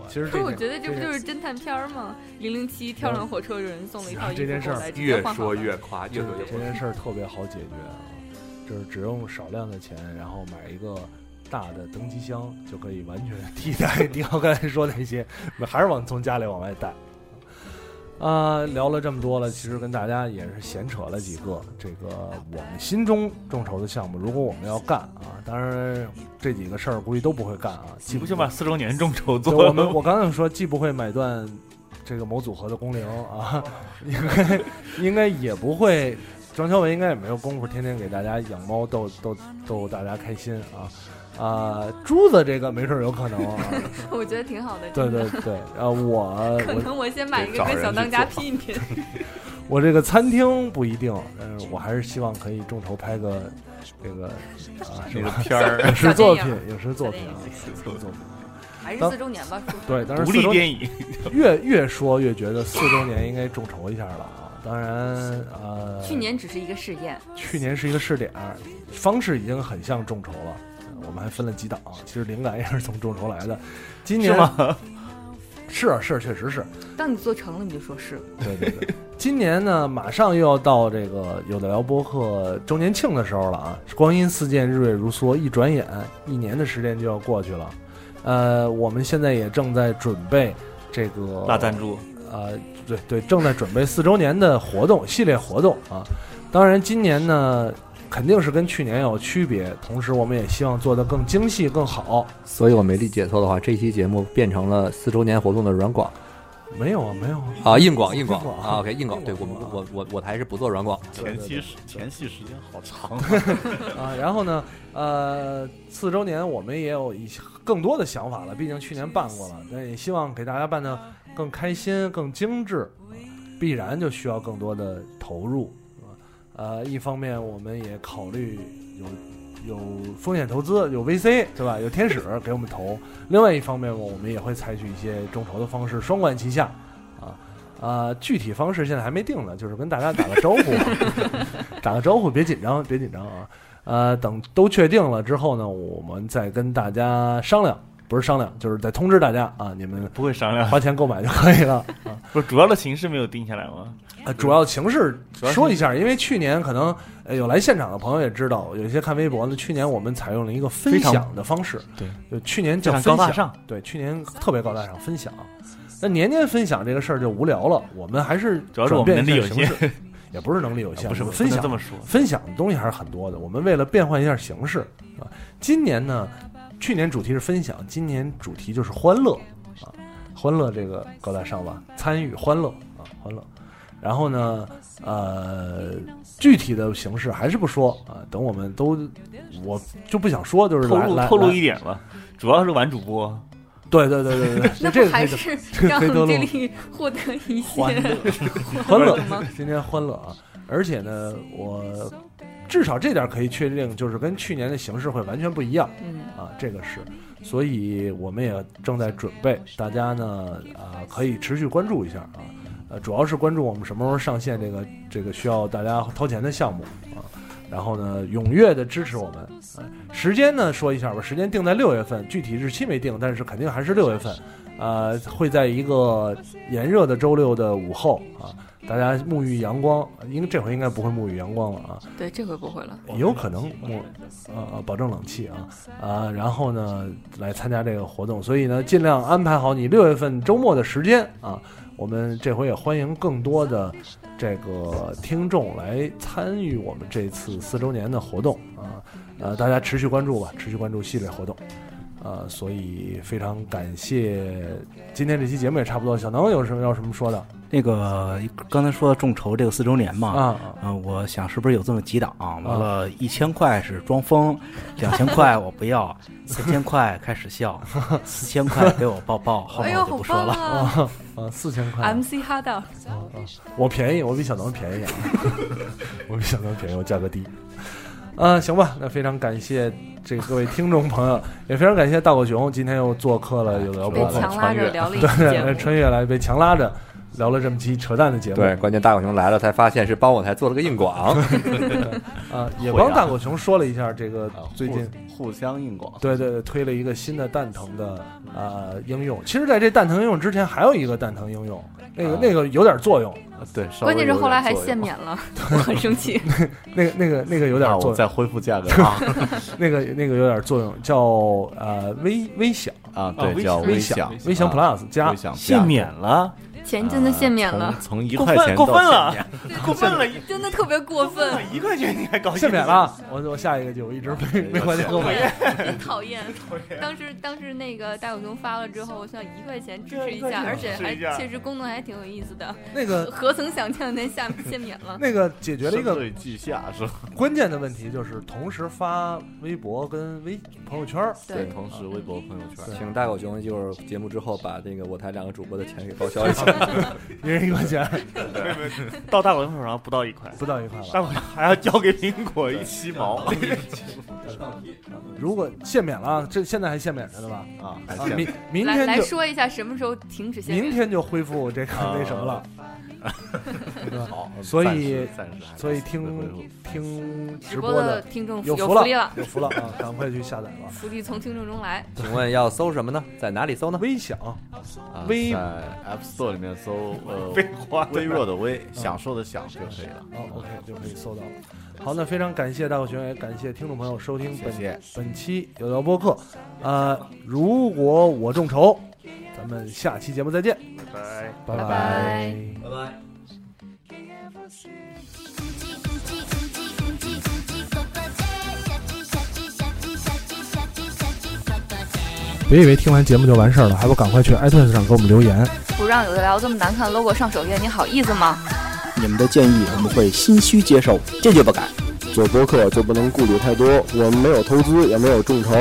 Speaker 8: 其实
Speaker 11: 不
Speaker 8: 这
Speaker 11: 是我
Speaker 8: 个
Speaker 11: 觉得这不
Speaker 8: 个
Speaker 11: 就是侦探片儿吗？零零七跳上火车，有人送了一套衣服
Speaker 8: 这件事儿
Speaker 11: 过来直接
Speaker 9: 越
Speaker 11: 换好
Speaker 9: 说
Speaker 11: 了
Speaker 9: 越夸，越
Speaker 8: 这
Speaker 9: 说越
Speaker 8: 这
Speaker 9: 夸。
Speaker 8: 件事儿特别好解决啊，就是只用少量的钱，然后买一个大的登机箱，就可以完全替代 迪奥刚才说那些，还是往从家里往外带。啊、聊了这么多了，其实跟大家也是闲扯了几个这个我们心中众筹的项目，如果我们要干啊，当然这几个事儿估计都不会干啊，
Speaker 10: 你
Speaker 8: 既
Speaker 10: 不就把四周年众筹
Speaker 8: 就
Speaker 10: 做
Speaker 8: 我
Speaker 10: 了
Speaker 8: 们
Speaker 10: 吗？
Speaker 8: 我刚刚说，既不会买断这个某组合的工龄啊，应该应该也不会，庄小伟应该也没有功夫天天给大家养猫逗逗逗大家开心啊。啊、珠子这个没准儿有可能啊，
Speaker 11: 我觉得挺好的。
Speaker 8: 对
Speaker 11: 真的
Speaker 8: 对对，呃，我
Speaker 11: 可
Speaker 8: 我
Speaker 11: 能我先买一个
Speaker 14: 得找
Speaker 11: 跟小
Speaker 14: 人
Speaker 11: 当
Speaker 14: 去
Speaker 11: 家
Speaker 14: 做
Speaker 11: 媲美，
Speaker 8: 我这个餐厅不一定，但是我还是希望可以众筹拍个这个啊什
Speaker 14: 那个
Speaker 8: 么
Speaker 14: 片儿
Speaker 8: 影视作品，影视作品啊，
Speaker 11: 小
Speaker 8: 影视作品。
Speaker 11: 还是
Speaker 8: 当
Speaker 11: 四周年吧？说
Speaker 8: 对，当 然
Speaker 10: 独
Speaker 8: 四
Speaker 10: 立
Speaker 8: 周
Speaker 10: 电影，
Speaker 8: 越越说越觉得四周年应该众筹一下了啊！当然，呃，
Speaker 11: 去年只是一个试验，
Speaker 8: 去年是一个试点，方式已经很像众筹了。呃我们还分了几档，其实灵感也是从众筹来的。今年
Speaker 10: 是吗？
Speaker 8: 是啊是啊，确实是。
Speaker 11: 当你做成了，你就说是。
Speaker 8: 对对对，今年呢，马上又要到这个有的聊播客周年庆的时候了啊！光阴似箭，日月如梭，一转眼一年的时间就要过去了。呃，我们现在也正在准备这个
Speaker 10: 拉赞助，
Speaker 8: 呃，对对，正在准备四周年的活动系列活动啊。当然，今年呢肯定是跟去年有区别，同时我们也希望做得更精细、更好。
Speaker 9: 所以我没理解错的话，这期节目变成了四周年活动的软广。
Speaker 8: 没有啊，没有啊
Speaker 9: 啊，硬广硬广
Speaker 8: 硬广
Speaker 9: 啊，OK，硬广，对我们我我我台是不做软广，
Speaker 14: 前期时前戏时间好长
Speaker 8: 啊，然后呢，呃，四周年我们也有一些更多的想法了，毕竟去年办过了，但也希望给大家办的更开心、更精致，必然就需要更多的投入。呃，一方面我们也考虑有有风险投资，有 VC 对吧？有天使给我们投。另外一方面，我们也会采取一些众筹的方式，双管齐下啊啊！具体方式现在还没定呢，就是跟大家打个招呼， 打个招呼，别紧张，别紧张啊！呃，等都确定了之后呢，我们再跟大家商量，不是商量，就是再通知大家啊，你们
Speaker 10: 不会商量
Speaker 8: 花钱购买就可以 了。
Speaker 10: 不是主要的形式没有定下来吗？
Speaker 8: 啊，主要形式说一下，因为去年可能呃有来现场的朋友也知道，有一些看微博的，去年我们采用了一个分享的方式，
Speaker 10: 对，
Speaker 8: 就去年叫
Speaker 10: 非
Speaker 8: 分
Speaker 10: 常
Speaker 8: 享，
Speaker 10: 高大上
Speaker 8: 对，去年特别高大上，分享。那年年分享这个事儿就无聊了，我们还是
Speaker 10: 主要是我们
Speaker 8: 转
Speaker 10: 能力
Speaker 8: 变一
Speaker 10: 有
Speaker 8: 下
Speaker 10: 限
Speaker 8: 形式，也不是能力有限，
Speaker 10: 啊不是
Speaker 8: 我们
Speaker 10: 不
Speaker 8: 分
Speaker 10: 能
Speaker 8: 享
Speaker 10: 这么说
Speaker 8: 分享的东西还是很多的。我们为了变换一下形式啊，今年呢，去年主题是分享，今年主题就是欢乐啊，欢乐这个高大上吧，参与欢乐啊，欢乐。然后呢，呃，具体的形式还是不说啊，等我们都，我就不想说，就是
Speaker 10: 透
Speaker 8: 来
Speaker 10: 露
Speaker 8: 来
Speaker 10: 透露
Speaker 8: 来
Speaker 10: 一点吧，主要是玩主播，
Speaker 8: 对对对 对对
Speaker 11: 那
Speaker 8: 这
Speaker 11: 不
Speaker 8: 个
Speaker 11: 还
Speaker 8: 这个
Speaker 11: 是
Speaker 8: 这个
Speaker 11: 让
Speaker 8: 非得
Speaker 11: 这
Speaker 8: 录
Speaker 11: 里获得一些
Speaker 8: 欢乐欢
Speaker 11: 欢
Speaker 8: 乐
Speaker 11: 吗？
Speaker 8: 今天欢乐啊！而且呢，我至少这点可以确定，就是跟去年的形式会完全不一样。
Speaker 11: 嗯
Speaker 8: 啊，这个是，所以我们也正在准备，大家呢啊可以持续关注一下啊，呃，主要是关注我们什么时候上线这个这个需要大家掏钱的项目啊。然后呢，踊跃的支持我们。啊时间呢，说一下吧，时间定在六月份，具体日期没定，但是肯定还是六月份。呃，会在一个炎热的周六的午后啊，大家沐浴阳光，应这回应该不会沐浴阳光了啊，
Speaker 11: 对，这回不会了。
Speaker 8: 有可能我呃保证冷气啊啊，然后呢来参加这个活动，所以呢尽量安排好你六月份周末的时间啊。我们这回也欢迎更多的这个听众来参与我们这次四周年的活动啊，呃，大家持续关注吧，持续关注系列活动。呃，所以非常感谢今天这期节目也差不多，小能有什么要什么说的？
Speaker 17: 那个刚才说众筹这个四周年嘛，
Speaker 8: 啊
Speaker 17: 嗯、我想是不是有这么几档？完了，一千块是装疯，两千块我不要，三千块开始笑，四千块给我抱抱，后
Speaker 11: 哎
Speaker 17: 面
Speaker 11: 呦，
Speaker 17: 我就
Speaker 11: 好
Speaker 17: 不说
Speaker 11: 棒
Speaker 17: 了。
Speaker 11: 啊
Speaker 8: 啊，四千块
Speaker 11: ！MC 哈道，
Speaker 8: 我便宜，我比小能便宜点儿，我比小能便宜，我价格低。啊，行吧，那非常感谢这个各位听众朋友，也非常感谢大狗熊今天又做客了，有聊
Speaker 11: 被
Speaker 8: 播客，
Speaker 11: 哎强拉着聊了一期 节
Speaker 8: 对，
Speaker 11: 目，
Speaker 8: 穿越来被强拉着聊了这么期扯淡的节目，
Speaker 9: 对，关键大狗熊来了才发现是帮我台做了个硬 广，
Speaker 8: 啊，也
Speaker 9: 毁
Speaker 8: 帮
Speaker 9: 了
Speaker 8: 大狗熊说了一下这个
Speaker 14: 啊
Speaker 8: 最近
Speaker 14: 互互相硬广，
Speaker 8: 对对对，推了一个新的蛋疼的呃应用。其实，在这蛋疼应用之前，还有一个蛋疼应用，那个、
Speaker 14: 啊
Speaker 8: 那个有点作用，
Speaker 14: 对，稍微
Speaker 11: 关键是
Speaker 14: 有
Speaker 11: 后来
Speaker 14: 点
Speaker 11: 还
Speaker 14: 作用
Speaker 11: 限免了， 我很生气。
Speaker 8: 那个那个那个有点作
Speaker 14: 那啊我
Speaker 8: 用，
Speaker 14: 再恢复价格啊
Speaker 8: 那个那个有点作用，叫呃微微享
Speaker 14: 啊，对，
Speaker 10: 微
Speaker 14: 叫
Speaker 10: 享
Speaker 14: 微
Speaker 10: 微
Speaker 14: 享
Speaker 8: 微享
Speaker 14: 啊
Speaker 8: Plus 加
Speaker 14: 微享
Speaker 10: 限免了，
Speaker 11: 前一阵子限免 了，
Speaker 14: 从从一
Speaker 10: 过
Speaker 14: 块钱
Speaker 10: 分过
Speaker 14: 到
Speaker 10: 分
Speaker 14: 限
Speaker 10: 了
Speaker 14: 免，
Speaker 10: 过分了，
Speaker 11: 真的特别过分，
Speaker 10: 一块钱你还高兴？
Speaker 8: 限免了，啊我我下一个就我一 直没没关键购买。
Speaker 11: 真讨厌。当时当时那个大狗熊发了之后，我想一块钱支持一下，而且还
Speaker 10: 支持一下
Speaker 11: 确实功能还挺有意 思的。
Speaker 8: 那个
Speaker 11: 何曾想象那下限免 了？
Speaker 8: 那个解决了一
Speaker 14: 深
Speaker 8: 个
Speaker 14: 醉记下是吧？
Speaker 8: 关键的问题，就是同时发微博跟微朋友圈儿。
Speaker 11: 对
Speaker 14: 同时微博朋友圈
Speaker 9: 请大狗熊一会儿节目之后把那个我台两个主播的钱给报销一下。
Speaker 8: 一人一块钱，
Speaker 10: 到大狗熊手上不到一块，
Speaker 8: 不到一块
Speaker 10: 大
Speaker 8: 吧。
Speaker 10: 狗熊还要交给苹果一七毛，
Speaker 8: 如果限免了啊，这现在还限免着呢吧？
Speaker 14: 啊，
Speaker 8: 啊，
Speaker 14: 还
Speaker 8: 明明
Speaker 11: 来
Speaker 8: 天
Speaker 11: 来
Speaker 8: 就
Speaker 11: 说一下什么时候停止限
Speaker 8: 明
Speaker 11: 免？
Speaker 14: 啊
Speaker 8: 天就恢复这个那什么了。
Speaker 14: 好，
Speaker 8: 所以
Speaker 14: 暂时暂时还
Speaker 8: 所以
Speaker 14: 对
Speaker 8: 听听
Speaker 11: 直
Speaker 8: 直
Speaker 11: 播
Speaker 8: 播的
Speaker 11: 的听众
Speaker 8: 有
Speaker 11: 有
Speaker 8: 福
Speaker 11: 福
Speaker 8: 了
Speaker 11: 利了
Speaker 8: 有福了啊！赶快去下载吧。
Speaker 11: 福利从听众中来。
Speaker 9: 请问要搜什么呢？在哪里搜呢？
Speaker 8: 微享，
Speaker 14: 啊
Speaker 8: 微
Speaker 14: 在 App Store 里面搜呃
Speaker 8: 微花
Speaker 14: 微弱的微，
Speaker 8: 嗯
Speaker 14: 享受的享就可以了。
Speaker 8: 哦，OK，就可以搜到了。好，那非常感谢大狗熊，也感谢听众朋友收听本本期有聊播客。呃，如果我众筹，咱们下期节目再见，
Speaker 18: 拜
Speaker 8: 拜
Speaker 18: 拜
Speaker 8: 拜
Speaker 18: 拜。
Speaker 8: 别以为听完节目就完事儿了，还不赶快去 iTunes 上给我们留言。
Speaker 11: 不让有的聊这么难看 logo 上首页，你好意思吗？
Speaker 19: 你们的建议我们会心虚接受，坚决不改。
Speaker 1: 做播客就不能顾虑太多，我们没有投资，也没有众筹，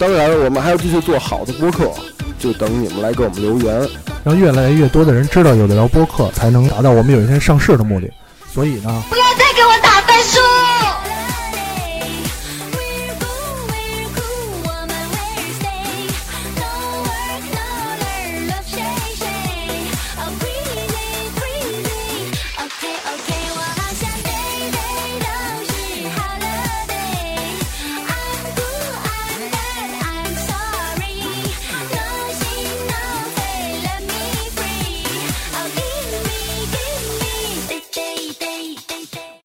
Speaker 1: 当然我们还要继续做好的播客，就等你们来给我们留言。
Speaker 8: 让越来越多的人知道有的聊播客，才能达到我们有一天上市的目的。所以呢，
Speaker 20: 不要再给我打分数了。